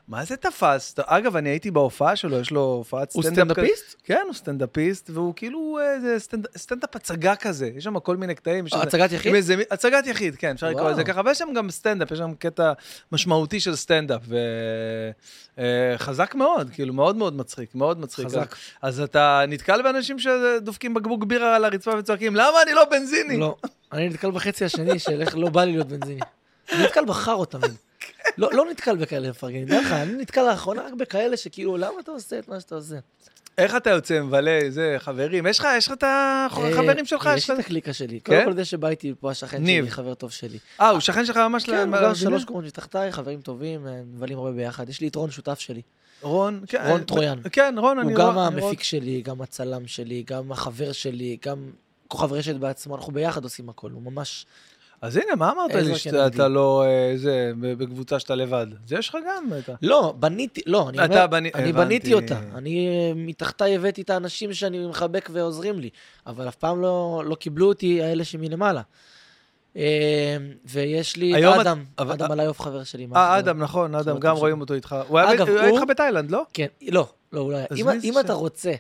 מה זה תפס? אגב, אני הייתי בהופעה שלו, יש לו הופעת הוא סטנדאפ. כזה- סטנדאפיסט? כן, הוא סטנדאפיסט, והוא כאילו אה, זה סטנד- סטנדאפ הצגה כזה, יש שם כל מיני קטעים. יש איזה- הצגת יחיד? עם איזה מי- הצגת יחיד, כן, אפשר לקרוא וואו. לזה ככה, ויש שם גם סטנדאפ, יש שם קטע משמעותי של סטנדאפ, וחזק מאוד, כאילו, מאוד מאוד מצחיק, מאוד מצחיק. חזק. אז, אז אתה נתקל באנשים שדופקים בקבוק בירה על הרצפה וצועקים, למה אני לא בנזיני? לא. אני נתקל בחצי השני של איך לא בא לי להיות בנזיני. אני נתקל בחארות תמיד. לא לא נתקל בכאלה מפרגנים, דרך אגב, אני נתקל לאחרונה רק בכאלה שכאילו, למה אתה עושה את מה שאתה עושה? איך אתה יוצא מבלה, זה, חברים, יש לך, יש לך את אה, החברים שלך? יש יש לי את לך... הקליקה שלי. כן? קודם כל זה שבא איתי פה השכן ניב. שלי, חבר טוב שלי. אה, הוא שכן שלך ממש כן, הוא ל- גר למדינה? שלוש קומות מתחתיי, חברים טובים, אה, מבלים הרבה ביחד. יש לי את רון שותף שלי. רון, כן. רון טרויאן. כן, רון, הוא אני גם אני לא- המפיק שלי, גם הצלם שלי, גם החבר שלי, גם כוכב רשת בעצמו, אנחנו ביחד עושים הכל, הוא ממש... אז הנה, מה אמרת עזרא לי כנגדי. שאתה לא, אה, זה, בקבוצה שאתה לבד? זה יש לך גם את ה... לא, בניתי, לא, אני אתה אומר, בני- אני הבנתי. בניתי אותה. אני אה, מתחתיי הבאתי את האנשים שאני מחבק ועוזרים לי, אבל אף פעם לא, לא קיבלו אותי האלה שמלמעלה. אה, ויש לי היום את את- אדם, אבל- אדם עליוף חבר שלי. מה אה, החבר? אדם, נכון, אדם, חבר גם טוב רואים שלי. אותו איתך. הוא היה אגב, ב- הוא היה הוא- איתך בתאילנד, לא? כן, לא, לא, אולי. אז אם, מי זה אם ש- אתה רוצה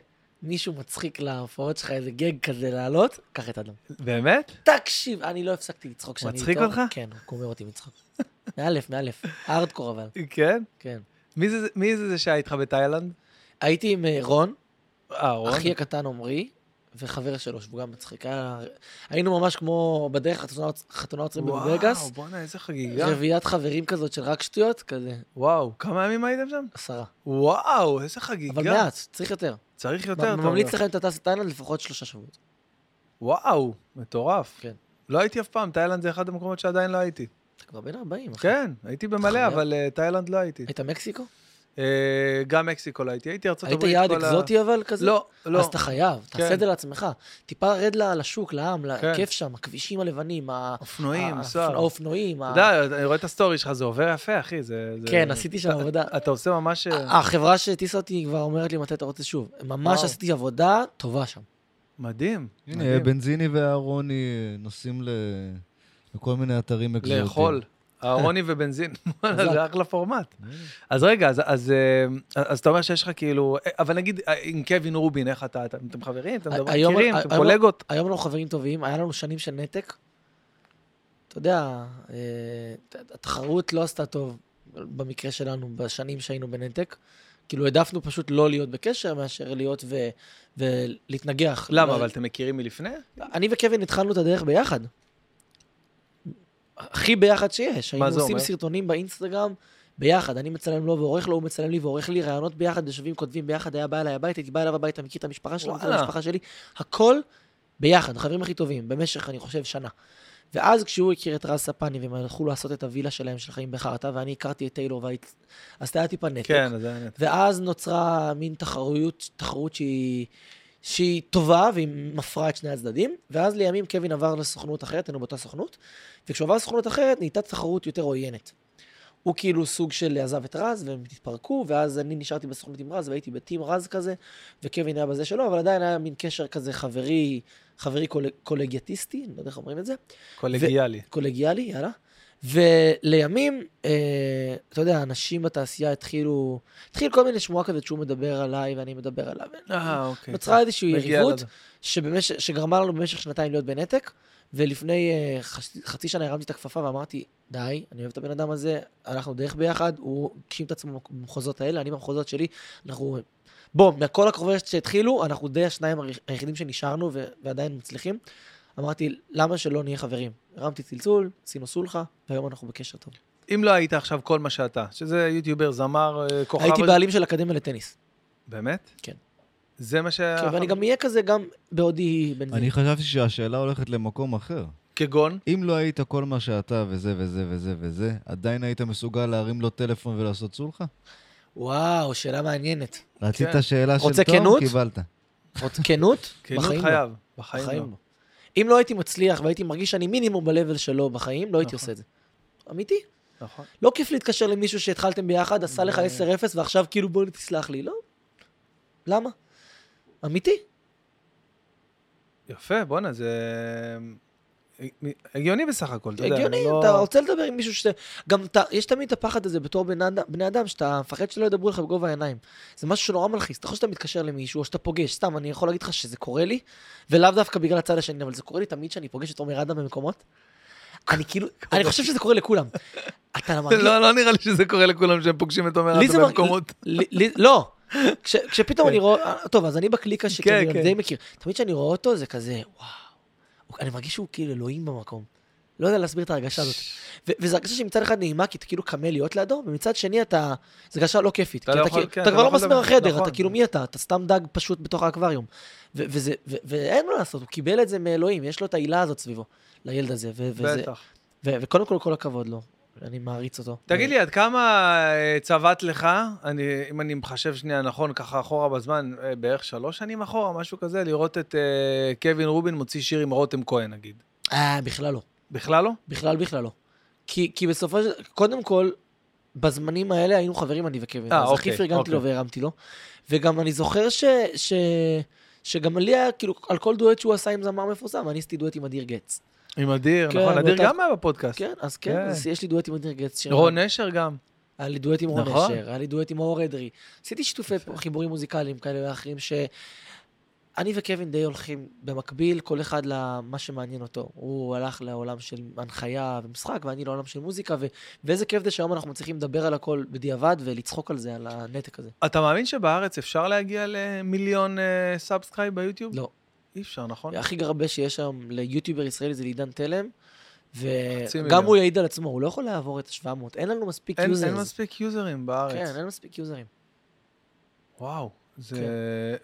מישהו מצחיק להופעות שלך, איזה גג כזה לעלות, קח את אדם. באמת? תקשיב, אני לא הפסקתי לצחוק כשאני מצחיק אותך? כן, הוא גומר אותי מצחוק. מאלף, מאלף. הארדקור אבל, כן? כן. מי זה- מי זה זה שהיה איתך בתאילנד? הייתי עם אה, רון, אה, רון? אחי הקטן עמרי, וחבר שלו, שהוא גם מצחיק. היה- היינו ממש כמו בדרך חתונה- חתונה עוצרים בווגאס, וואו, בואנה, איזה חגיגה. רביעיית חברים כזאת של רק שטויות, כזה, וואו, כמה ימים הייתם שם? עשרה. וואו, איזה חגיגה. אבל מעט, צריך יותר. צריך יותר. לא. אתה ממליץ אומר. לך אם אתה טס לתאילנד לפחות שלושה שבועות. וואו, מטורף. כן. לא הייתי אף פעם, תאילנד זה אחד המקומות שעדיין לא הייתי. אתה כבר בן 40, אחי. כן, הייתי במלא, חייב. אבל אה, תאילנד לא הייתי. היית מקסיקו? אה, גם מקסיקו לא הייתי, הייתי ארצות היית הברית. יעד כל ה- אקזוטי אבל כזה? לא, לא. אז אתה חייב, תעשה כן. את זה לעצמך. טיפה רד ל- לשוק, לעם, לכיף שם, הכבישים הלבנים, ה- אופנועים, האופנ- סער. האופנועים. ה- אתה יודע, אני רואה את הסטורי שלך, זה עובר יפה, אחי. זה, זה... כן, עשיתי שם עבודה. אתה עושה ממש... אה, החברה שהטיסה אותי כבר אומרת לי מתי אתה רוצה שוב. ממש וואו. עשיתי עבודה טובה שם. מדהים. הנה, מדהים. בנזיני ואהרוני אה, נוסעים ל- לכל מיני אתרים אקזוטיים. לאכול. אהרוני ובנזין, וואלה, חזק. זה אחלה פורמט. אה. אז רגע, אז, אז, אה, אז אתה אומר שיש לך כאילו, אבל נגיד אה, עם קווין רובין, איך אתה, אתה- אתם חברים, אתם מדברים, אה, היום- מכירים, היום- אתם קולגות. היום אנחנו חברים טובים, היה לנו שנים של נתק. אתה יודע, אה, התחרות לא עשתה טוב במקרה שלנו, בשנים שהיינו בנתק. כאילו, העדפנו פשוט לא להיות בקשר מאשר להיות ו- ולהתנגח. למה, לא- אבל אתם מכירים מלפני? אני וקווין התחלנו את הדרך ביחד. הכי ביחד שיש. מה היינו זה עושים אומר? סרטונים באינסטגרם ביחד. אני מצלם לו ועורך לו, הוא מצלם לי ועורך לי רעיונות ביחד, יושבים, כותבים ביחד, היה בא אליי הביתה, הייתי בא אליו הביתה, מכיר את המשפחה שלו, מכיר את וואלה. המשפחה שלי. הכל ביחד, החברים הכי טובים, במשך, אני חושב, שנה. ואז כשהוא הכיר את רז ספני, והם הלכו לעשות את הווילה שלהם של חיים בחרטה, ואני הכרתי את טיילור, והייתי... אז היה טיפה נתק. כן, אז זה היה נט. ואז נוצרה מין תחרויות, תחרות שהיא, שהיא טובה והיא מפרה את שני הצדדים, ואז לימים קווין עבר לסוכנות אחרת, היינו באותה סוכנות, וכשהוא עבר לסוכנות אחרת נהייתה תחרות יותר עוינת. הוא כאילו סוג של עזב את רז, והם התפרקו, ואז אני נשארתי בסוכנות עם רז, והייתי בטים רז כזה, וקווין היה בזה שלו, אבל עדיין היה מין קשר כזה חברי, חברי קולג, קולגיאטיסטי, אני לא יודע איך אומרים את זה, קולגיאלי. קולגיאלי, יאללה. ולימים, אה, אתה יודע, אנשים בתעשייה התחילו, התחיל כל מיני שמועה כזאת שהוא מדבר עליי ואני מדבר עליו. אה, אוקיי. נוצרה איזושהי מגיע יריבות לזה. שבמש... שגרמה לנו במשך שנתיים להיות בנתק, ולפני אה, חצי, חצי שנה הרמתי את הכפפה ואמרתי, די, אני אוהב את הבן אדם הזה, אנחנו דרך ביחד, הוא הגשים את עצמו במחוזות האלה, אני במחוזות שלי, אנחנו... בוא, מכל הקרובי שהתחילו, אנחנו די השניים הרי- היחידים שנשארנו ו- ועדיין מצליחים. אמרתי, למה שלא נהיה חברים? הרמתי צלצול, עשינו סולחה, והיום אנחנו בקשר טוב. אם לא היית עכשיו כל מה שאתה, שזה יוטיובר, זמר, אה, כוכב... אה, הייתי בעלים של אקדמיה לטניס. באמת? כן. זה מה שה... כן, ואני גם אהיה כזה גם בעודי בן זמן. אני חשבתי שהשאלה הולכת למקום אחר. כגון? אם לא היית כל מה שאתה וזה וזה וזה וזה, עדיין היית מסוגל להרים לו טלפון ולעשות סולחה? וואו, שאלה מעניינת. רצית כן. שאלה של רוצה תום? כנות? קיבלת. עוד כנות? כנות בחיים לא. חייב. בחיים בחיים לא. לא. אם לא הייתי מצליח והייתי מרגיש שאני מינימום ב-level שלו בחיים, לא הייתי נכון. עושה את זה. אמיתי. נכון. לא כיף להתקשר למישהו שהתחלתם ביחד, עשה לך ב- 10-0 ועכשיו כאילו בוא תסלח לי. לא. למה? אמיתי. יפה, בואנה, זה... אה, הגיוני בסך הכל, אתה יודע. הגיוני, אני לא- אתה רוצה לדבר עם מישהו ש... גם אתה, יש תמיד את הפחד הזה בתור בני אדם- בני אדם, שאתה מפחד שלא ידברו לך בגובה העיניים. זה משהו שנורא מלחיץ. אתה חושב שאתה מתקשר למישהו, או שאתה פוגש, סתם, אני יכול להגיד לך שזה קורה לי, ולאו דווקא בגלל הצד השני, אבל זה קורה לי תמיד שאני פוגש את עומר אדם במקומות. אני כאילו, אני חושב שזה קורה לכולם. אתה מרגיש... לא, לא נראה לי שזה קורה לכולם שהם פוגשים את עומר לי זה אדם מרג- במקומות. לי- לי- לא. כש- כשפתאום אני רואה, טוב, אז אני בקליקה כן, שכאילו כן. די מכיר. תמיד כשאני רואה אותו זה כזה, וואו. הוא- אני מרגיש שהוא כאילו אלוהים במקום. לא יודע להסביר את ההרגשה הזאת. ו- וזו הרגשה שמצד אחד נעימה, כי אתה כאילו קמה להיות לידו, ומצד שני אתה... זו הרגשה לא כיפית. אתה כי לא אתה יכול- כאילו- כן, אתה אתה כבר לא לא יכול מסמר לדבר, החדר, נכון. אתה כאילו מי אתה? אתה סתם דג פשוט בתוך האקווריום. ו- וזה- ו- ואין מה לעשות, הוא קיבל את זה מאלוהים, יש לו את העילה הזאת סביבו, לילד הזה. ו- וזה- בטח. ו- וקודם כל, כל הכבוד לו. אני מעריץ אותו. תגיד לי, עד כמה אה, צבט לך, אני, אם אני מחשב שנייה נכון, ככה אחורה בזמן, אה, בערך שלוש שנים אחורה, משהו כזה, לראות את אה, קווין רובין מוציא שיר עם רותם כהן, נגיד. אה, בכלל לא. בכלל לא? בכלל בכלל לא. כי, כי בסופו של... קודם כל, בזמנים האלה היינו חברים אני וקווין. אה, אז אוקיי, הכי פרגנתי לו אוקיי. והרמתי לו. וגם אני זוכר ש... ש... שגם לי היה, כאילו, על כל דואט שהוא עשה עם זמר מפורסם, אני עשיתי דואט עם אדיר גץ. עם אדיר, כן, נכון? אדיר באותה- גם היה בפודקאסט. כן, אז כן, כן. אז יש לי דואט עם אדיר גץ. ש- רון נשר גם. היה לי דואט עם רון נכון. אשר, היה לי דואט עם מאור אדרי. עשיתי שיתופי חיבורים מוזיקליים כאלה ואחרים, ש... אני וקווין די הולכים במקביל, כל אחד למה שמעניין אותו. הוא הלך לעולם של הנחיה ומשחק, ואני לעולם של מוזיקה, ו... ואיזה כיף זה שהיום אנחנו מצליחים לדבר על הכל בדיעבד ולצחוק על זה, על הנתק הזה. אתה מאמין שבארץ אפשר להגיע למיליון אה, סאבסקרייב ביוטיוב? לא. אי אפשר, נכון? הכי הרבה שיש היום ליוטיובר ישראלי זה לעידן תלם, חצי וגם מיליון. הוא יעיד על עצמו, הוא לא יכול לעבור את ה-700, אין לנו מספיק אין, יוזרים. אין מספיק יוזרים בארץ. כן, אין מספיק יוזרים. וואו. זה... כן.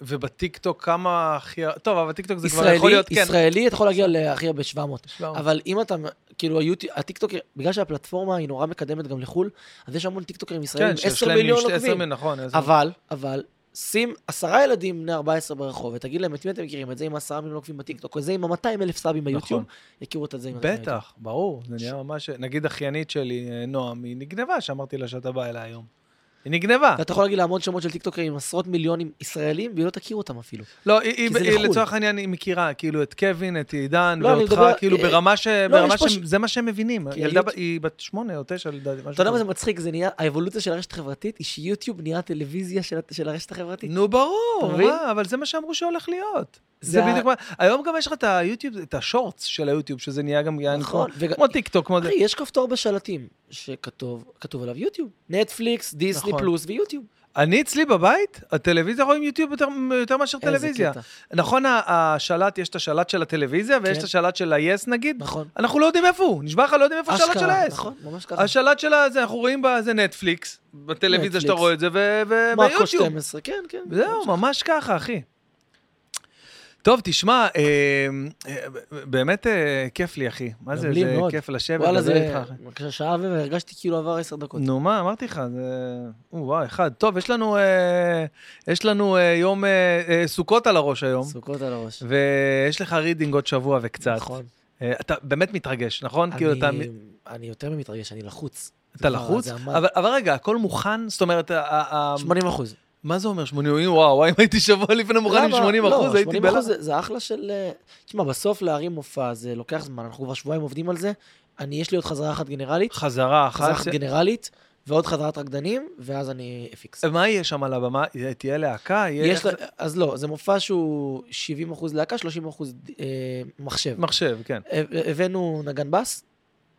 ובטיקטוק כמה הכי... טוב, אבל טיקטוק זה כבר ישראלי, יכול להיות, כן. ישראלי, אתה יכול להגיע להכי הרבה 700. ישראלי. אבל אם אתה, כאילו, היוטיוב, הטיקטוק, בגלל שהפלטפורמה היא נורא מקדמת גם לחו"ל, אז יש המון טיקטוקרים ישראלים, כן, עם שיש 10 להם מיליון משתי- עשר עוקבים. מיליון, נכון. עשר אבל, אבל, שים עשרה ילדים בני 14 ברחוב, ותגיד להם את מי אתם מכירים, את זה עם עשרה מיליון עוקבים בטיקטוק, או זה עם ה-200 אלף סאבים ביוטיוב, יכירו את זה עם ה-200,000. נכון. בטח, ברור, זה נהיה ממש... נגיד אחיינית שלי, אה, נועם, היא נגנבה, שאמרתי לה שאתה בא אליי היום. היא נגנבה. ואתה יכול להגיד להמון שמות של טיקטוקרים עם עשרות מיליונים ישראלים, והיא לא תכיר אותם אפילו. לא, היא- היא זה היא לחו"ל. לצורך העניין, היא מכירה, כאילו, את קווין, את עידן, לא, אני ואותך, מדבר- כאילו, אה, ברמה ש... ברמה יש פה ש- ש- זה מה שהם מבינים. כי ילדה, היוטיוב- ב- היא בת שמונה או תשע, לדעתי, משהו אתה יודע מה כזה. זה מצחיק? זה נהיה, האבולוציה של הרשת החברתית היא שיוטיוב נהיה הטלוויזיה של ה- של הרשת החברתית. נו, אתה ברור, מבין? מה? אבל זה מה שאמרו שהולך להיות. זה זה ה- בדיוק מה... היום גם יש לך את היוטיוב, את השורטס של היוטיוב, שזה נהיה גם... יעני נכון. כמו- וגם- כמו טיקטוק, כמו זה. אחי, יש כפתור בשלטים שכתוב כתוב עליו יוטיוב. נטפליקס, דיסני נכון. פלוס ויוטיוב. אני אצלי בבית, הטלוויזיה רואים יוטיוב יותר- יותר מאשר איזה טלוויזיה. קטע. נכון, ה- השלט, יש את השלט של הטלוויזיה, ויש כן. את השלט של ה-yes נגיד. נכון. אנחנו לא יודעים איפה הוא, נשבע לך, לא יודעים איפה השלט של אשכרה, ה-yes. נכון, ממש ככה. השלט של ה... זה, אנחנו רואים בה, זה נטפליקס, בטלוויזיה נטפליקס. שאתה רואה את זה, ו- ו- מרקו וביוטיוב. 12, כן, כן. זהו, ממש ככה, אחי. טוב, תשמע, אה, אה, באמת אה, כיף לי, אחי. מה זה, גם לי זה מאוד. כיף לשבת. וואלה, לדבר זה איתך, אחי. בבקשה, שעה ו- והרגשתי כאילו עבר 10 דקות. נו, מה, אמרתי לך, זה... או, וואי, אחד. טוב, יש לנו, אה, יש לנו אה, יום אה, אה, סוכות על הראש היום, סוכות על הראש. ויש לך רידינג עוד שבוע וקצת. נכון. אה, אתה באמת מתרגש, נכון? כאילו, אתה... אני- אני יותר ממתרגש, אני לחוץ. אתה זה כבר- לחוץ? זה המון. אבל, אבל רגע, הכל מוכן? זאת אומרת, ה- ה- ה- 80 אחוז. מה זה אומר 80? וואו, וואי, אם הייתי שבוע לפני מוכן עם 80 לא, אחוז, הייתי בלחץ. זה אחלה של... אה, תשמע, בסוף להרים מופע זה לוקח זמן, אנחנו כבר שבועיים עובדים על זה. אני, יש לי עוד חזרה אחת גנרלית, חזרה חזרה אחת. אחת גנרלית, ועוד חזרת רקדנים, ואז אני אפיקס. אה, מה יהיה שם על הבמה? אה, תהיה להקה? יהיה יש לה, אז לא, זה מופע שהוא 70 אחוז להקה, 30 אחוז אה, מחשב. מחשב, כן. הב- הבאנו נגן בס,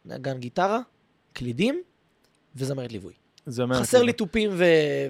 נגן גיטרה, קלידים, וזמרת ליווי. זה אומר... חסר לי כאילו. תופים ו-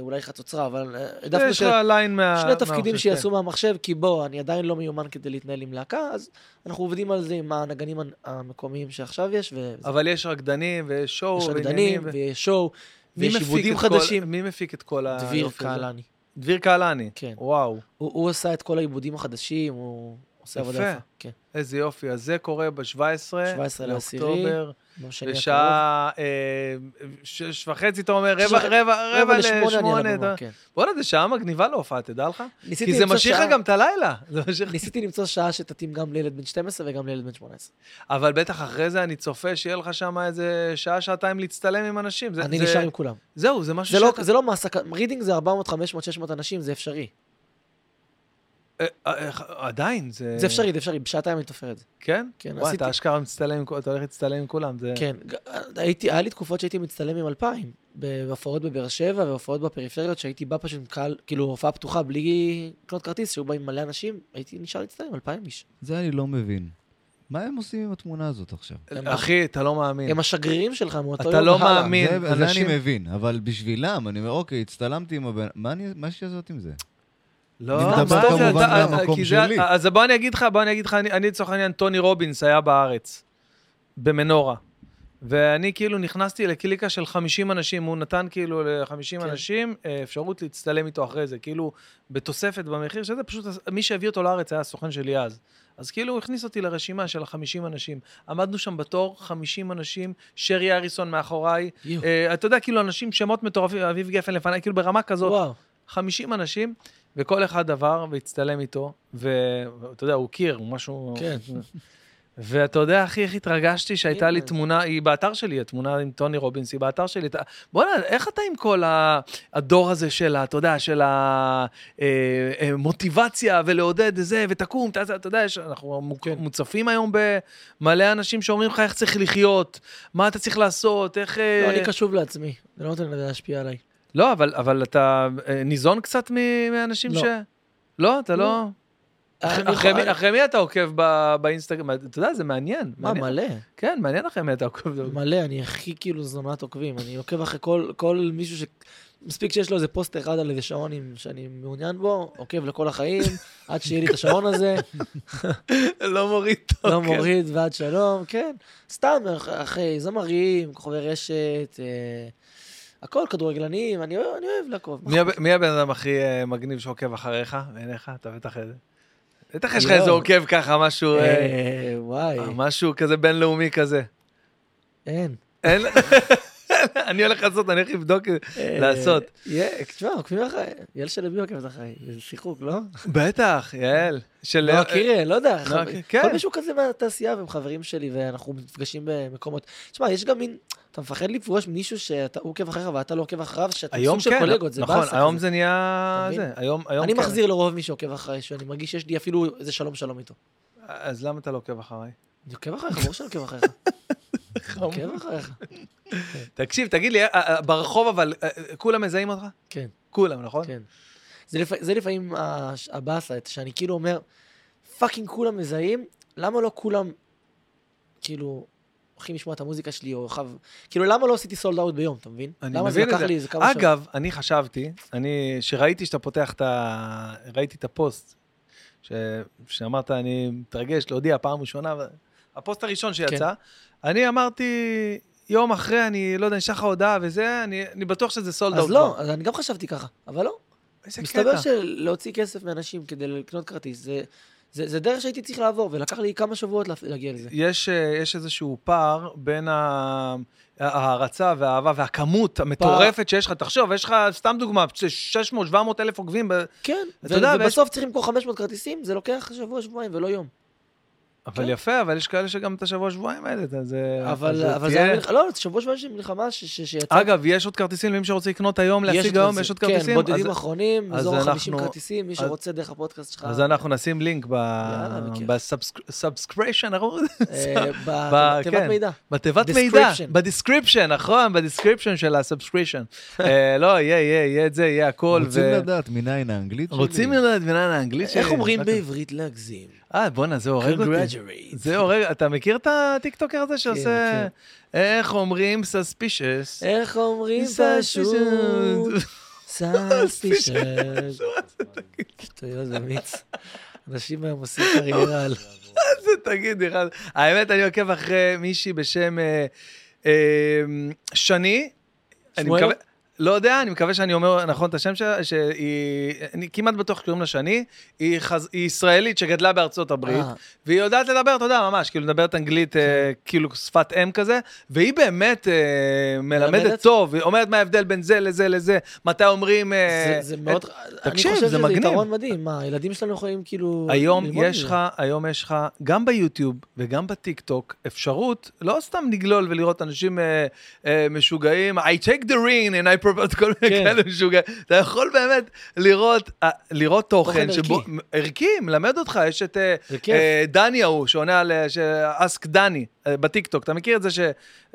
ואולי חצוצרה, אבל אה, העדפנו יש ש- לך ליין מה... שני מהמחשב, תפקידים שיעשו כן. מהמחשב, כי בוא, אני עדיין לא מיומן כדי להתנהל עם להקה, אז אנחנו עובדים על זה עם הנגנים הנ- המקומיים שעכשיו יש, ויש כן. אבל יש רקדנים ויש שואו. רקדנים, ועניינים, ו- ויש שואו, מי ויש מפיק עיבודים את כל- חדשים. מי מפיק את כל ה... דביר קהלני. דביר קהלני. כן. וואו, הוא, הוא עשה את כל העיבודים החדשים, הוא עושה יפה. עבודה יפה. כן, איזה יופי. אז זה קורה ב-17 17 לעשירי, לאוקטובר, ביום שני לא הקרוב. בשעה אה, שש וחצי, אתה אומר, רבע, שש- רבע, רבע לשמונה אני על לשמונה. הבמה, אתה- כן. בואנה, זה שעה מגניבה להופעה, תדע לך? ניסיתי כי זה למצוא משאיר לך שעה- גם את הלילה. זה משאיר לך- ניסיתי למצוא שעה שתתאים גם לילד בן 12 וגם לילד בן 18. אבל בטח אחרי זה אני צופה שיהיה לך שם איזה שעה, שעתיים להצטלם עם אנשים. זה- אני זה- נשאר עם כולם. זהו, זה משהו זה לא- שאתה- זה לא מעסק, רידינג זה 400, 500, 600 אנשים, זה אפשרי. אה, אה, אה, עדיין, זה... זה אפשרי, זה אפשרי, בשעתיים אני תופר את זה. כן? כן, וואי, עשיתי. אתה אשכרה מצטלם, עם כ- אתה הולך להצטלם עם כולם, זה... כן, ג- הייתי, היה לי תקופות שהייתי מצטלם עם 2,000, בהופעות בבאר שבע והופעות בפריפריות, שהייתי בא פשוט עם קהל, כאילו הופעה פתוחה בלי לקנות כרטיס, שהיו באים מלא אנשים, הייתי נשאר להצטלם עם 2,000 איש. זה אני לא מבין. מה הם עושים עם התמונה הזאת עכשיו? אחי, אתה לא מאמין. הם השגרירים שלך מאותו אתה יום. לא והלאה. מאמין. זה, זה אנשים- אני מבין, אבל בשבילם, אני אומר, אוקיי, הצטלמתי עם הבן... מה אני... מה יש לי לעשות עם זה? לא, אני מה מדבר זה, כמובן אתה- אה, מהמקום כי זה- שלי. אז בוא אני אגיד לך, בוא אני אגיד לך, אני- אני לצורך העניין, טוני רובינס היה בארץ, במנורה. ואני כאילו נכנסתי לקליקה של 50 אנשים, הוא נתן כאילו ל-50 כן. אנשים אה, אפשרות להצטלם איתו אחרי זה, כאילו בתוספת במחיר שזה, פשוט הס- מי שהביא אותו לארץ היה הסוכן שלי אז. אז כאילו הוא הכניס אותי לרשימה של ה-50 אנשים. עמדנו שם בתור 50 אנשים, שרי אריסון מאחוריי, יו, אה, אתה יודע, כאילו אנשים, שמות מטורפים, אביב גפן לפניי, כאילו ברמה כזאת, וואו, 50 אנשים, וכל אחד עבר והצטלם איתו, ואתה יודע, הוא קיר, הוא משהו... כן. ואתה יודע, אחי, איך התרגשתי שהייתה לי הנה. תמונה, היא באתר שלי, התמונה עם טוני רובינס, היא באתר שלי. אתה- בוא'נה, איך אתה עם כל ה- הדור הזה של, ה- אתה יודע, של המוטיבציה ולעודד זה, ותקום, אתה- אתה אתה יודע, יש- אנחנו מוק- כן. מוצפים היום במלא אנשים שאומרים לך איך צריך לחיות, מה אתה צריך לעשות, איך... לא, אה, אני קשוב לעצמי, אני לא נותן לזה להשפיע עליי. לא, אבל, אבל אתה אה, ניזון קצת מ- מאנשים לא. ש... לא, אתה לא. לא... אח- אני אה, אחרי, יכול- מי, אחרי מי אתה עוקב ב, באינסטגרם? אתה יודע, זה מעניין. מה, מעניין. מלא, כן, מעניין אחרי מי אתה עוקב. מלא, אני הכי כאילו זונת עוקבים, אני עוקב אחרי כל- כל מישהו ש... מספיק שיש לו איזה פוסט אחד על איזה שעון עם- שאני מעוניין בו, עוקב לכל החיים, עד שיהיה לי את השעון הזה, אוקיי. לא מוריד טוב. לא מוריד ועד שלום, כן. סתם, אח- אחרי זמרים, כוכבי רשת, אה, הכל, כדורגלנים, אני אוהב אני אוהב לעקוב. מי, הב- מי הבן אדם הכי אה, מגניב שעוקב אחריך? בעיניך? אתה בטח... איזה- בטח יש לך יואו. איזה עוקב ככה, משהו... אה, לא. אה, וואי, משהו כזה בינלאומי כזה. אין. אין... אני הולך לעשות, אני הולך לבדוק את זה. לעשות. אה, יה- תשמע, עוקבים אחריי, יעל שלוי עוקבת אחריי, זה שיחוק, לא? בטח, יעל. של... אה, לא, קירי, לא יודע, חבר- קירי, כן. כל מישהו כזה מהתעשייה והם חברים שלי ואנחנו נפגשים במקומות. תשמע, יש גם מין, אתה מפחד לפגוש מישהו שאתה הוא עוקב אחריך ואתה לא עוקב אחריו, שאתה היום סוג של כן, קולגות, זה נכון, באסה היום כזה. זה נהיה... אתה זה, מבין? היום היום אני כן. מחזיר לרוב מי שעוקב אחריי, שאני מרגיש שיש לי אפילו איזה שלום שלום איתו. אז למה אתה לא עוקב אחריי? אני עוקב אחריך, ברור שאני עוקב אחריך. עוקב אחריך. תקשיב, תגיד לי, אה, אה, ברחוב אבל, אה, אה, כולם מזהים אותך? כן, כולם, נכון? כן. זה לפ- זה לפעמים הש- הבאסה, את- שאני כאילו אומר, פאקינג כולם מזהים, למה לא כולם, כאילו, הולכים לשמוע את המוזיקה שלי, או חב... כאילו, למה לא עשיתי סולד אאוט ביום, אתה מבין? אני למה זה מבין את לקח זה. לי איזה כמה שעות? אגב, אני חשבתי, אני, שראיתי שאתה פותח את ה... ראיתי את הפוסט, ש... שאמרת, אני מתרגש להודיע פעם ראשונה, אבל הפוסט הראשון שיצא, כן. אני אמרתי, יום אחרי, אני לא יודע, אני אשלח לך הודעה וזה, אני, אני בטוח שזה סולד אז לא, אז אני גם חשבתי ככה, אבל לא. איזה מסתבר קטע. שלהוציא כסף מאנשים כדי לקנות כרטיס, זה... זה, זה דרך שהייתי צריך לעבור, ולקח לי כמה שבועות לה- להגיע לזה. יש, אה, יש איזשהו פער בין ה- ההערצה והאהבה והכמות המטורפת שיש לך. תחשוב, יש לך, סתם דוגמה, 600-700 אלף עוקבים, ב- כן, ו- יודע, ויש- ובסוף צריכים למכור 500 כרטיסים, זה לוקח שבוע, שבועיים ולא יום. אבל יפה, אבל יש כאלה שגם את השבוע-שבועיים האלה, אתה- זה... כן. אבל אה, זה אבל זה תהיה- היה מלחמה, לא, זה שבוע שבועיים של מלחמה ש- ש- שיצא. אגב, יש עוד כרטיסים למי שרוצה לקנות היום, להשיג היום, כרטיס- יש עוד כרטיסים? כן, בודדים אז- אחרונים, אז אזור ה-50 אנחנו- כרטיסים, מי אז- שרוצה דרך הפודקאסט שלך. אז אנחנו נשים לינק יאללה, בכיף. בסאבסקריפשן, אה, ב- בתיבת כן. מידע. בתיבת מידע, Description. בדיסקריפשן, נכון, בדיסקריפשן של הסאבסקריפשן. אה, לא, יהיה, יהיה, יהיה את זה, יהיה הכל. ו- רוצים לדעת מניין האנגלית שלי? רוצים לדעת מנהל האנגלית שלי? איך אומרים רק- בעברית להגזים? אה, בואנה, זה הורג אותי. Congratulate. כן, זה הורג, אתה מכיר את הטיקטוקר הזה שעושה... איך אומרים סספישס? איך אומרים פשוט? סאספישן. שטויות במיץ. אנשים היום עושים קריירה על... זה תגיד, אחד. האמת, אני עוקב אחרי מישהי בשם אה, אה, שני. אני שמואל? מקווה- לא יודע, אני מקווה שאני אומר נכון את השם שלה, שהיא, אני כמעט בטוח שקוראים לה שני, היא, חז, היא ישראלית שגדלה בארצות הברית, אה, כן. והיא יודעת לדבר, אתה יודע, ממש, כאילו, מדברת אנגלית, אה, כאילו, שפת אם כזה, והיא באמת אה, מלמדת, מלמדת? טוב, היא אומרת מה ההבדל בין זה לזה לזה, מתי אומרים... אה, זה- זה מאוד... תקשיב, אני זה חושב שזה מגניב. יתרון מדהים. מה, הילדים שלנו יכולים כאילו... היום ללמוד יש מזה. לך, היום יש לך, גם ביוטיוב וגם בטיקטוק, אפשרות לא סתם לגלול ולראות אנשים אה, אה, משוגעים, I take the ring and I propose כל מיני כן. כאלה משוגעים. אתה יכול באמת לראות, אה, לראות תוכן תוכן שבו... ערכי. ערכי, מלמד אותך, יש את אה, זה כיף. אה, דני ההוא, שעונה על... אה, ש- ask דני אה, בטיקטוק, אתה מכיר את זה ש...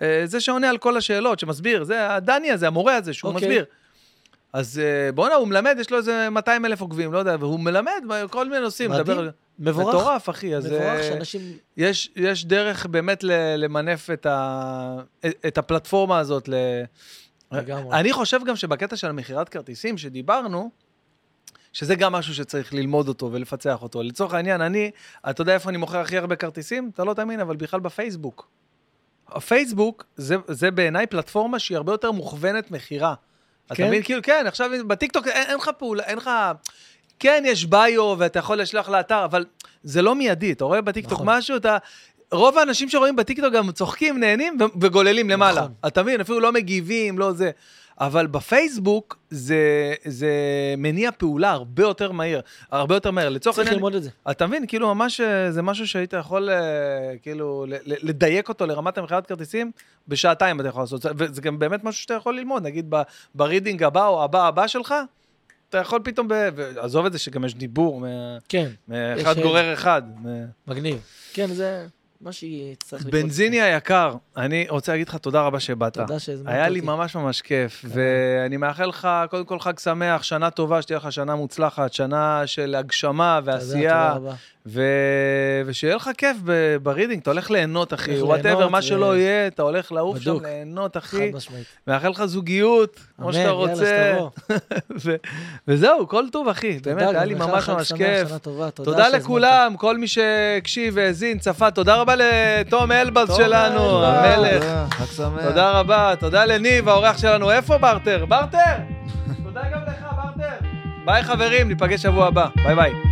אה, זה שעונה על כל השאלות, שמסביר, זה הדני הזה, המורה הזה, שהוא אוקיי. מסביר. אז אה, בואנה, הוא מלמד, יש לו איזה 200 אלף עוקבים, לא יודע, והוא מלמד כל מיני נושאים. מדהים. מדבר- מבורך. מטורף, אחי. אז מבורך אה, שאנשים... יש, יש דרך באמת ל- למנף את, ה, את הפלטפורמה הזאת. ל... לגמרי. אני חושב גם שבקטע של מכירת כרטיסים שדיברנו, שזה גם משהו שצריך ללמוד אותו ולפצח אותו. לצורך העניין, אני, אתה יודע איפה אני מוכר הכי הרבה כרטיסים? אתה לא תאמין, אבל בכלל בפייסבוק. הפייסבוק זה, זה בעיניי פלטפורמה שהיא הרבה יותר מוכוונת מכירה. אתה כן? מבין? כאילו, כן, עכשיו בטיקטוק אין, אין לך פעולה, אין לך... כן, יש ביו ואתה יכול לשלוח לאתר, אבל זה לא מיידי. אתה רואה בטיקטוק נכון. משהו, אתה... רוב האנשים שרואים בטיקטוק גם צוחקים, נהנים ו- וגוללים למעלה. נכון. אתה מבין? אפילו לא מגיבים, לא זה. אבל בפייסבוק זה, זה מניע פעולה הרבה יותר מהיר, הרבה יותר מהר. לצורך צריך העניין, ללמוד את זה. אתה מבין, כאילו ממש אה, זה משהו שהיית יכול אה, כאילו ל- ל- לדייק אותו לרמת המכירת כרטיסים, בשעתיים אתה יכול לעשות, זה- וזה גם באמת משהו שאתה יכול ללמוד, נגיד ב- ברידינג הבא או הבא הבא שלך, אתה יכול פתאום, ב- ו- עזוב את זה שגם יש דיבור, מ- כן, מאחד יש, גורר אחד. מ- מגניב. כן, זה מה שצריך לקרות. בנזיני היקר, אני רוצה להגיד לך תודה רבה שבאת. תודה שהזמנת אותי. כן. היה לי ממש ממש כיף, ואני מאחל לך קודם כל חג שמח, שנה טובה, שתהיה לך שנה מוצלחת, שנה של הגשמה תודה, ועשייה. תודה רבה. ו... ושיהיה לך כיף ב... ברידינג, אתה הולך ליהנות, אחי, הולך וואטאבר, ליהנות, מה ו- שלא יהיה, אתה הולך לעוף שם, בדוק. ליהנות, אחי. חד משמעית. מאחל לך זוגיות, כמו אמן, שאתה יאללה, רוצה. שתבוא. ו... וזהו, כל טוב, אחי, תודה באמת, היה גם לי לך, ממש חג ממש שמח, כיף. שנה טובה, תודה תודה שהזמנת. לכולם, כל מי שהקשיב, האזין, צפה, תודה רבה לתום אלבז תום שלנו, אלבז. המלך. תודה, חג שמח. תודה רבה, תודה לניב, האורח שלנו. איפה ברטר? ברטר! תודה גם לך, ברטר. ביי חברים, ניפגש שבוע הבא. ביי ביי.